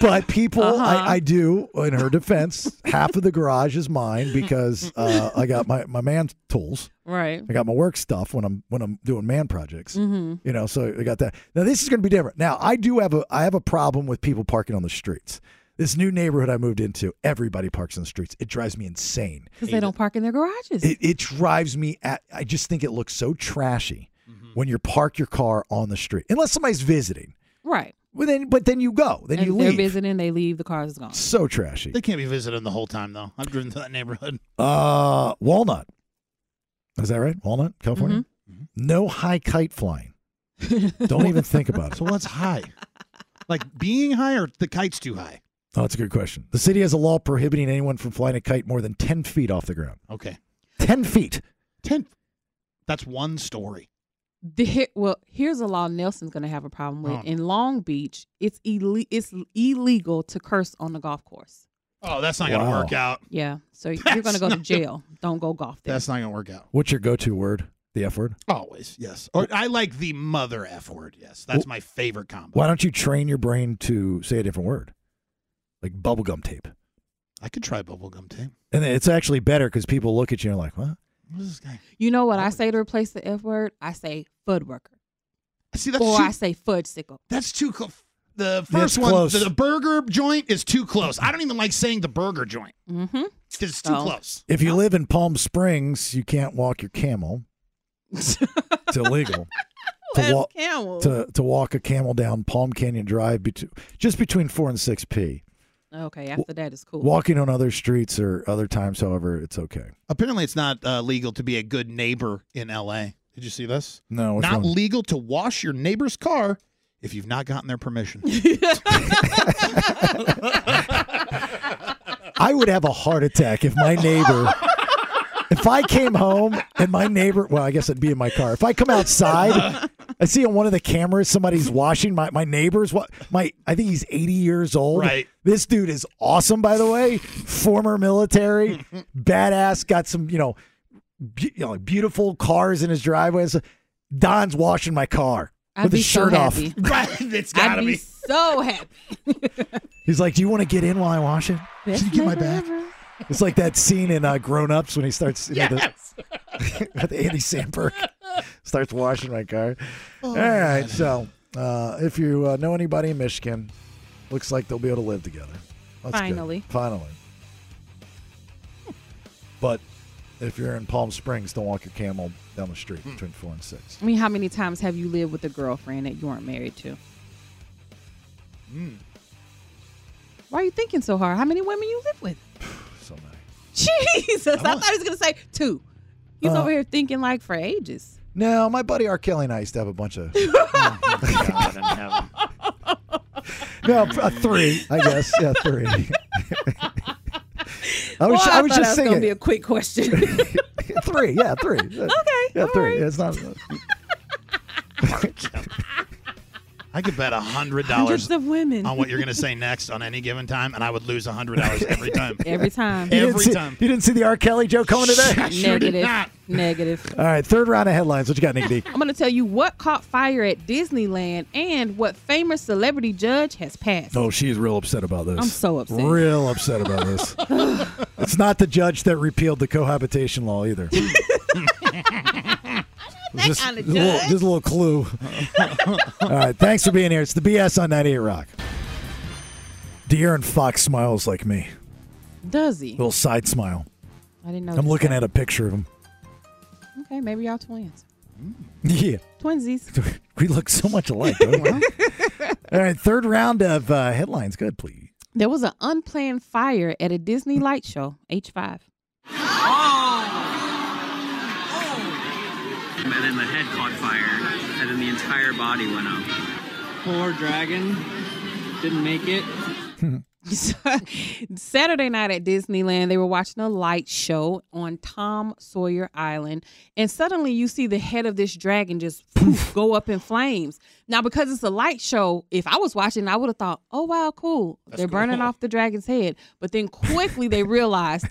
S9: but people,
S4: Uh-huh.
S9: I, I do. In her defense, half of the garage is mine because uh, I got my my man tools.
S7: Right.
S9: I got my work stuff when I'm when I'm doing man projects.
S7: Mhm.
S9: You know, so I got that. Now this is going to be different. Now I do have a I have a problem with people parking on the streets. This new neighborhood I moved into, everybody parks on the streets. It drives me insane.
S7: Because they don't park in their garages.
S9: It, it drives me. At, I just think it looks so trashy when you park your car on the street, unless somebody's visiting.
S7: right.
S9: Well, then, but then you go. Then
S7: and
S9: you
S7: they're
S9: leave.
S7: visiting, they leave, the car is gone.
S9: So trashy.
S10: They can't be visiting the whole time though. I've driven to that neighborhood.
S9: Uh, Walnut. Is that right? Walnut, California.
S7: Mm-hmm.
S9: No high kite flying. Don't even think about it.
S10: So what's high? Like being high or the kite's too high?
S9: Oh, that's a good question. The city has a law prohibiting anyone from flying a kite more than 10 feet off the ground.
S10: Okay,
S9: 10 feet.
S10: ten. That's one story.
S7: The, he- well, here's a law Nelson's going to have a problem with.
S10: Oh.
S7: In Long Beach, it's, ille- it's illegal to curse on the golf course.
S10: Oh, that's not gonna
S9: Wow.
S10: work out.
S7: Yeah. So you're going to
S10: That's
S7: go to
S10: not-
S7: jail. Don't go golf there.
S10: That's not gonna work out.
S9: What's your go to word? The F word?
S10: Always, yes. Or I like the mother f word. Yes, that's my favorite combo.
S9: Why don't you train your brain to say a different word? Like bubblegum tape.
S10: I could try bubblegum tape.
S9: And it's actually better because people look at you and are like, what?
S10: What's this guy?
S7: You know what I say to replace the F word? I say fud worker.
S10: See, that's
S7: or
S10: too-
S7: I say fudge sickle.
S10: That's too close. The first
S9: That's
S10: one,
S9: close.
S10: The, the burger joint is too close. I don't even like saying the burger joint.
S7: Mm-hmm.
S10: It's too close.
S9: If you live in Palm Springs, you can't walk your camel. it's illegal.
S7: That's
S9: wa-
S7: camel.
S9: to, to walk a camel down Palm Canyon Drive between, just between 4 and 6 p.
S7: Okay, after that is cool.
S9: Walking on other streets or other times, however, it's okay.
S10: Apparently, it's not uh, legal to be a good neighbor in L.A. Did you see this?
S9: No, which
S10: not
S9: one?
S10: legal to wash your neighbor's car if you've not gotten their permission.
S9: I would have a heart attack if my neighbor. If I came home and my neighbor, well, I guess I'd be in my car. If I come outside, I see on one of the cameras somebody's washing my my neighbor's what my I think he's 80 years old.
S10: Right.
S9: This dude is awesome by the way. Former military, badass, got some, you know, be, you know, like beautiful cars in his driveway. and stuff. Don's washing my car
S7: I'd
S9: with
S7: be
S9: his shirt
S7: so
S9: off.
S7: happy.
S10: it's
S7: I'd be, so happy.
S9: He's like, "Do you want to get in while I wash it?"
S7: Best
S10: get my
S7: neighbor
S10: back?
S7: ever.
S9: It's like that scene in uh, Grown Ups when he starts, you know, the, with Andy Samberg starts washing my car.
S4: Oh,
S9: All right, so uh, if you uh, know anybody in Michigan, looks like they'll be able to live together. That's good.
S7: Finally.
S9: finally. But if you're in Palm Springs, don't walk your camel down the street between four and six.
S7: I mean, how many times have you lived with a girlfriend that you weren't married to? Why are you thinking so hard? How many women you live with?
S9: So many.
S7: Jesus, I thought he was gonna say two. He's
S9: Uh,
S7: over here thinking like for ages.
S9: No, my buddy R. Kelly and I used to have a bunch of. no, a three, I guess. Yeah, three. I was, I
S7: Boy,
S9: was just
S7: thought that was gonna
S9: thinking
S7: be a quick question.
S9: three. Yeah, three. okay. Yeah, three. Yeah, it's not.
S10: I could bet a hundred dollars
S7: Hundreds of women.
S10: on what you're gonna say next on any given time, and I would lose a hundred dollars every time.
S7: Every time.
S9: You didn't
S10: Every
S9: see-
S10: time.
S9: You didn't see the R. Kelly joke coming today?
S7: Negative. Negative.
S9: All right, third round of headlines. What you got, Nick D?
S7: I'm gonna tell you what caught fire at Disneyland and what famous celebrity judge has passed.
S9: Oh, she's real upset about this.
S7: I'm so upset.
S9: Real upset about this. it's not the judge that repealed the cohabitation law either.
S4: just, just a little, just a little clue. All right, thanks for being here. It's the BS on 98 Rock. De'Aaron Fox smiles like me.
S7: Does he?
S4: Little side smile.
S7: I didn't know.
S4: I'm looking at a picture of him.
S7: Okay, maybe y'all twins.
S4: Yeah.
S7: Twinsies.
S4: We look so much alike. don't we? All right, third round of uh, headlines. Good, please.
S7: There was an unplanned fire at a Disney light show, H5.
S3: And then the head caught fire, and then the entire body went up. Poor dragon. Didn't make it.
S7: Saturday night at Disneyland, they were watching a light show on Tom Sawyer Island, and suddenly you see the head of this dragon just poof, go up in flames. Now, because it's a light show, if I was watching, I would have thought, "Oh wow, cool! They're burning
S15: cool.
S7: off the dragon's head." But then quickly they realized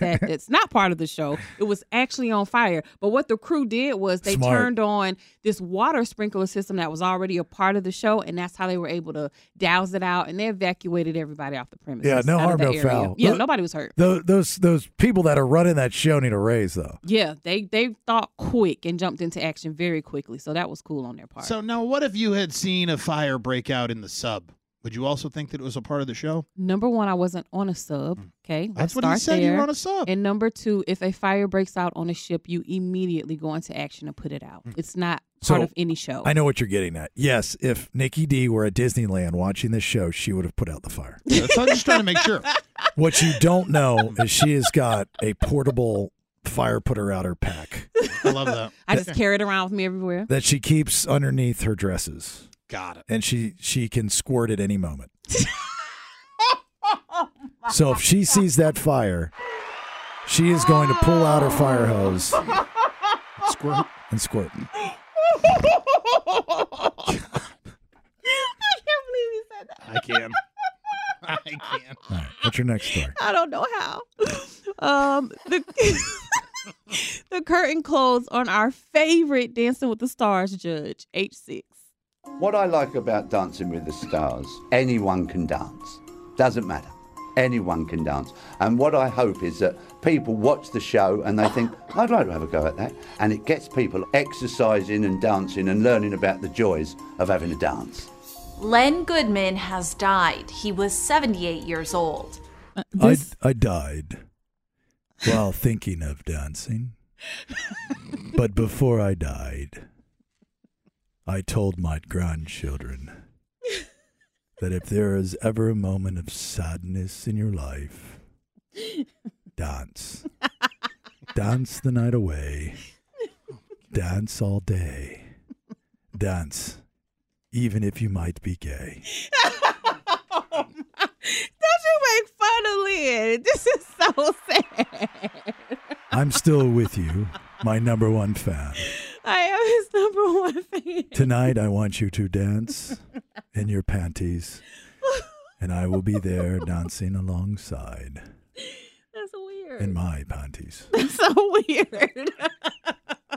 S7: that it's not part of the show; it was actually on fire. But what the crew did was they
S15: Smart.
S7: turned on this water sprinkler system that was already a part of the show, and that's how they were able to douse it out, and they evacuated everybody off the premise.
S4: Yeah,
S7: Just
S4: no
S7: out
S4: harm,
S7: of that
S4: no
S7: area.
S4: foul.
S7: Yeah,
S4: Look-
S7: nobody was hurt.
S4: Those those those people that are running that show need a raise, though.
S7: Yeah, they they thought quick and jumped into action very quickly, so that was cool on their part.
S10: So now, what if you had seen a fire break out in the sub? Would you also think that it was a part of the show?
S7: number one, I wasn't on a sub. Okay, let's
S10: Mm. That's what he
S7: start
S10: said, you
S7: There.
S10: were on a sub.
S7: And number two, if a fire breaks out on a ship, you immediately go into action and put it out.
S10: Mm.
S7: It's not
S4: So,
S7: part of any show.
S4: I know what you're getting at. Yes, if Nikki D were at Disneyland watching this show, she would have put out the fire.
S10: That's I'm just trying to make sure.
S4: What you don't know is she has got a portable fire putter outer pack
S10: I love that.
S7: I just carry it around with me everywhere.
S4: that she keeps underneath her dresses.
S10: Got it.
S4: And she she can squirt at any moment. so if she sees that fire, she is going to pull out her fire hose
S10: Squirt.
S4: and squirt.
S10: I can. I can.
S4: All right, what's your next story?
S7: I don't know how. Um, the the curtain closed on our favorite Dancing with the Stars judge, H six.
S12: What I like about Dancing with the Stars, anyone can dance. Doesn't matter. Anyone can dance. And what I hope is that people watch the show and they think, I'd like to have a go at that. And it gets people exercising and dancing and learning about the joys of having a dance.
S24: Len Goodman has died. He was 78 years old.
S4: I, I died while thinking of dancing. but before I died, I told my grandchildren that if there is ever a moment of sadness in your life, dance. dance the night away. Dance all day. Dance, even if you might be gay.
S7: Don't you make fun of Lynn. This is so sad.
S4: I'm still with you, my number one fan.
S7: I am his number one fan.
S4: Tonight, I want you to dance in your panties, and I will be there dancing alongside
S7: That's weird.
S4: in my panties.
S7: That's so weird.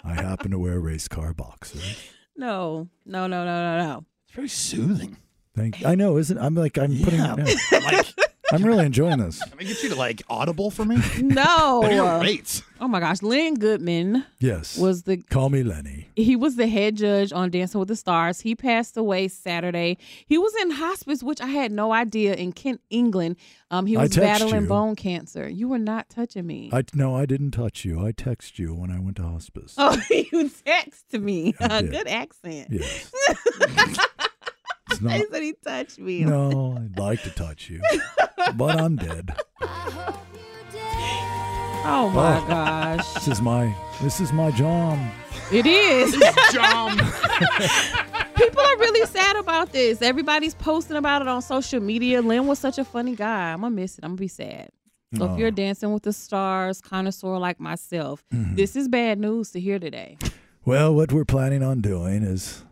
S4: I happen to wear race car boxers.
S7: no, no, no, no, no, no.
S10: It's very soothing.
S4: Thank. I know, isn't? I'm like I'm putting.
S10: Yeah,
S4: It down. I'm really enjoying this.
S10: Can I get you to like audible for me?
S7: No.
S10: What are your rates?
S7: Oh my gosh, Lynn Goodman.
S4: Yes.
S7: Was the
S4: call me Lenny?
S7: He was the head judge on Dancing with the Stars. He passed away Saturday. He was in hospice, which I had no idea in Kent, England. Um, he
S4: I
S7: was
S4: text
S7: battling
S4: you.
S7: bone cancer. You were not touching me.
S4: I no, I didn't touch you. I text you when I went to hospice.
S7: oh, you texted me. Uh,
S4: I did.
S7: Good accent.
S4: Yes. It's
S7: I
S4: not.
S7: said he touched me.
S4: No, I'd like to touch you, but I'm dead.
S7: Oh my gosh.
S4: This is my. This is my John.
S7: It is.
S10: It's dumb.
S7: People are really sad about this. Everybody's posting about it on social media. Lynn was such a funny guy. I'm gonna miss it. I'm gonna be sad. So
S4: Oh.
S7: if you're dancing with the stars connoisseur like myself,
S4: Mhm.
S7: this is bad news to hear today.
S4: Well, what we're planning on doing is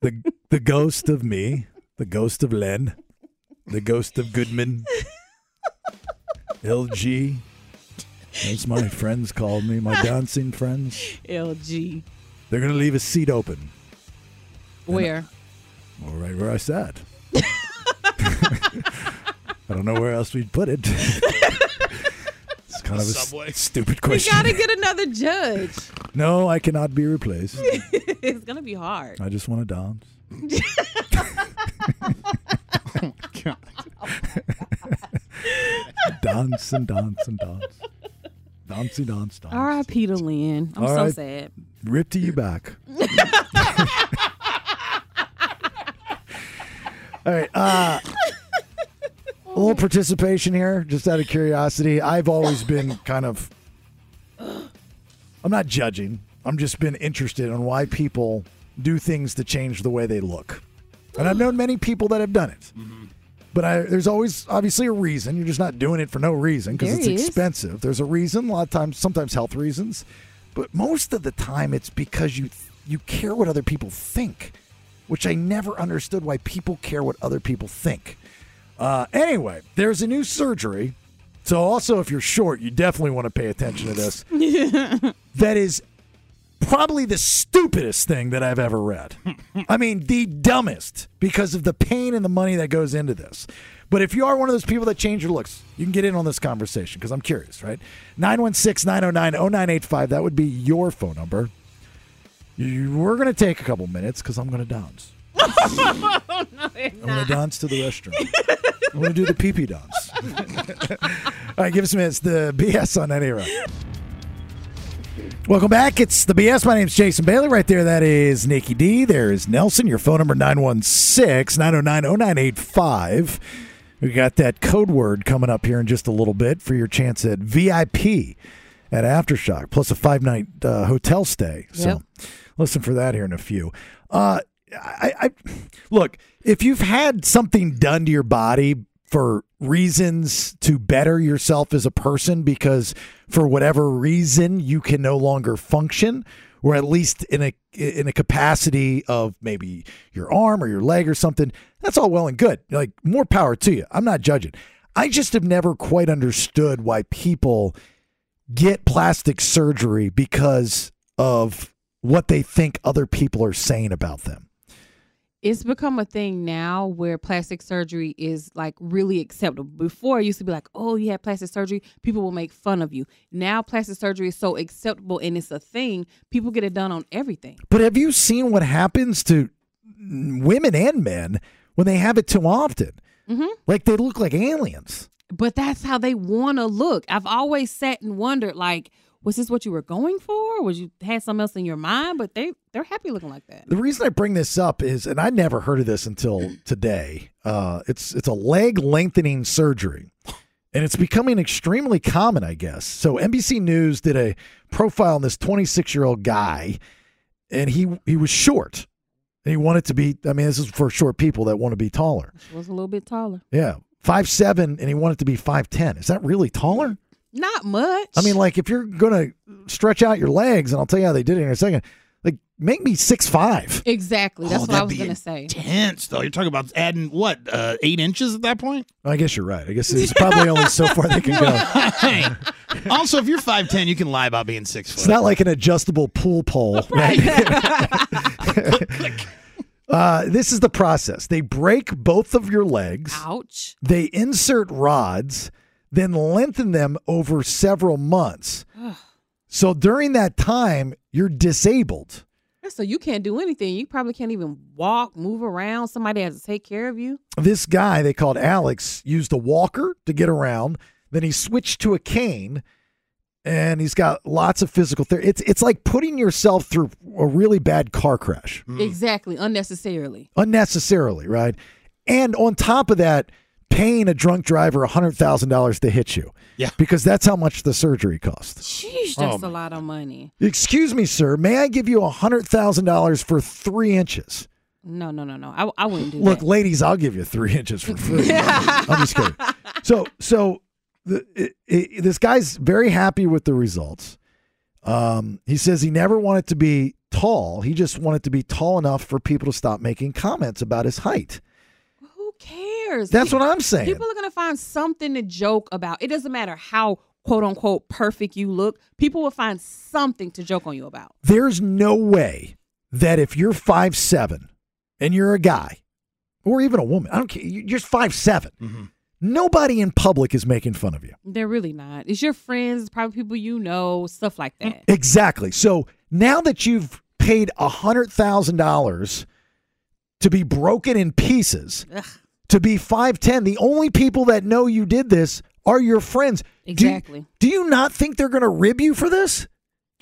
S4: the the ghost of me, the ghost of Len, the ghost of Goodman, LG, as my friends called me, my dancing friends.
S7: LG.
S4: They're gonna leave a seat open,
S7: Where?
S4: all right where I sat. I don't know where else we'd put it. it's kind of a s- stupid
S7: We
S4: question.
S7: gotta get another judge.
S9: No, I cannot be replaced.
S7: it's gonna be hard.
S9: I just want to dance. dance and dance and dance. Dancey dance dance.
S7: R.I.P. to Lynn. I'm
S9: All
S7: so
S9: right.
S7: sad.
S9: Rip to you back. All right. Uh, a little participation here, just out of curiosity. I've always been kind of. I'm not judging. I'm just been interested in why people do things to change the way they look, and I've known many people that have done it. But I, there's always obviously a reason. You're just not doing it for no reason because
S4: There
S9: it's
S4: he is.
S9: expensive. There's a reason. A lot of times, sometimes health reasons, but most of the time it's because you you care what other people think, which I never understood why people care what other people think. Uh, anyway, there's a new surgery. So also, if you're short, you definitely want to pay attention to this. that is probably the stupidest thing that I've ever read. I mean, the dumbest because of the pain and the money that goes into this. But if you are one of those people that change your looks, you can get in on this conversation because I'm curious, right? 916 909 0985. That would be your phone number. You, we're going to take a couple minutes because I'm going to dance. I'm going to dance to the restaurant. I'm going to do the pee pee dance. All right, give us a minute. It's the BS on any round. Welcome back. It's the BS. My name's Jason Bailey. Right there, that is Nikki D. There is Nelson. Your phone number 916 909 0985. We got that code word coming up here in just a little bit for your chance at VIP at Aftershock, plus a five night uh, hotel stay.
S4: Yep.
S9: So listen for that here in a few. Uh, I, I look if you've had something done to your body for reasons to better yourself as a person because for whatever reason you can no longer function or at least in a in a capacity of maybe your arm or your leg or something that's all well and good like more power to you i'm not judging i just have never quite understood why people get plastic surgery because of what they think other people are saying about them.
S7: It's become a thing now where plastic surgery is like really acceptable. Before it used to be like, oh, you had plastic surgery, people will make fun of you. Now plastic surgery is so acceptable and it's a thing. People get it done on everything.
S9: But have you seen what happens to women and men when they have it too often?
S7: Mm-hmm.
S9: Like they look like aliens.
S7: But that's how they want to look. I've always sat and wondered, like, was this what you were going for? Was you had something else in your mind? But they they're happy looking like that.
S9: The reason I bring this up is, and I never heard of this until today. Uh, it's it's a leg lengthening surgery, and it's becoming extremely common, I guess. So NBC News did a profile on this 26 year old guy, and he he was short, and he wanted to be. I mean, this is for short people that want to be taller.
S7: She was a little bit taller.
S9: Yeah, five seven, and he wanted to be five ten. Is that really taller?
S7: Not much.
S9: I mean, like if you're gonna stretch out your legs, and I'll tell you how they did it in a second. Like, make me six five.
S7: Exactly. That's
S9: Oh,
S7: what I
S9: that'd
S7: was
S9: be
S7: gonna say.
S10: Hence, though, you're talking about adding what uh, eight inches at that point.
S9: I guess you're right. I guess there's probably only so far they can go.
S10: Hey. also, if you're five ten, you can lie about being six foot.
S9: It's not like an adjustable pool pole. Right. uh, this is the process. They break both of your legs.
S7: Ouch.
S9: They insert rods, then lengthen them over several months.
S7: Ugh.
S9: So during that time, you're disabled.
S7: So you can't do anything. You probably can't even walk, move around. Somebody has to take care of you.
S9: this guy they called Alex used a walker to get around. Then he switched to a cane, and he's got lots of physical therapy. It's it's like putting yourself through a really bad car crash
S7: Exactly. Unnecessarily.
S9: unnecessarily, right? And on top of that, paying a drunk driver hundred thousand dollars to hit you, yeah, because that's how much the surgery costs.
S7: Sheesh,
S9: Oh
S7: that's
S9: my
S7: a lot of money.
S9: Excuse me, sir. May I give you hundred thousand dollars for three inches?
S7: No, no, no, no. I, I wouldn't do
S9: Look, ladies, I'll give you three inches for free. I'm just kidding. So, so the, it, it, this guy's very happy with the results. Um, he says he never wanted to be tall. He just wanted to be tall enough for people to stop making comments about his height.
S7: Who cares?
S9: That's what I'm saying.
S7: People are gonna find something to joke about. It doesn't matter how quote unquote perfect you look. People will find something to joke on you about.
S9: There's no way that if you're five seven and you're a guy, or even a woman, I don't care. you- You're five Nobody in public is making fun of you.
S7: Eh.
S9: Mm.
S7: They're really not. It's your friends, probably people you know, stuff like that.
S9: Exactly. So now that you've paid $100,000 to be broken in pieces, to be 5'10, the only people that know you did this are your friends. Do you-
S7: Exactly.
S9: do you not think they're going to rib you for this?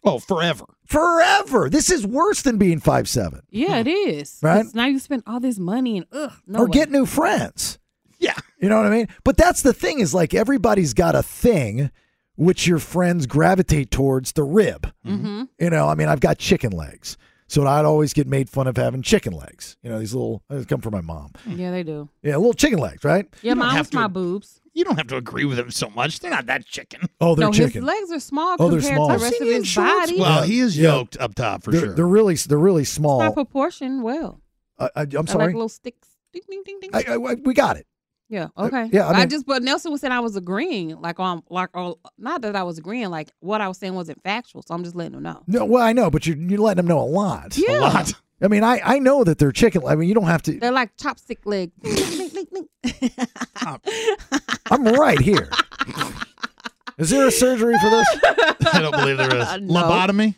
S10: Oh, forever.
S9: Forever. This is worse than being five seven.
S7: Yeah, it is.
S9: Right?
S7: 'Cause Now you spend all this money and ugh, no.
S9: or
S7: way.
S9: get new friends. Yeah. You know what I mean? But that's the thing is like everybody's got a thing which your friends gravitate towards the rib.
S7: Mhm.
S9: You know, I mean, I've got chicken legs. So I'd always get made fun of having chicken legs. You know, these little, they come from my mom.
S7: Yeah, they do.
S9: Yeah, little chicken legs, right?
S7: Yeah,
S10: don't
S7: mine
S10: have
S7: was
S10: to-
S7: my boobs.
S10: You don't have to agree with him so much. They're not that chicken.
S9: Oh, they're
S7: no,
S9: chicken.
S7: his legs are small
S9: Oh, they're
S7: compared
S9: small.
S7: to
S9: I've
S7: the rest
S9: seen
S7: of
S9: you in
S7: his
S9: shorts.
S7: body.
S10: Well, he is
S9: Yeah.
S10: yoked up top for
S9: they're,
S10: sure.
S9: They're really, they're really
S7: I
S9: small.
S7: proportion well.
S9: I, I, I'm
S7: I like
S9: sorry.
S7: little sticks. Ding, ding, ding, ding.
S9: I, I, I- we got it.
S7: yeah. Okay.
S9: yeah, I
S7: I,
S9: mean-
S7: just but Nelson was saying I was agreeing, like on like oh, not that I was agreeing, like what I was saying wasn't factual. So I'm just letting him know.
S9: No, well, I know, but you're, you're letting them know a lot.
S7: Yeah. lot.
S9: I mean, I, I know that they're chicken. I mean, you don't have to.
S7: They're like chopstick leg. Ding, ding, ding, ding.
S9: I'm right here. Is there a surgery for this?
S10: I don't believe there is. Lobotomy?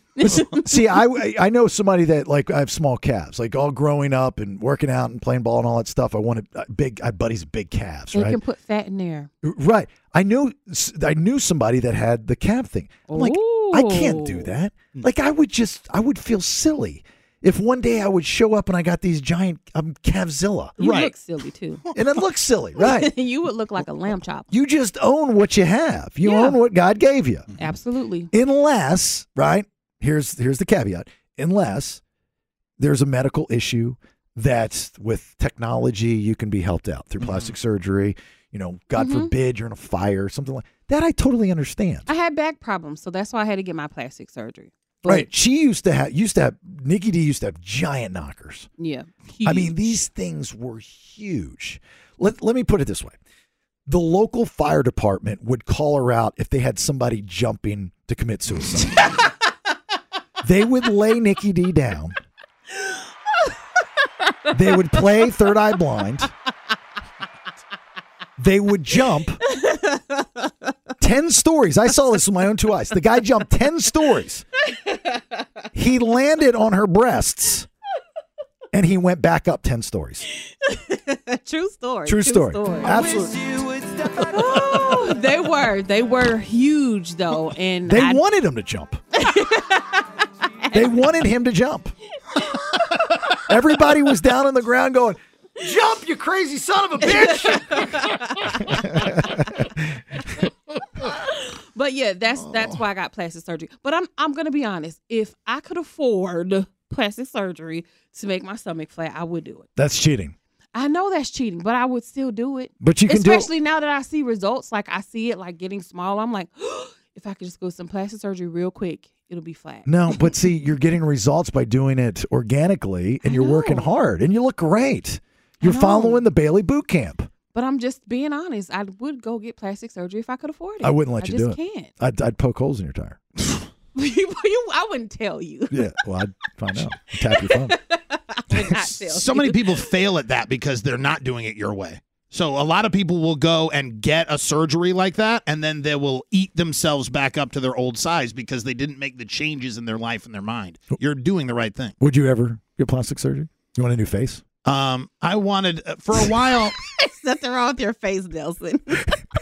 S9: See, I I know somebody that like I have small calves. Like all growing up and working out and playing ball and all that stuff. I wanted uh, big. I had buddies with big calves,
S7: They
S9: right?
S7: can put fat in there.
S9: right. I knew I knew somebody that had the calf thing. I'm like, I can't do
S7: Ooh.
S9: that. Like I would just I would feel silly if one day I would show up and I got these giant um, calfzilla.
S7: You look silly too.
S9: and it looks silly, right?
S7: you would look like a lamb chop.
S9: You just own what you have. You
S7: Yeah.
S9: own what God gave you.
S7: Absolutely.
S9: Unless, right? Here's here's the caveat. Unless there's a medical issue that with technology you can be helped out through plastic surgery, you know, God
S7: Mhm.
S9: forbid you're in a fire, something like that I totally understand.
S7: I had back problems, so that's why I had to get my plastic surgery.
S9: right. She used to have used to have Nikki D used to have giant knockers.
S7: Yeah.
S9: I mean, these things were huge. Let, let me put it this way the local fire department would call her out if they had somebody jumping to commit suicide. they would lay Nikki D down, they would play Third Eye Blind, they would jump. 10 stories. I saw this with my own two eyes. The guy jumped 10 stories. He landed on her breasts and he went back up 10 stories.
S7: True story.
S9: True story. Absolutely.
S7: Absolutely. Oh, they were. They were huge though, and
S9: They
S7: I-
S9: wanted him to jump. they wanted him to jump. Everybody was down on the ground going, Jump, you crazy son of a bitch.
S7: But yeah, that's that's why I got plastic surgery. But I'm I'm gonna be honest. If I could afford plastic surgery to make my stomach flat, I would do it.
S9: That's cheating.
S7: I know that's cheating, but I would still do it.
S9: But you can do it-
S7: especially now that I see results, like I see it like getting small. I'm like, if I could just go some plastic surgery real quick, it'll be flat.
S9: No, but see, you're getting results by doing it organically and you're working hard and you look great. You're following the Bailey boot camp.
S7: But I'm just being honest. I would go get plastic surgery if I could afford it.
S9: I wouldn't let you do
S7: just
S9: it.
S7: Can't.
S9: I'd, I'd poke holes in your tire.
S7: you, you, I wouldn't tell you.
S9: Yeah, well, I'd find out. Tap your phone.
S10: so many people fail at that because they're not doing it your way. So a lot of people will go and get a surgery like that, and then they will eat themselves back up to their old size because they didn't make the changes in their life and their mind. You're doing the right thing.
S9: Would you ever get plastic surgery? You want a new face?
S10: Um, I wanted uh, for a while.
S7: There's nothing wrong with your face, Nelson.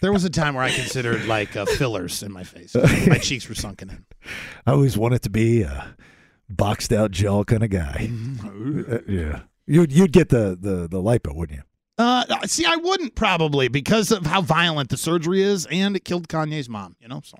S10: there was a time where I considered like uh, fillers in my face. My cheeks were sunken in.
S9: I always wanted to be a boxed out gel kind of guy. Uh, yeah. You'd, you'd get the, the, the lipo, wouldn't you?
S10: Uh, see, I wouldn't probably because of how violent the surgery is, and it killed Kanye's mom. You know, so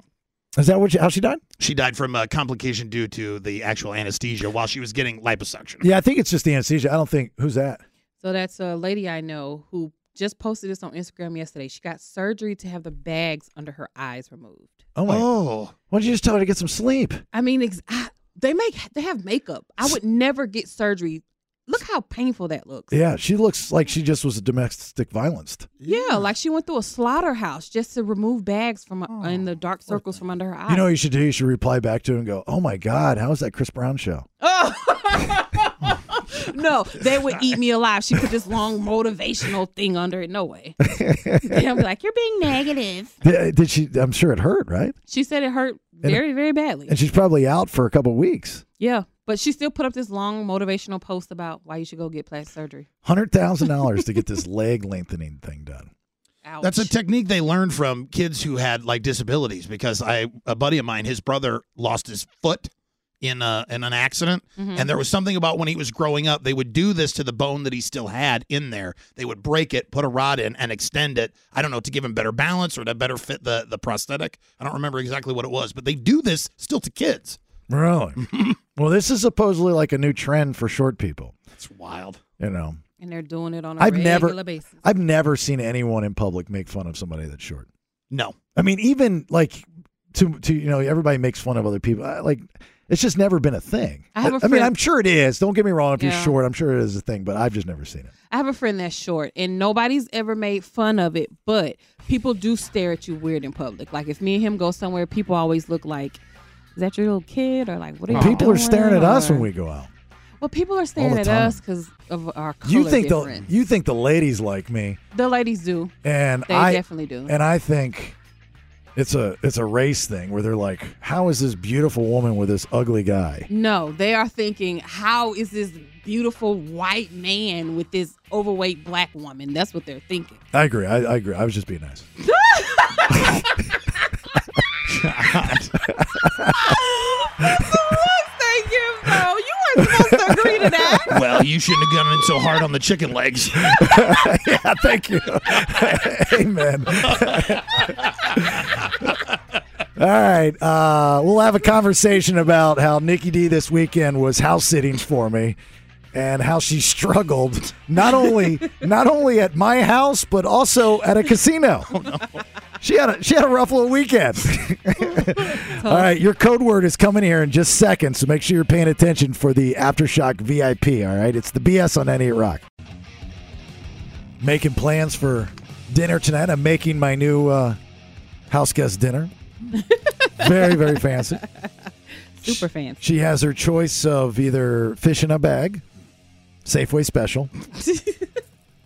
S9: Is that what you, how she died?
S10: she died from a complication due to the actual anesthesia while she was getting liposuction.
S9: Yeah, I think it's just the anesthesia. I don't think, who's that?
S7: So that's a lady I know who just posted this on Instagram yesterday. She got surgery to have the bags under her eyes removed.
S9: Oh, my. Oh. Why don't you just tell her to get some sleep?
S7: I mean, ex- I, they make they have makeup. I would never get surgery. Look how painful that looks.
S9: Yeah, she looks like she just was domestic violenced.
S7: Yeah, like she went through a slaughterhouse just to remove bags from uh, in the dark circles from under her eyes.
S9: Oh, You know what you should do? "Oh You should reply back to her and go, oh my God, how was that Chris Brown show?
S7: no, they would eat me alive. She put this long motivational thing under it. No way. They'll be like, "You're being negative."
S9: eh, Did did she? I'm sure it hurt, right?
S7: She said it hurt very, very badly.
S9: And she's probably out for a couple weeks.
S7: Yeah, but she still put up this long motivational post about why you should go get plastic surgery.
S9: Hundred thousand dollars to get this leg lengthening thing done.
S10: That's a technique they learned from kids who had like disabilities. Because I, a buddy of mine, his brother lost his foot in a in an accident,
S11: Mhm.
S10: and there was something about when he was growing up, they would do this to the bone that he still had in there. They would break it, put a rod in, and extend it. I don't know to give him better balance or to better fit the the prosthetic. I don't remember exactly what it was, but they do this still to kids.
S9: Really? well, this is supposedly like a new trend for short people.
S10: It's wild.
S9: You know,
S7: And they're doing it on a
S9: I've
S7: regular
S9: never,
S7: basis.
S9: I've never seen anyone in public make fun of somebody that's short.
S10: No,
S9: I mean, even like to to you know, everybody makes fun of other people. I, like, it's just never been a thing.
S7: I have a
S9: mean,
S7: friend-
S9: I'm sure it is. Don't get me wrong. If you're
S7: Yeah.
S9: short, I'm sure it is a thing, but I've just never seen it.
S7: I have a friend that's short, and nobody's ever made fun of it, but people do stare at you weird in public. Like if me and him go somewhere, people always look like, "Is that your little kid?" Or like, "What are you?"
S9: People are staring
S7: doing?"
S9: at us
S7: Or-
S9: when we go out.
S7: Well, people are staring
S9: the
S7: at
S9: time.
S7: us because of our color
S9: You think
S7: difference.
S9: the you think the ladies like me,
S7: The ladies do.
S9: and
S7: they
S9: I
S7: definitely do.
S9: and I think it's a it's a race thing where they're like, how is this beautiful woman with this ugly guy?
S7: no, they are thinking, how is this beautiful white man with this overweight black woman? That's what they're thinking.
S9: I agree. I, I agree. I was just being nice.
S7: Thank you, bro. You weren't supposed to agree to that.
S10: well, you shouldn't have gone in so hard on the chicken legs.
S9: yeah, thank you. Amen. All right. Uh, we'll have a conversation about how Nikki D this weekend was house sitting for me and how she struggled not only not only at my house but also at a casino. She had a she had a rough little weekend. All right, your code word is coming here in just seconds, so make sure you're paying attention for the aftershock VIP. All right, it's the BS on 98 Rock making plans for dinner tonight. I'm making my new uh, house guest dinner. very, very fancy.
S7: Super fans.
S9: She has her choice of either fish in a bag, Safeway special,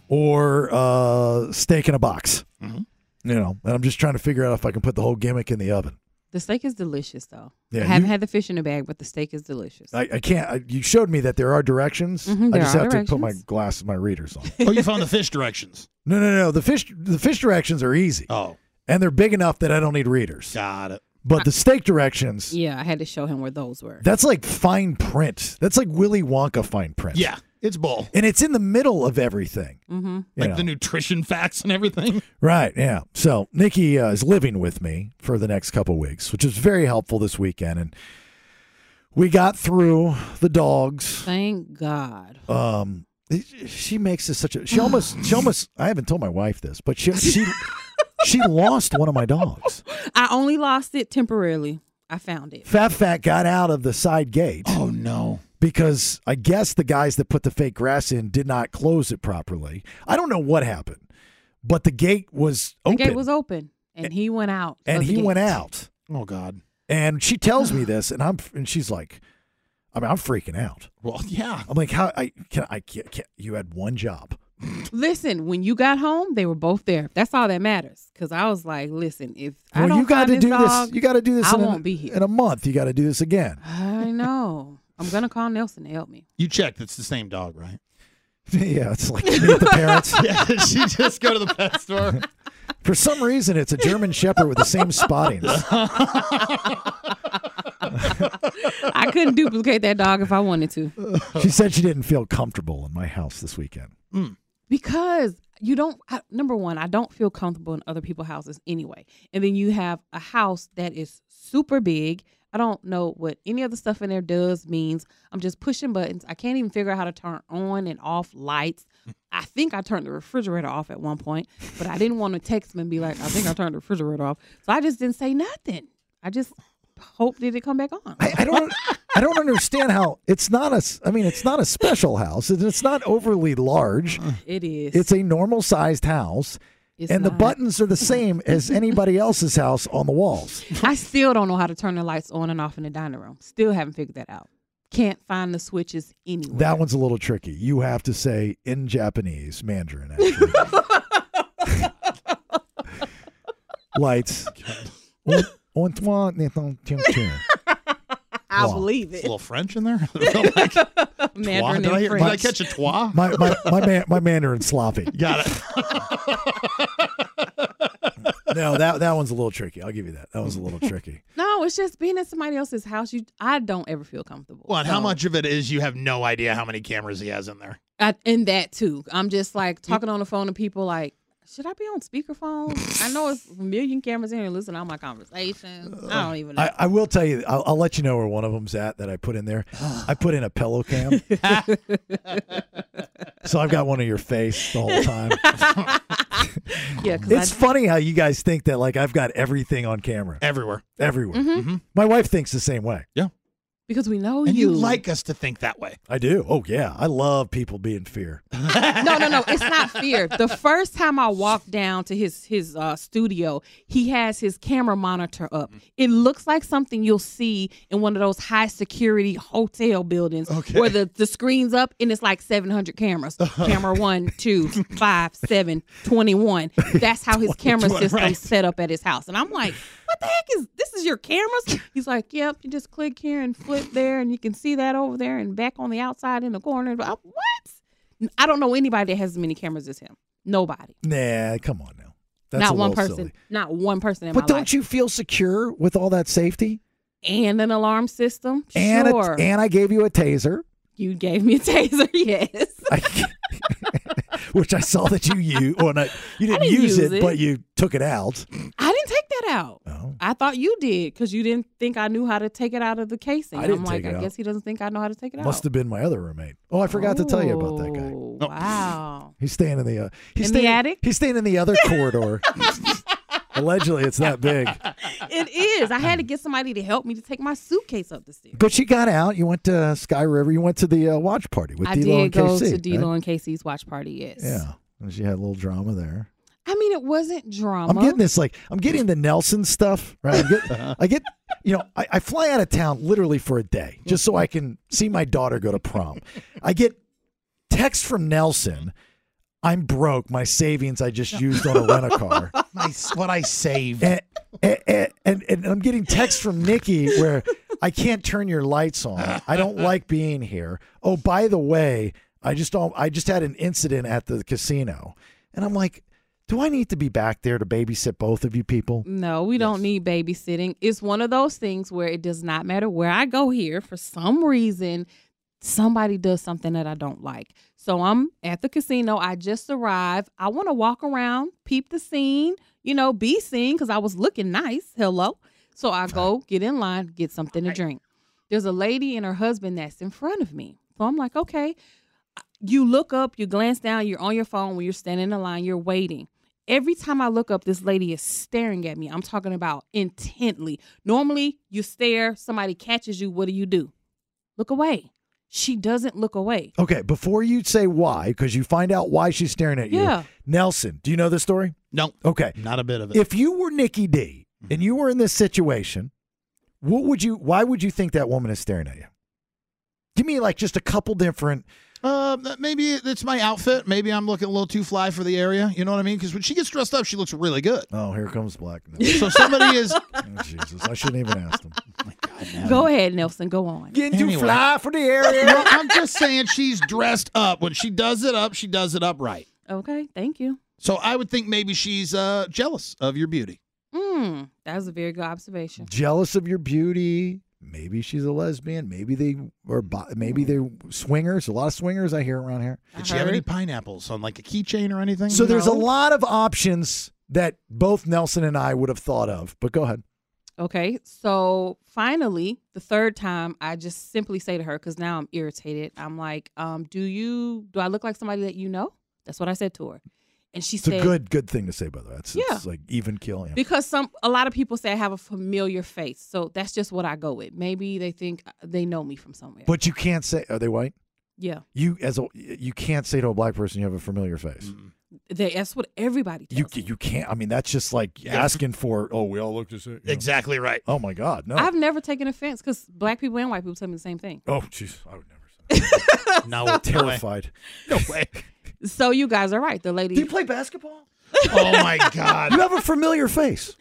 S9: or uh, steak in a box.
S7: Mm-hmm.
S9: You know, and I'm just trying to figure out if I can put the whole gimmick in the oven.
S7: The steak is delicious, though.
S9: Yeah,
S7: I haven't
S9: you-
S7: had the fish in the bag, but the steak is delicious.
S9: I, I can't. I, you showed me that there are directions.
S7: Mhm,
S9: I
S7: there
S9: just
S7: are
S9: have to put my glass, my readers on.
S10: oh, you found the fish directions.
S9: No, no, no. The fish, the fish directions are easy.
S10: Oh,
S9: and they're big enough that I don't need readers.
S10: Got it.
S9: But the steak directions,
S7: Yeah, I had to show him where those were.
S9: That's like fine print. That's like Willy Wonka fine print.
S10: Yeah, it's bull.
S9: And it's in the middle of everything.
S7: Mm-hmm.
S9: You
S10: Like
S9: know.
S10: the nutrition facts and everything.
S9: Right. Yeah. So Nikki uh, is living with me for the next couple weeks, which is very helpful this weekend. And we got through the dogs.
S7: Thank God.
S9: Um, she makes this such a. She almost. She almost. I haven't told my wife this, but she she she lost one of my dogs.
S7: I only lost it temporarily. I found it.
S9: Fat Fat got out of the side gate.
S10: Oh no.
S9: Because I guess the guys that put the fake grass in did not close it properly. I don't know what happened, but the gate was
S7: The
S9: open.
S7: gate was open, and he went out.
S9: and
S7: of the
S9: he went
S7: gate.
S9: out.
S10: Oh God.
S9: And she tells me this, and I'm and she's like, I mean, I'm freaking out.
S10: Well, yeah.
S9: I'm like, how I can I can't, can't you had one job.
S7: Listen, when you got home, they were both there. That's all that matters. Because I was like, listen, if I
S9: Well,
S7: don't
S9: you got
S7: find
S9: to do
S7: dog,
S9: this. You got to do this.
S7: I
S9: in a-
S7: won't be here.
S9: in a month. You got to do this again.
S7: I know. I'm gonna call Nelson to help me.
S10: You checked. It's the same dog, right?
S9: yeah, it's like meet the parents.
S10: yeah, did she just go to the pet store?
S9: For some reason, it's a German Shepherd with the same spottings.
S7: I couldn't duplicate that dog if I wanted to,
S9: She said she didn't feel comfortable in my house this weekend.
S7: because you don't. I, number one, I don't feel comfortable in other people's houses anyway, and then you have a house that is super big. I don't know what any of the stuff in there does means. I'm just pushing buttons. I can't even figure out how to turn on and off lights. I think I turned the refrigerator off at one point, but I didn't want to text him and be like, I think I turned the refrigerator off. So I just didn't say nothing. I just hoped it didn't come back on.
S9: I don't. I don't understand how it's not a. s- I mean, it's not a special house. and It's not overly large.
S7: It is.
S9: It's a normal sized house,
S7: Mm. It's
S9: and the
S7: not.
S9: buttons are the same as anybody else's house on the walls.
S7: I still don't know how to turn the lights on and off in the dining room. Still haven't figured that out. can't find the switches anywhere.
S9: That one's a little tricky. You have to say in Japanese, Mandarin. actually. Lights. Un- un, trois, un, un, un, un.
S7: I
S9: Wow.
S7: believe it.
S10: A little French in there?
S7: Mandarin
S10: Did I,
S7: and
S10: did
S7: French.
S10: I catch a twa?
S9: My my my, man, my Mandarin sloppy.
S10: Got it.
S9: No, that that one's a little tricky. I'll give you that. That one's a little tricky.
S7: No, it's just being in somebody else's house. You, I don't ever feel comfortable.
S10: Well, and how
S7: So,
S10: much of it is you have no idea how many cameras he has in there?
S7: I, and that too. I'm just like talking on the phone to people. Like, should I be on speakerphone? I know it's a million cameras in here. Listen to all my conversations. I don't even know.
S9: I, I will tell you. I'll, I'll let you know where one of them's at that I put in there. I put in a pillow cam, so I've got one of your face the whole time.
S7: yeah, 'cause
S9: It's
S7: I,
S9: funny how you guys think that like I've got everything on camera
S10: everywhere,
S9: everywhere.
S7: Mhm.
S9: My wife thinks the same way.
S10: Yeah,
S7: because we know
S10: and
S7: you.
S10: you like us to think that way.
S9: I do. Oh yeah, I love people being fear.
S7: no, no, no. It's not fear. The first time I walked down to his his uh, studio, he has his camera monitor up. It looks like something you'll see in one of those high security hotel buildings where the, the screen's up and it's like 700 cameras. Camera one, two, five, seven, 21. That's how his camera
S11: 21,
S7: system's
S11: right.
S7: set up at his house. And I'm like, what the heck is this? Is your cameras? He's like, yep. You just click here and flip there, and you can see that over there and back on the outside in the corner. But I'm, what? I don't know anybody that has as many cameras as him. Nobody.
S9: Nah, come on now. That's a
S7: not one
S9: little
S7: person.
S9: silly.
S7: Not one person in
S9: But
S7: my
S9: don't
S7: life.
S9: you feel secure with all that safety?
S7: And an alarm system.
S9: And a-
S7: sure.
S9: and I gave you a taser,
S7: you gave me a taser. Yes.
S9: which I saw that you used. Well, not, you didn't,
S7: didn't
S9: use,
S7: use
S9: it,
S7: it.
S9: but you took it out. Oh.
S7: I didn't take that out. I thought you did because you didn't think I knew how to take it out of the casing.
S9: I didn't
S7: am like,
S9: take it
S7: I
S9: out.
S7: guess he doesn't think I know how to take it
S9: Must
S7: out. Oh,
S9: have been my other roommate. Oh, I forgot to tell you about that guy.
S7: Wow.
S9: He's staying in the uh, he's
S7: In the
S9: staying,
S7: attic?
S9: He's staying in the other corridor. Allegedly, it's that big.
S7: it is. I had to get somebody to help me to take my suitcase up the stairs.
S9: But you got out. You went to Sky River. You went to the uh, watch party with
S7: I
S9: D-Lo
S7: did
S9: and
S7: go
S9: KC,
S7: to D-Lo
S9: right?
S7: and Casey's watch party. Yes.
S9: Yeah, and she had a little drama there.
S7: I mean, it wasn't drama.
S9: I'm getting this like I'm getting the Nelson stuff, right? I get, I get you know, I, I fly out of town literally for a day just so I can see my daughter go to prom. I get text from Nelson. I'm broke. My savings I just used on a rent a car.
S10: My, s- what I saved.
S9: And, and, and, and I'm getting text from Nikki where I can't turn your lights on. I don't like being here. Oh, by the way, I just don't, I just had an incident at the casino, and I'm like, do I need to be back there to babysit both of you people?
S7: No, we don't need babysitting. It's one of those things where it does not matter where I go here. For some reason, somebody does something that I don't like. So I'm at the casino. I just arrived. I want to walk around, peep the scene, you know, be seen because I was looking nice. Hello. So I go get in line, get something to drink. There's a lady and her husband that's in front of me. So I'm like, okay. You look up, you glance down, you're on your phone when you're standing in line, you're waiting. Every time I look up, this lady is staring at me. I'm talking about intently. Normally, you stare, somebody catches you. What do you do? Look away. She doesn't look away.
S9: Okay, before you say why, because you find out why she's staring at you.
S7: Yeah.
S9: Nelson, do you know the story?
S10: No.
S9: Okay.
S10: Not a bit of it.
S9: If you were Nikki D and you were in this situation, what would you? Why would you think that woman is staring at you? Give me like just a couple different.
S10: Uh, that- maybe it's my outfit. Maybe I'm looking a little too fly for the area. You know what I mean? Because when she gets dressed up, she looks really good.
S9: Oh, here comes Black. Oh,
S10: So somebody is.
S9: Jesus, I shouldn't even ask them.
S7: Go ahead, Nelson. Go on.
S9: Getting
S10: too Anyway. fly
S9: for the area.
S10: No, I'm just saying she's dressed up. When she does it up, she does it up right.
S7: Okay, thank you.
S10: So I would think maybe she's uh, jealous of your beauty.
S7: Mm, that was a very good observation.
S9: Jealous of your beauty. Maybe she's a lesbian. Maybe they or bi- maybe they're swingers. A lot of swingers I hear around here.
S10: Did she have any pineapples on like a keychain or anything?
S9: So there's a
S10: No.
S9: lot of options that both Nelson and I would have thought of. But go ahead.
S7: Okay, so finally, the third time, I just simply say to her, because now I'm irritated. I'm like, um, "Do you? Do I look like somebody that you know?" That's what I said to her, and she
S9: It's
S7: said,
S9: a good good thing to say by the way. It's, it's
S7: Yeah.
S9: like even killing.
S7: Because some a lot of people say I have a familiar face, so that's just what I go with. Maybe they think uh, they know me from somewhere.
S9: But you can't say are they white?
S7: Yeah.
S9: You as a you can't say to a black person you have a familiar face.
S7: They, that's what everybody
S9: You you can't. I mean, that's just like
S7: Yeah.
S9: asking for. Oh, we all look the same.
S10: Exactly right.
S9: Oh my God, no.
S7: I've never taken offense because black people and white people tell me the same thing.
S9: oh, jeez, I would never. say that.
S10: now
S9: we're terrified.
S10: No way.
S7: So you guys are right. The lady. Do you
S9: play basketball?
S10: Oh my God.
S9: You have a familiar face.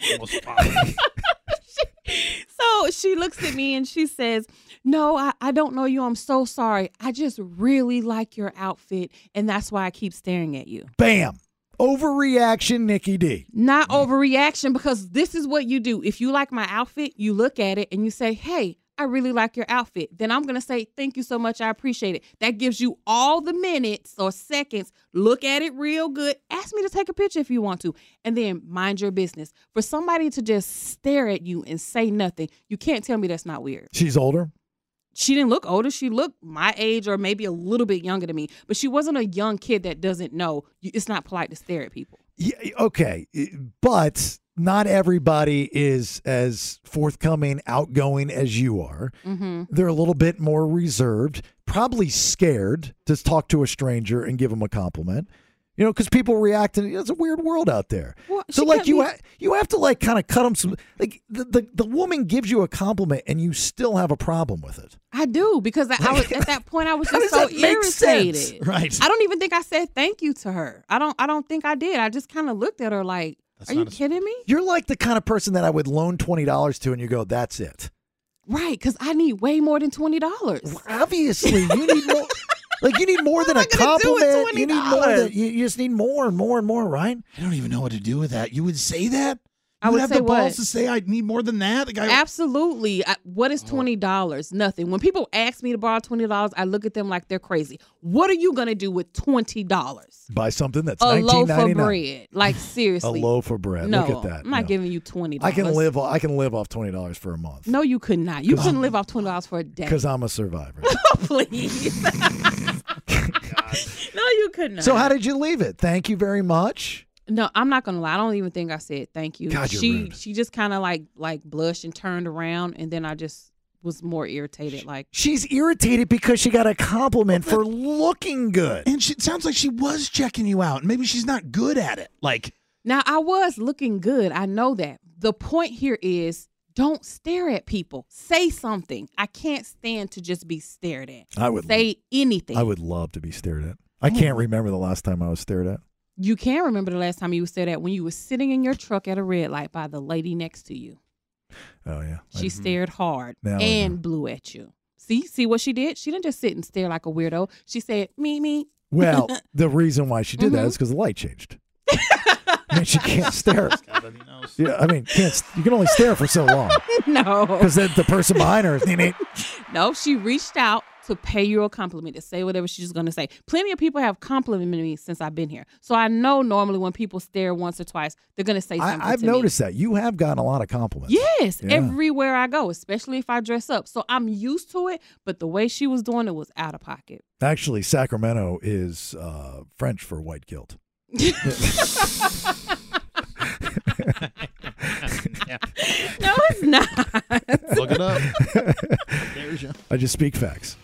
S7: So she looks at me and she says, No, I, I don't know you. I'm so sorry. I just really like your outfit, and that's why I keep staring at you.
S9: Bam. Overreaction, Nikki D.
S7: Not overreaction, because this is what you do. If you like my outfit, you look at it and you say, Hey, I really like your outfit. Then I'm going to say, Thank you so much. I appreciate it. That gives you all the minutes or seconds. Look at it real good. Ask me to take a picture if you want to. And then mind your business. For somebody to just stare at you and say nothing, you can't tell me that's not weird.
S9: She's older.
S7: she didn't look older. She looked my age or maybe a little bit younger than me, but she wasn't a young kid that doesn't know. You- It's not polite to stare at people.
S9: Yeah, okay, but not everybody is as forthcoming, outgoing as you are.
S7: Mm-hmm.
S9: They're a little bit more reserved, probably scared to talk to a stranger and give them a compliment. You know, because people react, and it's a weird world out there.
S7: Well,
S9: so,
S7: she
S9: like,
S7: cut
S9: you
S7: me-
S9: ha- you have to like kind of cut them some. Like, the, the the woman gives you a compliment, and you still have a problem with it.
S7: I do because I, I was at that point I was
S9: How
S7: just so
S9: does that make
S7: irritated.
S9: sense? Right.
S7: I don't even think I said thank you to her. I don't. I don't think I did. I just kind of looked at her like, "Are you kidding me?"
S9: You're like the kind of person that I would loan twenty dollars to, and you go, "That's it."
S7: Right? Because I need way more than twenty dollars.
S9: Obviously, you need more. like you need more than a
S7: gonna do with
S9: compliment. You need more
S7: $20?
S9: than you, you just need more and more and more, right?
S10: I don't even know what to do with that. You would say that?
S7: I
S10: You
S7: would
S10: have
S7: say
S10: the balls
S7: what?
S10: to say I Oh. need more than that. The guy,
S7: Absolutely. I, what is twenty dollars? Nothing. When people ask me to borrow twenty dollars, I look at them like they're crazy. What are you gonna do with twenty dollars?
S9: Buy something that's
S7: A
S9: nineteen
S7: loaf
S9: ninety
S7: of
S9: nine.
S7: bread. Like
S9: A
S7: seriously.
S9: loaf of bread.
S7: No,
S9: Look at that.
S7: I'm not
S9: No.
S7: giving you twenty
S9: I can live. I can live off twenty dollars for a month
S7: No, you could not. You
S9: 'Cause
S7: couldn't live off twenty dollars for a day.
S9: because I'm a survivor.
S7: Please. no, you could not.
S9: So how did you leave it? Thank you very much.
S7: No, I'm not gonna lie. I don't even think I said thank you.
S9: God, you're
S7: she
S9: rude.
S7: she just kind of like like blushed and turned around, and then I just was more irritated. Like
S9: She's irritated because she got a compliment for looking good.
S10: and she, it sounds like she was checking you out. and Maybe she's not good at it. Like,
S7: Now, I was looking good. I know that. The point here is don't stare at people. Say something. I can't stand to just be stared at.
S9: I would
S7: say anything.
S9: I would love to be stared at.
S7: Oh.
S9: I can't remember the last time I was stared at.
S7: You can remember the last time you said that when you were sitting in your truck at a red light by the lady next to you.
S9: Oh yeah.
S7: She stared hard
S9: Now I
S7: and blew at you. See, see what she did? She didn't just sit and stare like a weirdo. She said, "Me, me."
S9: Well, the reason why she did that
S7: Mhm.
S9: is because the light changed. I mean, she can't stare. Yeah, I mean, can't. You can only stare for so long
S7: no.
S9: because then the person behind her is. "Nee, nee."
S7: No, she reached out to pay you a compliment, to say whatever she's going to say. Plenty of people have complimented me since I've been here. So I know normally when people stare once or twice, they're going to say something.
S9: I, I've
S7: to me.
S9: noticed that you have gotten a lot of compliments.
S7: Yes,
S9: Yeah.
S7: everywhere I go, especially if I dress up. So I'm used to it, but the way she was doing it was out of pocket.
S9: Actually, Sacramento is uh, French for white guilt.
S7: No, it's not.
S10: Look it up. There's you.
S9: I just speak facts.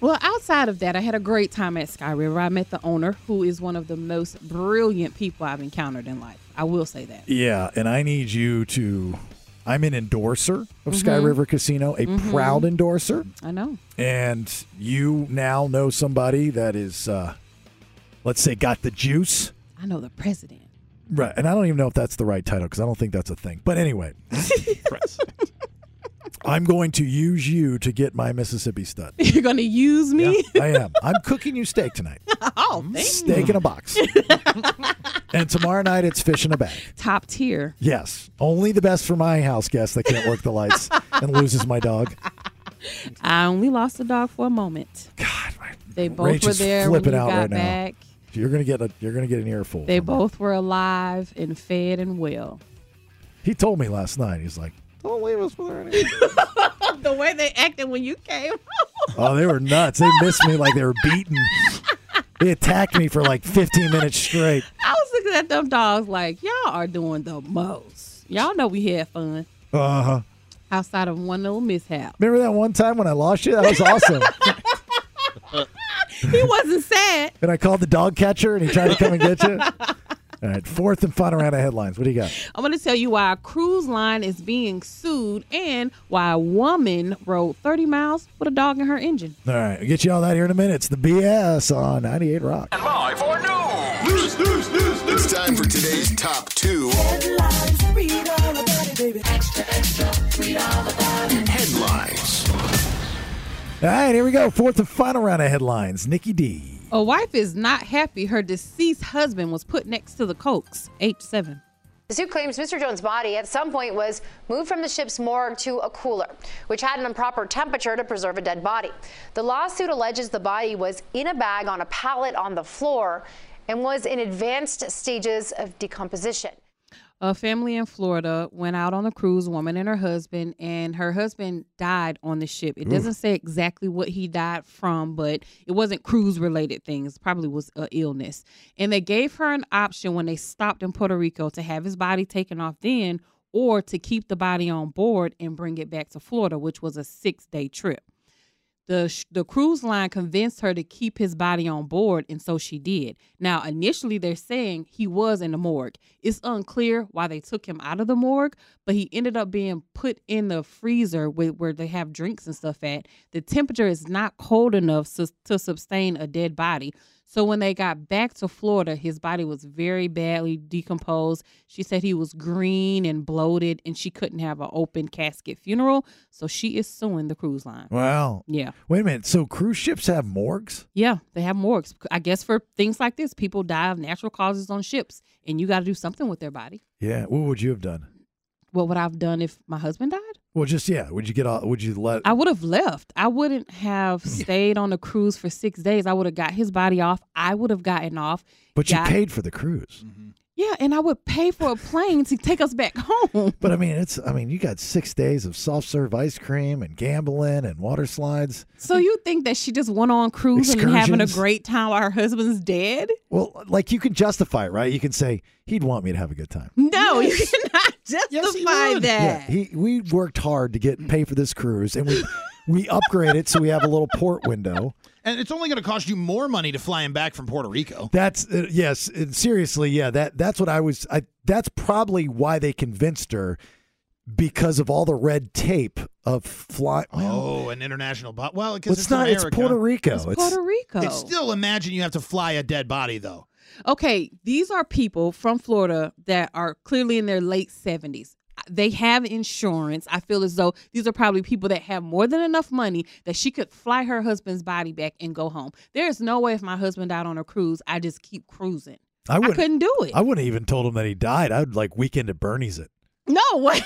S7: Well, outside of that, I had a great time at Sky River. I met the owner, who is one of the most brilliant people I've encountered in life. I will say that.
S9: Yeah, and I need you to. I'm an endorser of Sky
S7: Mhm.
S9: River Casino, a
S7: Mhm.
S9: proud endorser,
S7: I know.
S9: and you now know somebody that is, uh, let's say, got the juice.
S7: I know the president.
S9: Right, and I don't even know if that's the right title because I don't think that's a thing. But anyway, I'm going to use you to get my Mississippi stud.
S7: You're going to use me?
S9: I am. I'm cooking you steak tonight.
S7: oh, thank
S9: Steak in a box. and tomorrow night it's fish in a bag.
S7: Top tier.
S9: Yes, only the best for my house guest that can't work the lights and loses my dog.
S7: I only lost the dog for a moment. God, they both
S9: Rach
S7: were
S9: is
S7: there when you
S9: flipping
S7: got
S9: out right now.
S7: back.
S9: You're gonna get a. You're gonna get an earful.
S7: They both were alive and fed and well.
S9: He told me last night. He's like,
S7: Don't leave us with her The way they acted when you came.
S9: "Oh, they were nuts. They missed me like they were beaten. They attacked me for like 15 minutes straight."
S7: I was looking at them dogs like, y'all are doing the most. Y'all know we had fun
S9: Uh huh.
S7: outside of one little mishap.
S9: Remember that one time when I lost you? That was awesome.
S7: he wasn't sad.
S9: And I called the dog catcher and he tried to come and get you. All right, fourth and final round of headlines. What do you got?
S7: I'm going to tell you why a cruise line is being sued and why a woman rode 30 miles with a dog in her engine.
S9: All right, we'll get you all that here in a minute. It's the BS on 98 Rock.
S6: Live or no?
S3: News, news, news, It's time for today's top two. Headlines.
S9: All right, here we go. Fourth and final round of headlines. Nikki D.
S7: A wife is not happy her deceased husband was put next to the Cokes, age seven.
S11: The suit claims Mr. Jones' body at some point was moved from the ship's morgue to a cooler, which had an improper temperature to preserve a dead body. The lawsuit alleges the body was in a bag on a pallet on the floor and was in advanced stages of decomposition.
S7: A family in Florida went out on a cruise, a woman and her husband, and her husband died on the ship. It
S13: Oof.
S7: doesn't say exactly what he died from, but it wasn't cruise related things. Probably was a illness. And they gave her an option when they stopped in Puerto Rico to have his body taken off then or to keep the body on board and bring it back to Florida, which was a 6-day trip. The, sh- the cruise line convinced her to keep his body on board, and so she did. Now, initially, they're saying he was in the morgue. It's unclear why they took him out of the morgue, but he ended up being put in the freezer with, where they have drinks and stuff at. The temperature is not cold enough sus- to sustain a dead body. So when they got back to Florida, his body was very badly decomposed. She said he was green and bloated, and she couldn't have an open casket funeral. So she is suing the cruise line.
S9: Wow.
S7: Yeah.
S9: Wait a minute. So cruise ships have morgues?
S7: Yeah, they have morgues. I guess for things like this, people die of natural causes on ships, and you got to do something with their body.
S9: Yeah. What would you have done?
S7: What would I have done if my husband died?
S9: Well, just yeah. Would you get all? Would you let?
S7: I would have left. I wouldn't have stayed on the cruise for six days. I would have got his body off. I would have gotten off.
S9: but you
S7: got-
S9: paid for the cruise.
S7: Yeah, and I would pay for a plane to take us back home.
S9: But I mean, it's. I mean, you got six days of soft serve ice cream and gambling and water slides.
S7: So you think that she just went on cruise and having a
S9: Excursions.
S7: great time while her husband's dead?
S9: Well, like you can justify it, right? You can say he'd want me to have a good time.
S7: No, you cannot justify that.
S9: Yeah, he we worked hard to get pay for this cruise, and we we upgrade it so we have a little port window.
S10: And it's only going to cost you more money to fly him back from Puerto Rico.
S9: That's uh, yes, and seriously, yeah. That that's what I was. I that's probably why they convinced her because of all the red tape of fly.
S10: Oh, an international bot. Well, because
S9: It's not- it's
S10: America.
S9: Puerto Rico. It's It's-
S7: Puerto Rico.
S10: It's still imagine you have to fly a dead body though.
S7: Okay, these are people from Florida that are clearly in their late 70s. They have insurance. I feel as though these are probably people that have more than enough money that she could fly her husband's body back and go home. There is no way if my husband died on a cruise, I just keep cruising.
S9: wouldn't-
S7: couldn't do it.
S9: I wouldn't even told him that he died. I'd like weekend at Bernie's it.
S7: no way.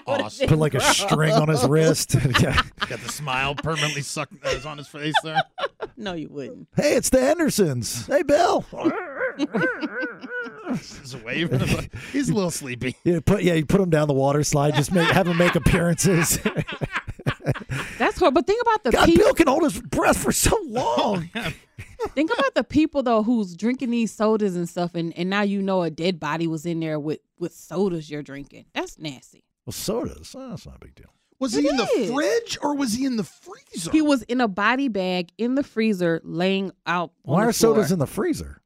S10: Awesome.
S9: Put like a string on his wrist. yeah.
S10: Got the smile permanently sucked uh, is on his face there.
S7: No, you wouldn't.
S9: Hey, it's the Andersons. Hey, Bill.
S10: He's away. from the- He's a little sleepy.
S9: Yeah, put yeah, you put him down the water slide. Just make have him make appearances.
S7: That's horrible. But think about the
S9: God,
S7: people.
S9: Bill can hold his breath for so
S10: Oh,
S9: long.
S7: Think about the people though who's drinking these sodas and stuff, and, and now you know a dead body was in there with with sodas you're drinking. That's nasty.
S9: well, sodas. Oh, that's not a big deal.
S10: Was
S7: It
S10: he in
S7: is.
S10: the fridge or was he in the freezer?
S7: He was in a body bag in the freezer, laying out. on
S9: Why
S7: the
S9: are sodas
S7: floor.
S9: in the freezer?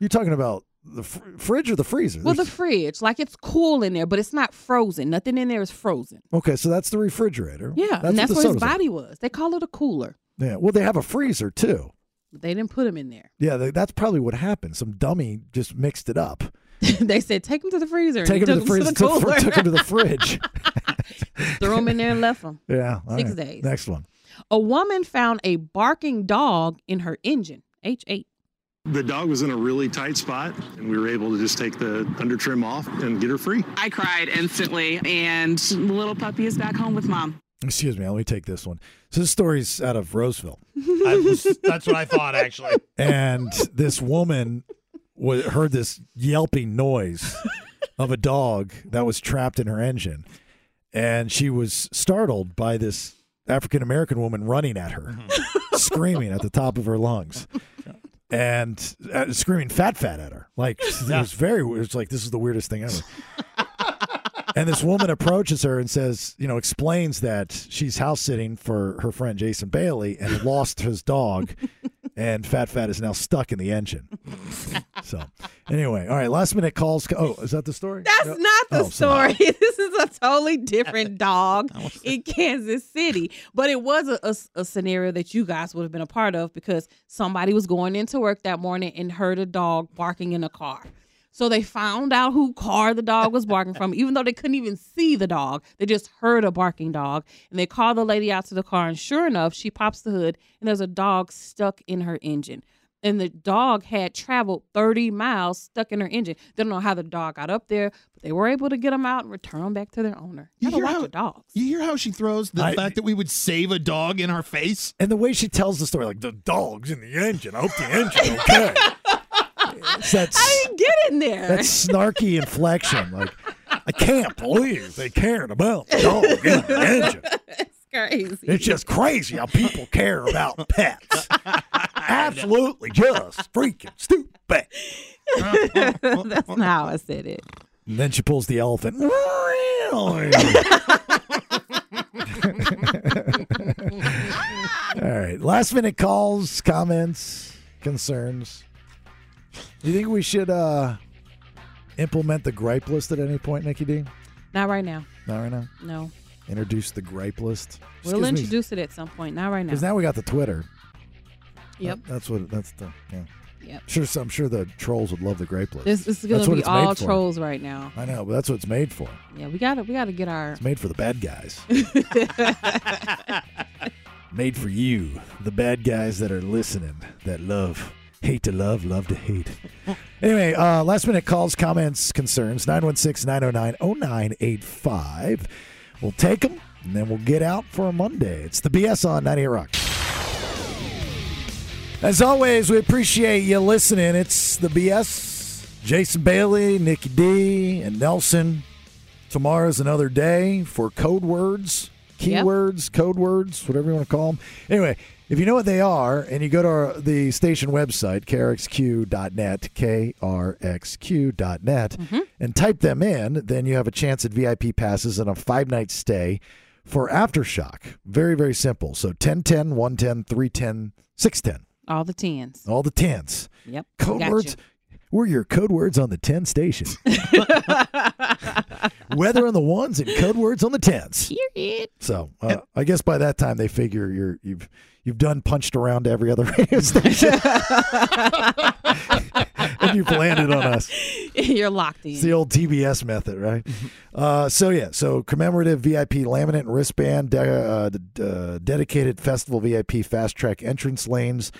S9: You're talking about the fr- fridge or the freezer?
S7: Well, the
S9: There's-
S7: fridge, like it's cool in there, but it's not frozen. Nothing in there is frozen.
S9: okay, so that's the refrigerator.
S7: Yeah, and that's
S9: the
S7: where his
S9: sodas are.
S7: body was. They call it a cooler.
S9: Yeah. Well, they have a freezer too.
S7: They didn't put him in there.
S9: Yeah, they, that's probably what happened. Some dummy just mixed it up.
S7: they said take him to the freezer.
S9: Take him to the
S7: and took
S9: freezer.
S7: him to
S9: took,
S7: cooler.
S9: took him to the fridge.
S7: Threw him in there and left him.
S9: Yeah. all
S7: Six
S9: right.
S7: days.
S9: Next one.
S7: A woman found a barking dog in her engine. H eight.
S16: The dog was in a really tight spot, and we were able to just take the under trim off and get her free.
S17: I cried instantly, and the little puppy is back home with mom.
S9: Excuse me. Let me take this one. So this story's out of Roseville,
S10: I was, that's what I thought actually.
S9: and this woman wa heard this yelping noise of a dog that was trapped in her engine, and she was startled by this African American woman running at her, screaming at the top of her lungs. And uh, screaming "fat fat" at her, like it was very. It was like this is the weirdest thing ever. and this woman approaches her and says, you know, explains that she's house sitting for her friend Jason Bailey and lost his dog. and Fat Fat is now stuck in the engine. so, anyway, all right, last minute calls. co- Oh, is that the story?
S7: That's
S9: No.
S7: not the
S9: Oh,
S7: story. This is a totally different dog in Kansas City. But it was a, a- a scenario that you guys would have been a part of because somebody was going into work that morning and heard a dog barking in a car. So they found out who car the dog was barking from, even though they couldn't even see the dog. They just heard a barking dog. And they called the lady out to the car. And sure enough, she pops the hood and there's a dog stuck in her engine and the dog had traveled 30 miles stuck in her engine. They don't know how the dog got up there, but they were able to get him out and return him back to their owner. You gotta watch your dogs.
S10: You hear how she throws the
S9: I-
S10: fact that we would save a dog in our face?
S9: And the way she tells the story, like the dog's in the engine. I hope the engine okay. It's that,
S7: I didn't get in there.
S9: that snarky inflection, like I can't believe they cared about the dog in the engine.
S7: It's crazy.
S9: It's just crazy how people care about pets. Absolutely, just freaking stupid.
S7: That's not how I said it.
S9: And then she pulls the elephant. Really? All right. Last minute calls, comments, concerns. Do you think we should uh implement the gripe list at any point, Nikki D?
S7: Not right now.
S9: Not right now.
S7: No.
S9: Introduce the gripe list.
S7: we'll introduce it at some point. Not right now.
S9: Because now we got the Twitter.
S7: Yep.
S9: That- That's what. That's the. Yeah.
S7: Yep.
S9: Sure. So I'm sure the trolls would love the gripe list.
S7: This- this is
S9: That's
S7: gonna
S9: what
S7: be
S9: it's made
S7: all
S9: for.
S7: trolls right now.
S9: I know, but that's what it's made for.
S7: Yeah, we gotta we gotta get our
S9: It's made for the bad guys. made for you, the bad guys that are listening, that love, hate to love, love to hate. anyway, uh, last minute calls, comments, concerns 916 909 0985. We'll take them and then we'll get out for a Monday. It's the BS on 98 Rock. As always, we appreciate you listening. It's the BS. Jason Bailey, Nikki D, and Nelson. Tomorrow's another day for code words,
S7: Yep.
S9: keywords, code words, whatever you want to call them. Anyway, if you know what they are and you go to our, the station website, krxq.net, krxq.net, and type them in, then you have a chance at VIP passes and a five night stay for Aftershock. Very, very simple. So 1010, 110, 310, 610.
S7: all the tens.
S9: All the tens.
S7: Yep.
S9: Code
S7: Gotcha.
S9: words. We're your code words on the 10 station. Weather on the ones and code words on the tens.
S7: Period.
S9: So uh, I guess by that time they figure you're you've you've done punched around to every other radio station and you've landed on us.
S7: You're locked in.
S9: It's the old TBS method, right?
S7: Mm-hmm.
S9: uh, so yeah, so commemorative VIP laminate and wristband, de- uh, d- uh, dedicated festival VIP fast track entrance lanes,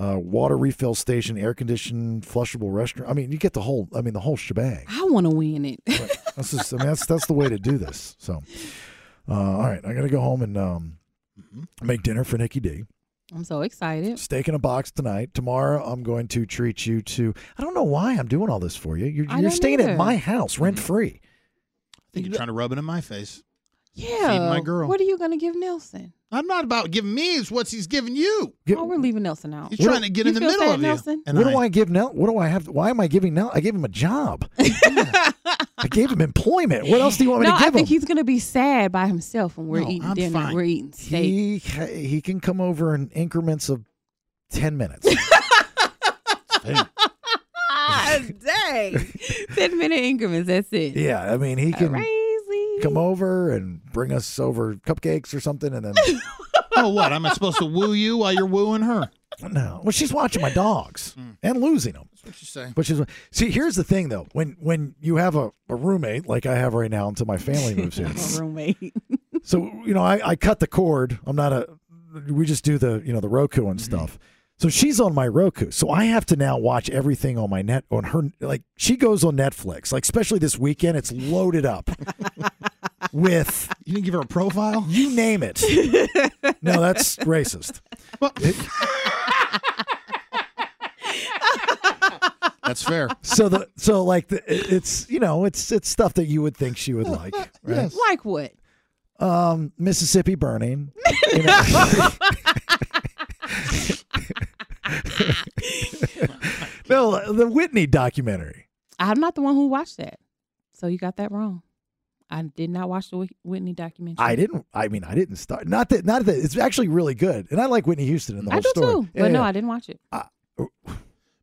S9: uh, water refill station, air conditioned, flushable restaurant. I mean, you get the whole. I mean, the whole shebang.
S7: I wanna win it.
S9: That's just. I mean, that's that's the way to do this. So, uh, all right, I'm gonna go home and um,
S7: Mm-hmm.
S9: make dinner for Nikki D.
S7: I'm so excited.
S9: Steak in a box tonight. Tomorrow, I'm going to treat you to. I don't know why I'm doing all this for you. You're,
S7: I
S9: you're
S7: don't
S9: staying
S7: either.
S9: at my house rent free.
S10: I think you're trying to rub it in my face.
S7: Yeah.
S10: my girl.
S7: What are you gonna give Nelson?
S10: I'm not about giving me, it's what he's giving you.
S7: oh, we're leaving Nelson out.
S10: He's trying to get
S7: You
S10: in the
S7: feel
S10: middle
S7: sad,
S10: of
S7: Nelson?
S10: you. And
S9: what
S10: I,
S9: do I give Nel? What do I have? Why am I giving Nel? I gave him a job. I gave him employment. What else do you want me
S7: no,
S9: to give
S7: I think
S9: him?
S7: he's gonna be sad by himself when we're
S10: No,
S7: eating
S10: I'm
S7: dinner.
S10: fine.
S7: We're eating steak.
S9: He ca- he can come over in increments of ten minutes.
S7: Ah, dang. Ten minute increments. That's it.
S9: yeah, I mean he can
S7: Crazy.
S9: come over and bring us over cupcakes or something, and then
S10: oh, what? I'm supposed to woo you while you're wooing her?
S9: no, well she's watching my dogs
S7: Mm.
S9: and losing them.
S10: What'd you say?
S9: Which is see, here's the thing though. When when you have a, a roommate like I have right now until my family moves in,
S7: My roommate.
S9: so you know I, I cut the cord. I'm not a. We just do the you know the Roku and stuff. So she's on my Roku. So I have to now watch everything on my net on her. Like she goes on Netflix. Like especially this weekend, it's loaded up with
S10: You didn't give her a profile?
S9: you name it. no, that's racist.
S10: That's fair.
S9: So the so like the, it- it's you know it's it's stuff that you would think she would like.
S10: uh,
S9: Right?
S7: Like what?
S9: Um, Mississippi burning. You know? no, the Whitney documentary.
S7: I'm not the one who watched that. So you got that wrong. I did not watch the Whit- Whitney documentary.
S9: I didn't. I mean, I didn't start. Not that. Not that. It's actually really good, and I like Whitney Houston in the
S7: I
S9: whole
S7: do
S9: story.
S7: too,
S9: Yeah,
S7: but no,
S9: yeah.
S7: I didn't watch it.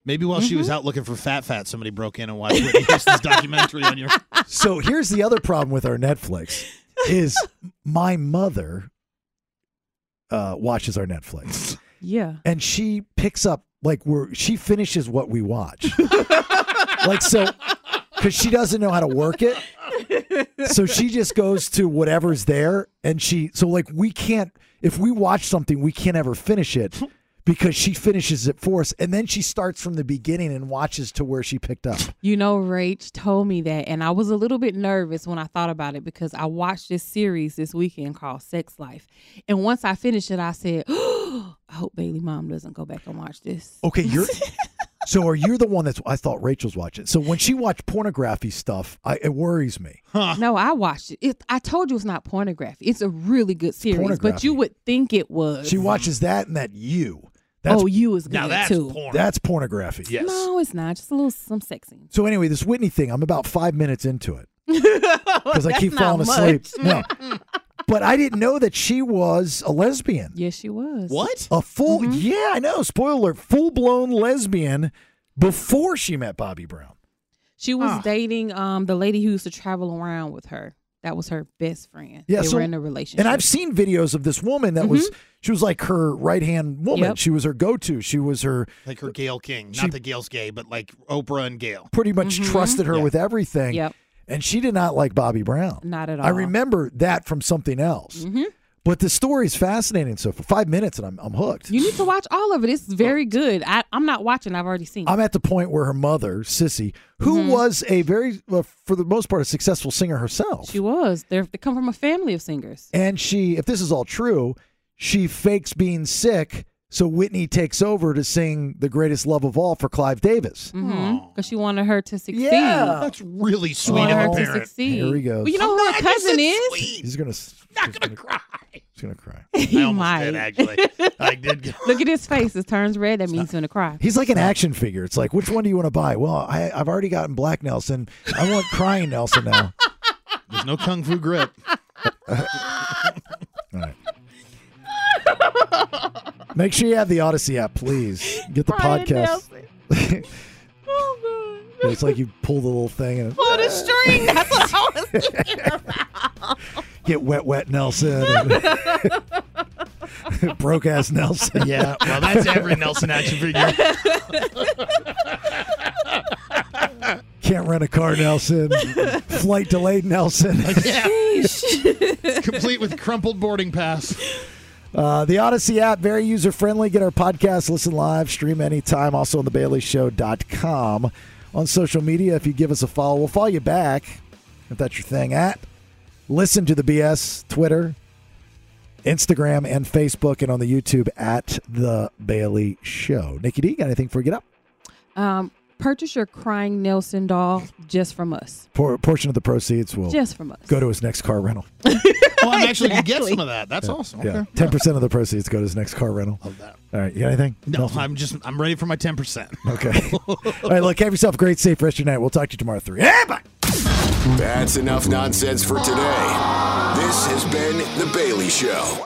S10: Maybe while she was out looking for Fat Fat, somebody broke in and watched Whitney Houston's documentary on your.
S9: so here's the other problem with our Netflix is my mother uh, watches our Netflix.
S7: Yeah.
S9: And she picks up like we're she finishes what we watch. like so cuz she doesn't know how to work it. So she just goes to whatever's there and she so like we can't if we watch something we can't ever finish it because she finishes it for us and then she starts from the beginning and watches to where she picked up.
S7: You know, Rach told me that, and I was a little bit nervous when I thought about it because I watched this series this weekend called Sex Life. And once I finished it, I said, I hope Bailey mom doesn't go back and watch this.
S9: Okay, you're. so are you the one that's? I thought Rachel's watching. So when she watched pornography stuff, I, it worries me.
S7: No, I watched it. it. I told you it's not pornography. It's a really good series, but
S9: pornography.
S7: you would think it was.
S9: She watches that and that you.
S7: Oh, You is good, too.
S9: That's pornography.
S7: No, it's not. Just a little some sex scene.
S9: So anyway, this Whitney thing, I'm about five minutes into it because I
S7: That's
S9: keep
S7: not
S9: falling asleep.
S7: much.
S9: No. But I didn't know that she was a lesbian.
S7: Yes, Mm-hmm. she was.
S9: A full, yeah, I know. Spoiler: full blown lesbian before she met Bobby Brown.
S7: She was dating um the lady who used to travel around with her. That was her best friend.
S9: Yeah,
S7: they
S9: so-
S7: were in a relationship.
S9: And I've seen videos of this woman that was
S7: Mm-hmm.
S9: she was like her right hand woman.
S10: Yep.
S9: She was her go to. She was her
S10: Like her Gail King.
S9: She-
S10: Not that Gail's gay, but like Oprah and Gail.
S9: pretty much
S7: Mm-hmm.
S9: trusted her with everything.
S10: Yep.
S9: And she did not like Bobby Brown.
S7: Not at
S9: I
S7: all. Mm-hmm.
S9: remember that from something else. But the story is fascinating. So for five minutes, and I'm I'm hooked.
S7: You need to watch all of it. It's very good. I, I'm not watching. I've already seen. it.
S9: I'm at the point where her mother, Sissy, who
S7: Mm-hmm.
S9: was a very, well, for the most part, a successful singer herself,
S7: she was. They're, they come from a family of singers.
S9: and she, if this is all true, she fakes being sick so Whitney takes over to sing "The Greatest Love of All" for Clive Davis.
S7: Because Mm-hmm. she wanted her to succeed.
S9: Yeah.
S10: That's really sweet
S7: Wanted
S10: of
S7: her
S10: a
S7: to
S10: parent.
S7: succeed.
S9: Here he goes.
S7: Well, you know
S10: Oh,
S7: who her cousin is?
S9: He's gonna not gonna, cry. He's gonna cry.
S7: He might.
S10: I did.
S7: Look at his face. It turns red. That means he's gonna cry.
S9: He's like an action figure. It's like, which one do you want to buy? Well, I, I've already gotten Black Nelson. I want Crying Nelson now.
S10: There's no kung fu grip.
S9: All right. Make sure you have the Odyssey app, please. Get the
S4: Brian
S9: podcast.
S4: Nelson.
S7: Oh,
S9: it's like you pull the little thing and
S4: Pull the string. That's what I was
S9: get wet, wet Nelson. and- Broke ass Nelson.
S10: Yeah, well, that's every Nelson action figure.
S9: Can't rent a car, Nelson. Flight delayed, Nelson.
S10: Complete with crumpled boarding pass.
S9: Uh, the Odyssey app, very user friendly. Get our podcast, listen live, stream anytime. Also on thebaileyshow.com. On social media, if you give us a follow, we'll follow you back if that's your thing. At listen to the BS, Twitter, Instagram, and Facebook, and on the YouTube at the Bailey Show. Nikki D, got anything for Get Up?
S7: Um, purchase your crying Nelson doll just from us.
S9: Por- portion of the proceeds will
S7: Just from us.
S9: go to his next car rental.
S10: Oh, I'm actually going to get some of that. That's awesome. Okay.
S9: Yeah, ten percent of the proceeds go to his next car rental. All right, you got anything?
S10: No, I'm just, I'm ready for my 10%.
S9: Okay. All right, look, have yourself a great, safe rest of your night. We'll talk to you tomorrow at 3. Yeah, bye.
S3: That's enough nonsense for today. This has been The Bailey Show.